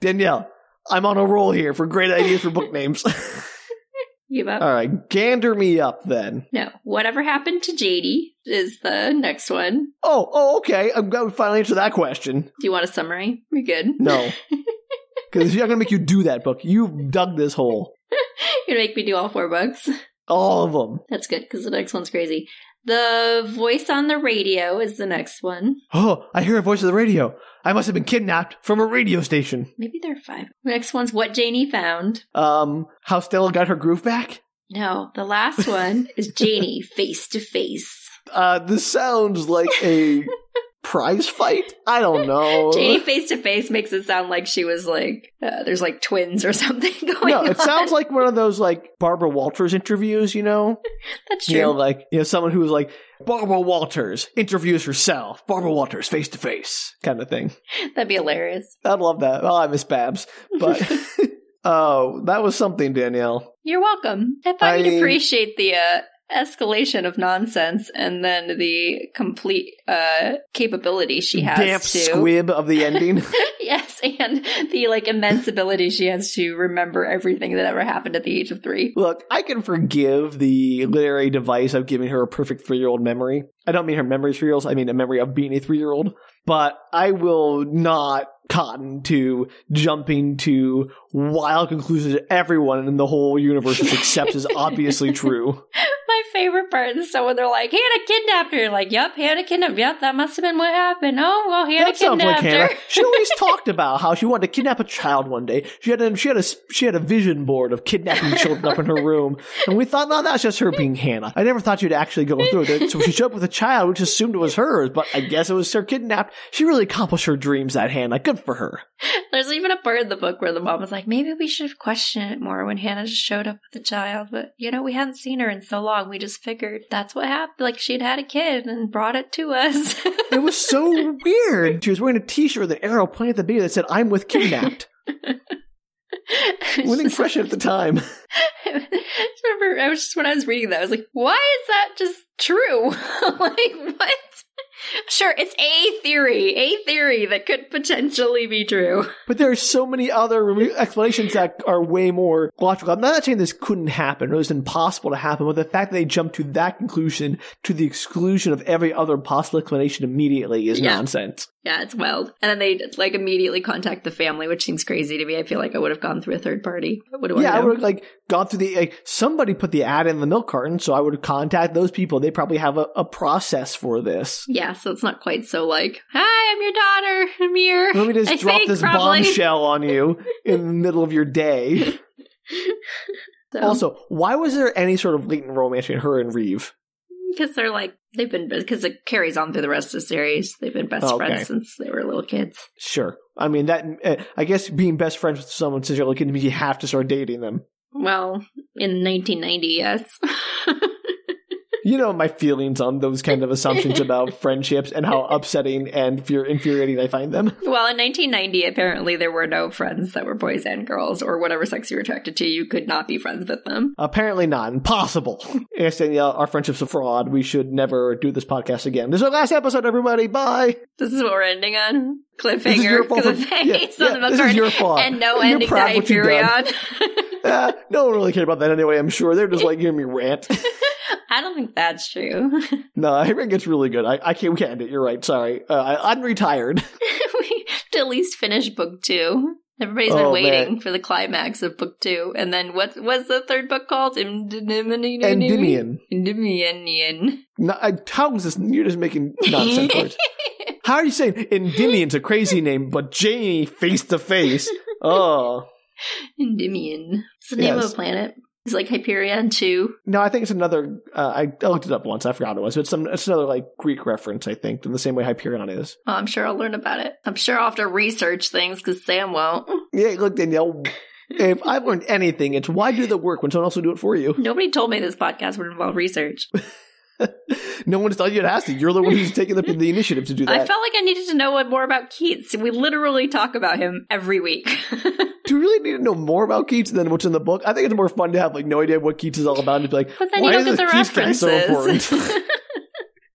[SPEAKER 2] Danielle, I'm on a roll here for great ideas for book names.
[SPEAKER 1] Give up.
[SPEAKER 2] All right, gander me up then.
[SPEAKER 1] no, whatever happened to JD is the next one.
[SPEAKER 2] Oh, oh, okay. I'm glad we finally answered that question.
[SPEAKER 1] Do you want a summary? We good?
[SPEAKER 2] No. Because she's not going to make you do that book. You've dug this hole.
[SPEAKER 1] you make me do all four books.
[SPEAKER 2] All of them.
[SPEAKER 1] That's good because the next one's crazy. The voice on the radio is the next one.
[SPEAKER 2] Oh, I hear a voice of the radio. I must have been kidnapped from a radio station.
[SPEAKER 1] Maybe there are five. The next one's what Janie found.
[SPEAKER 2] Um, how Stella got her groove back?
[SPEAKER 1] No, the last one is Janie face to face.
[SPEAKER 2] Uh, this sounds like a prize fight. I don't know.
[SPEAKER 1] Janie face to face makes it sound like she was like uh, there's like twins or something going
[SPEAKER 2] No,
[SPEAKER 1] on.
[SPEAKER 2] it sounds like one of those like Barbara Walters interviews, you know?
[SPEAKER 1] that's true.
[SPEAKER 2] You know, like you know, someone who was like Barbara Walters interviews herself, Barbara Walters face to face kind of thing.
[SPEAKER 1] That'd be hilarious.
[SPEAKER 2] I'd love that. Oh, I miss Babs, but oh, that was something, Danielle.
[SPEAKER 1] You're welcome. I thought
[SPEAKER 2] I
[SPEAKER 1] you'd
[SPEAKER 2] mean-
[SPEAKER 1] appreciate the uh, escalation of nonsense and then the complete uh, capability she has
[SPEAKER 2] Damp
[SPEAKER 1] to
[SPEAKER 2] squib of the ending.
[SPEAKER 1] yes, and the like immense ability she has to remember everything that ever happened at the age of three.
[SPEAKER 2] Look, I can forgive the literary device of giving her a perfect three year old memory. I don't mean her memory three year olds, I mean a memory of being a three year old. But I will not cotton to jumping to wild conclusions that everyone in the whole universe just accepts as obviously true.
[SPEAKER 1] My favorite part is so when they're like, Hannah kidnapped her. You're like, yep, Hannah kidnapped. Yep, that must have been what happened. Oh well, Hannah
[SPEAKER 2] that sounds like
[SPEAKER 1] kidnapped her.
[SPEAKER 2] Hannah. She always talked about how she wanted to kidnap a child one day. She had a, she had a she had a vision board of kidnapping children up in her room, and we thought, no, that's just her being Hannah. I never thought she'd actually go through with it. So she showed up with a child, which assumed it was hers, but I guess it was her kidnapped. She really accomplished her dreams, that Hannah. Good for her.
[SPEAKER 1] There's even a part in the book where the mom was like, maybe we should have questioned it more when Hannah just showed up with the child. But, you know, we hadn't seen her in so long. We just figured that's what happened. Like, she'd had a kid and brought it to us.
[SPEAKER 2] It was so weird. She was wearing a T-shirt with an arrow pointing at the baby that said, "I'm with kidnapped." Winning impression at the time.
[SPEAKER 1] I remember I was just when I was reading that, I was like, why is that just true? like what? Sure, it's a theory, a theory that could potentially be true.
[SPEAKER 2] But there are so many other remo- explanations that are way more logical. I'm not saying this couldn't happen or it's impossible to happen, but the fact that they jump to that conclusion to the exclusion of every other possible explanation immediately is
[SPEAKER 1] Yeah.
[SPEAKER 2] nonsense.
[SPEAKER 1] Yeah, it's wild. And then they like immediately contact the family, which seems crazy to me. I feel like I would have gone through a third party. What do
[SPEAKER 2] yeah,
[SPEAKER 1] I
[SPEAKER 2] I
[SPEAKER 1] know?
[SPEAKER 2] would have like gone through the like somebody put the ad in the milk carton, so I would contact those people. They probably have a, a process for this.
[SPEAKER 1] yeah, so it's not quite so like, hi, I'm your daughter, I'm here.
[SPEAKER 2] Let me just
[SPEAKER 1] I
[SPEAKER 2] drop
[SPEAKER 1] think
[SPEAKER 2] this
[SPEAKER 1] probably.
[SPEAKER 2] bombshell on you in the middle of your day.
[SPEAKER 1] So-
[SPEAKER 2] Also, why was there any sort of latent romance between her and Reeve?
[SPEAKER 1] because they're like they've been because it carries on through the rest of the series. They've been best
[SPEAKER 2] Oh, Okay.
[SPEAKER 1] friends since they were little kids.
[SPEAKER 2] Sure. I mean that. uh, I guess being best friends with someone since you're looking means you have to start dating them.
[SPEAKER 1] Well, in 1990, yes.
[SPEAKER 2] You know my feelings on those kind of assumptions about friendships and how upsetting and fear infuriating I find them.
[SPEAKER 1] well, in 1990, apparently there were no friends that were boys and girls or whatever sex you were attracted to. You could not be friends with them.
[SPEAKER 2] Apparently not impossible. Yes, Danielle, our friendship's a fraud. We should never do this podcast again. This is our last episode, everybody. Bye.
[SPEAKER 1] This is what we're ending on. Cliffhanger.
[SPEAKER 2] This is your fault.
[SPEAKER 1] Because
[SPEAKER 2] for-
[SPEAKER 1] of
[SPEAKER 2] yeah,
[SPEAKER 1] face
[SPEAKER 2] yeah,
[SPEAKER 1] on the
[SPEAKER 2] this
[SPEAKER 1] card.
[SPEAKER 2] is your fault.
[SPEAKER 1] And no
[SPEAKER 2] You're
[SPEAKER 1] ending to
[SPEAKER 2] proud of what you've done.
[SPEAKER 1] Hyperion.
[SPEAKER 2] Ah, no one really cared about that anyway. I'm sure they're just like hearing me rant.
[SPEAKER 1] I don't think that's true.
[SPEAKER 2] no, Hyperion gets really good. I, I can't. We can't end it. You're right. Sorry. Uh, I, I'm retired.
[SPEAKER 1] we have to at least finish book two. Everybody's
[SPEAKER 2] Oh,
[SPEAKER 1] been
[SPEAKER 2] man.
[SPEAKER 1] waiting for the climax of book two. And then what was the third book called? Endymion.
[SPEAKER 2] Endymion.
[SPEAKER 1] Endymion.
[SPEAKER 2] No, I, how is this? You're just making nonsense words. How are you saying Endymion's a crazy name, but Janie face to face? Oh.
[SPEAKER 1] Endymion. It's the name
[SPEAKER 2] Yes.
[SPEAKER 1] of a planet. It's like Hyperion 2.
[SPEAKER 2] No, I think it's another. Uh, I I looked it up once. I forgot what it was. But it's, some, it's another like Greek reference, I think, in the same way Hyperion is.
[SPEAKER 1] Oh, I'm sure I'll learn about it. I'm sure I'll have to research things because Sam won't.
[SPEAKER 2] Yeah, look, Danielle, if I've learned anything, it's why do the work when someone else will do it for you?
[SPEAKER 1] Nobody told me this podcast would involve research.
[SPEAKER 2] No one's telling you to ask to. You're the one who's taking the, the initiative to do that.
[SPEAKER 1] I felt like I needed to know what more about Keats. We literally talk about him every week.
[SPEAKER 2] do you really need to know more about Keats than what's in the book? I think it's more fun to have like no idea what Keats is all about and to be like,
[SPEAKER 1] But then
[SPEAKER 2] why
[SPEAKER 1] you
[SPEAKER 2] is
[SPEAKER 1] don't get the
[SPEAKER 2] this Keats guy
[SPEAKER 1] references.
[SPEAKER 2] so important?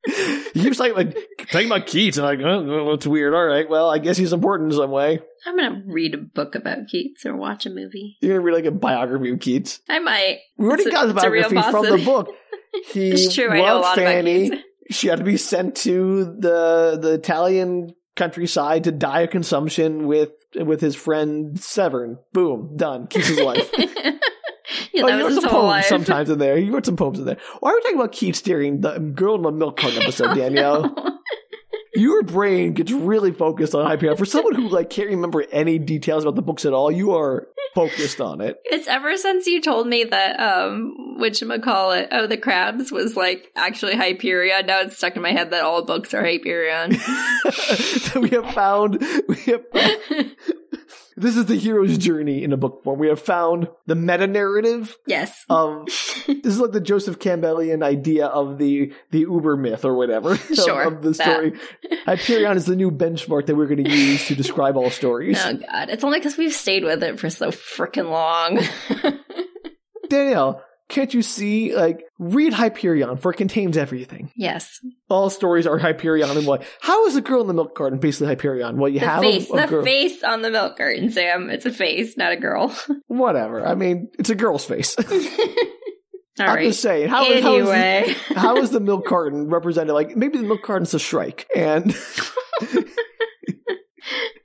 [SPEAKER 2] you keep saying like talking about Keats and like, oh, well, it's weird. All right, well, I guess he's important in some way.
[SPEAKER 1] I'm gonna read a book about Keats or watch a movie.
[SPEAKER 2] You're gonna read like a biography of Keats.
[SPEAKER 1] I might.
[SPEAKER 2] We already
[SPEAKER 1] It's a-
[SPEAKER 2] got the
[SPEAKER 1] it's a real
[SPEAKER 2] biography from the
[SPEAKER 1] possibility.
[SPEAKER 2] book. He
[SPEAKER 1] It's true. I know a
[SPEAKER 2] loved
[SPEAKER 1] lot
[SPEAKER 2] Fanny.
[SPEAKER 1] about Keats.
[SPEAKER 2] she had to be sent to the the Italian countryside to die of consumption with with his friend Severn. Boom, done. Keeps his life.
[SPEAKER 1] yeah,
[SPEAKER 2] oh,
[SPEAKER 1] that
[SPEAKER 2] you wrote
[SPEAKER 1] was his
[SPEAKER 2] some
[SPEAKER 1] whole
[SPEAKER 2] poems
[SPEAKER 1] life.
[SPEAKER 2] sometimes in there. You wrote some poems in there. Why are we talking about Keats during the Girl in the Milk Carton episode, Danielle? Your brain gets really focused on IPR. For someone who like can't remember any details about the books at all, you are focused on it.
[SPEAKER 1] It's ever since you told me that um whatchamacallit, oh the crabs was like actually Hyperion. Now it's stuck in my head that all books are Hyperion.
[SPEAKER 2] so we have found we have this is the hero's journey in a book form. We have found the meta narrative
[SPEAKER 1] yes.
[SPEAKER 2] of Um, this is like the Joseph Campbellian idea of the the Uber myth or whatever of-
[SPEAKER 1] Sure,
[SPEAKER 2] of, the
[SPEAKER 1] that.
[SPEAKER 2] story. Hyperion is the new benchmark that we're going to use to describe all stories.
[SPEAKER 1] Oh god. It's only because we've stayed with it for so freaking long.
[SPEAKER 2] Danielle, can't you see? Like, read Hyperion for it contains everything.
[SPEAKER 1] yes.
[SPEAKER 2] All stories are Hyperion and what? How is the girl in the milk garden basically Hyperion? Well, you
[SPEAKER 1] The
[SPEAKER 2] have a-
[SPEAKER 1] face.
[SPEAKER 2] a,
[SPEAKER 1] the
[SPEAKER 2] girl.
[SPEAKER 1] face on the milk carton, Sam. It's a face, not a girl.
[SPEAKER 2] Whatever. I mean, it's a girl's face.
[SPEAKER 1] All
[SPEAKER 2] I'm
[SPEAKER 1] right.
[SPEAKER 2] just saying. How is how is the-
[SPEAKER 1] Anyway.
[SPEAKER 2] how is the milk carton represented? Like maybe the milk carton's a shrike. And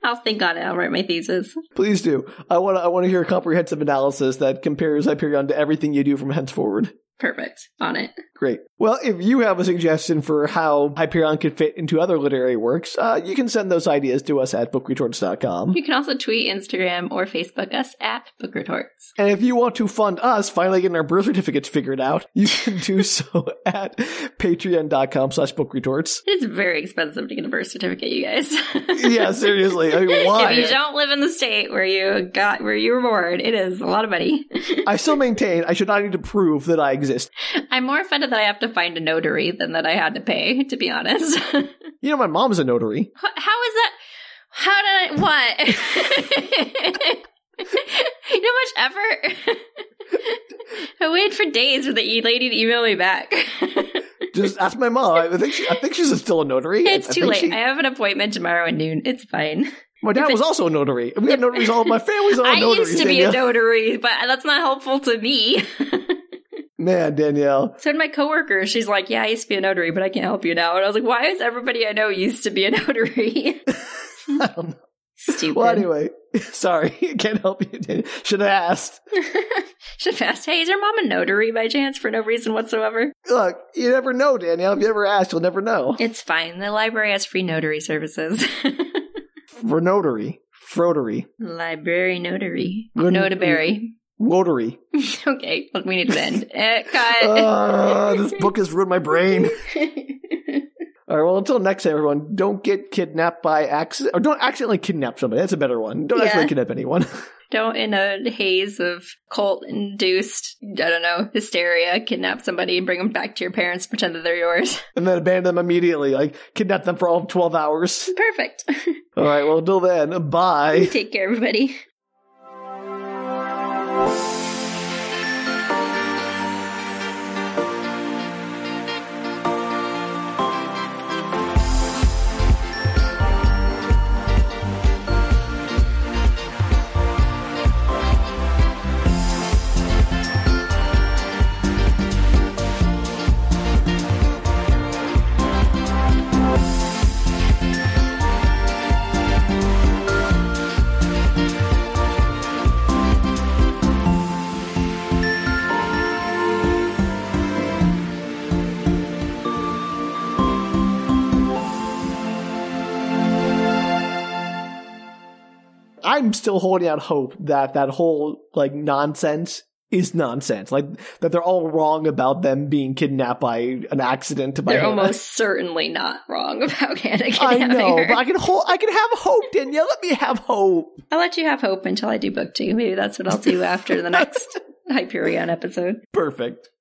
[SPEAKER 1] I'll think on it. I'll write my thesis.
[SPEAKER 2] please do. I want to. I want to hear a comprehensive analysis that compares Hyperion to everything you do from henceforward.
[SPEAKER 1] Perfect. On it.
[SPEAKER 2] Great. Well, if you have a suggestion for how Hyperion could fit into other literary works, uh, you can send those ideas to us at bookretorts.com.
[SPEAKER 1] You can also tweet, Instagram, or Facebook us at Book Retorts.
[SPEAKER 2] And if you want to fund us finally getting our birth certificates figured out, you can do so at patreon.com slash bookretorts.
[SPEAKER 1] It's very expensive to get a birth certificate, you guys.
[SPEAKER 2] Yeah, seriously. I mean, why?
[SPEAKER 1] If you don't live in the state where you got where you were born, it is a lot of money.
[SPEAKER 2] I still maintain I should not need to prove that I exist.
[SPEAKER 1] I'm more offended that I have to find a notary than that I had to pay, to be honest. How is
[SPEAKER 2] You know, my mom's a notary.
[SPEAKER 1] that? How did I? What? you know how much effort? I waited for days for the e- lady to email me back.
[SPEAKER 2] Just ask my mom. I think she, I think she's still a notary. I-
[SPEAKER 1] it's
[SPEAKER 2] I
[SPEAKER 1] too
[SPEAKER 2] think
[SPEAKER 1] late.
[SPEAKER 2] she-
[SPEAKER 1] I have an appointment tomorrow at noon. It's fine.
[SPEAKER 2] my dad
[SPEAKER 1] if it-
[SPEAKER 2] was also a notary. We had notaries all my family's all
[SPEAKER 1] I
[SPEAKER 2] notaries.
[SPEAKER 1] used to be a
[SPEAKER 2] Danielle.
[SPEAKER 1] notary, but that's not helpful to me.
[SPEAKER 2] Man, Danielle.
[SPEAKER 1] So did my coworker. She's like, "Yeah, I used to be a notary, but I can't help you now." And I was like, "Why is everybody I know used to be a notary?"
[SPEAKER 2] I don't know.
[SPEAKER 1] Stupid.
[SPEAKER 2] Well, anyway, sorry, can't help you. Danielle. Should have asked.
[SPEAKER 1] Should have asked, "Hey, is your mom a notary by chance?" For no reason whatsoever.
[SPEAKER 2] Look, you never know, Danielle. If you ever ask, you'll never know.
[SPEAKER 1] It's fine. The library has free notary services.
[SPEAKER 2] For notary, frotery,
[SPEAKER 1] library notary,
[SPEAKER 2] Good-
[SPEAKER 1] notaberry.
[SPEAKER 2] lotary.
[SPEAKER 1] okay, look, we need to end. Eh, cut.
[SPEAKER 2] Uh, this book has ruined my brain.
[SPEAKER 1] Uh.
[SPEAKER 2] All right. Well, until next time, everyone, don't get kidnapped by accident, or don't accidentally kidnap somebody. That's a better one. Don't
[SPEAKER 1] Yeah.
[SPEAKER 2] accidentally kidnap anyone.
[SPEAKER 1] don't in a haze of cult-induced, I don't know, hysteria, kidnap somebody and bring them back to your parents, pretend that they're yours.
[SPEAKER 2] and then abandon them immediately. Like kidnap them for all of twelve hours.
[SPEAKER 1] Perfect.
[SPEAKER 2] All right. Well, until then, bye.
[SPEAKER 1] Take care, everybody.
[SPEAKER 2] I'm still holding out hope that that whole like nonsense is nonsense. Like that they're all wrong about them being kidnapped by an accident. By
[SPEAKER 1] They're
[SPEAKER 2] Hannah.
[SPEAKER 1] almost certainly not wrong about Hannah
[SPEAKER 2] I
[SPEAKER 1] kidnapping
[SPEAKER 2] know,
[SPEAKER 1] her.
[SPEAKER 2] but I can hold. I can have hope, Danielle. Let me have hope.
[SPEAKER 1] I'll let you have hope until I do book two. Maybe that's what I'll do after the next Hyperion episode.
[SPEAKER 2] Perfect.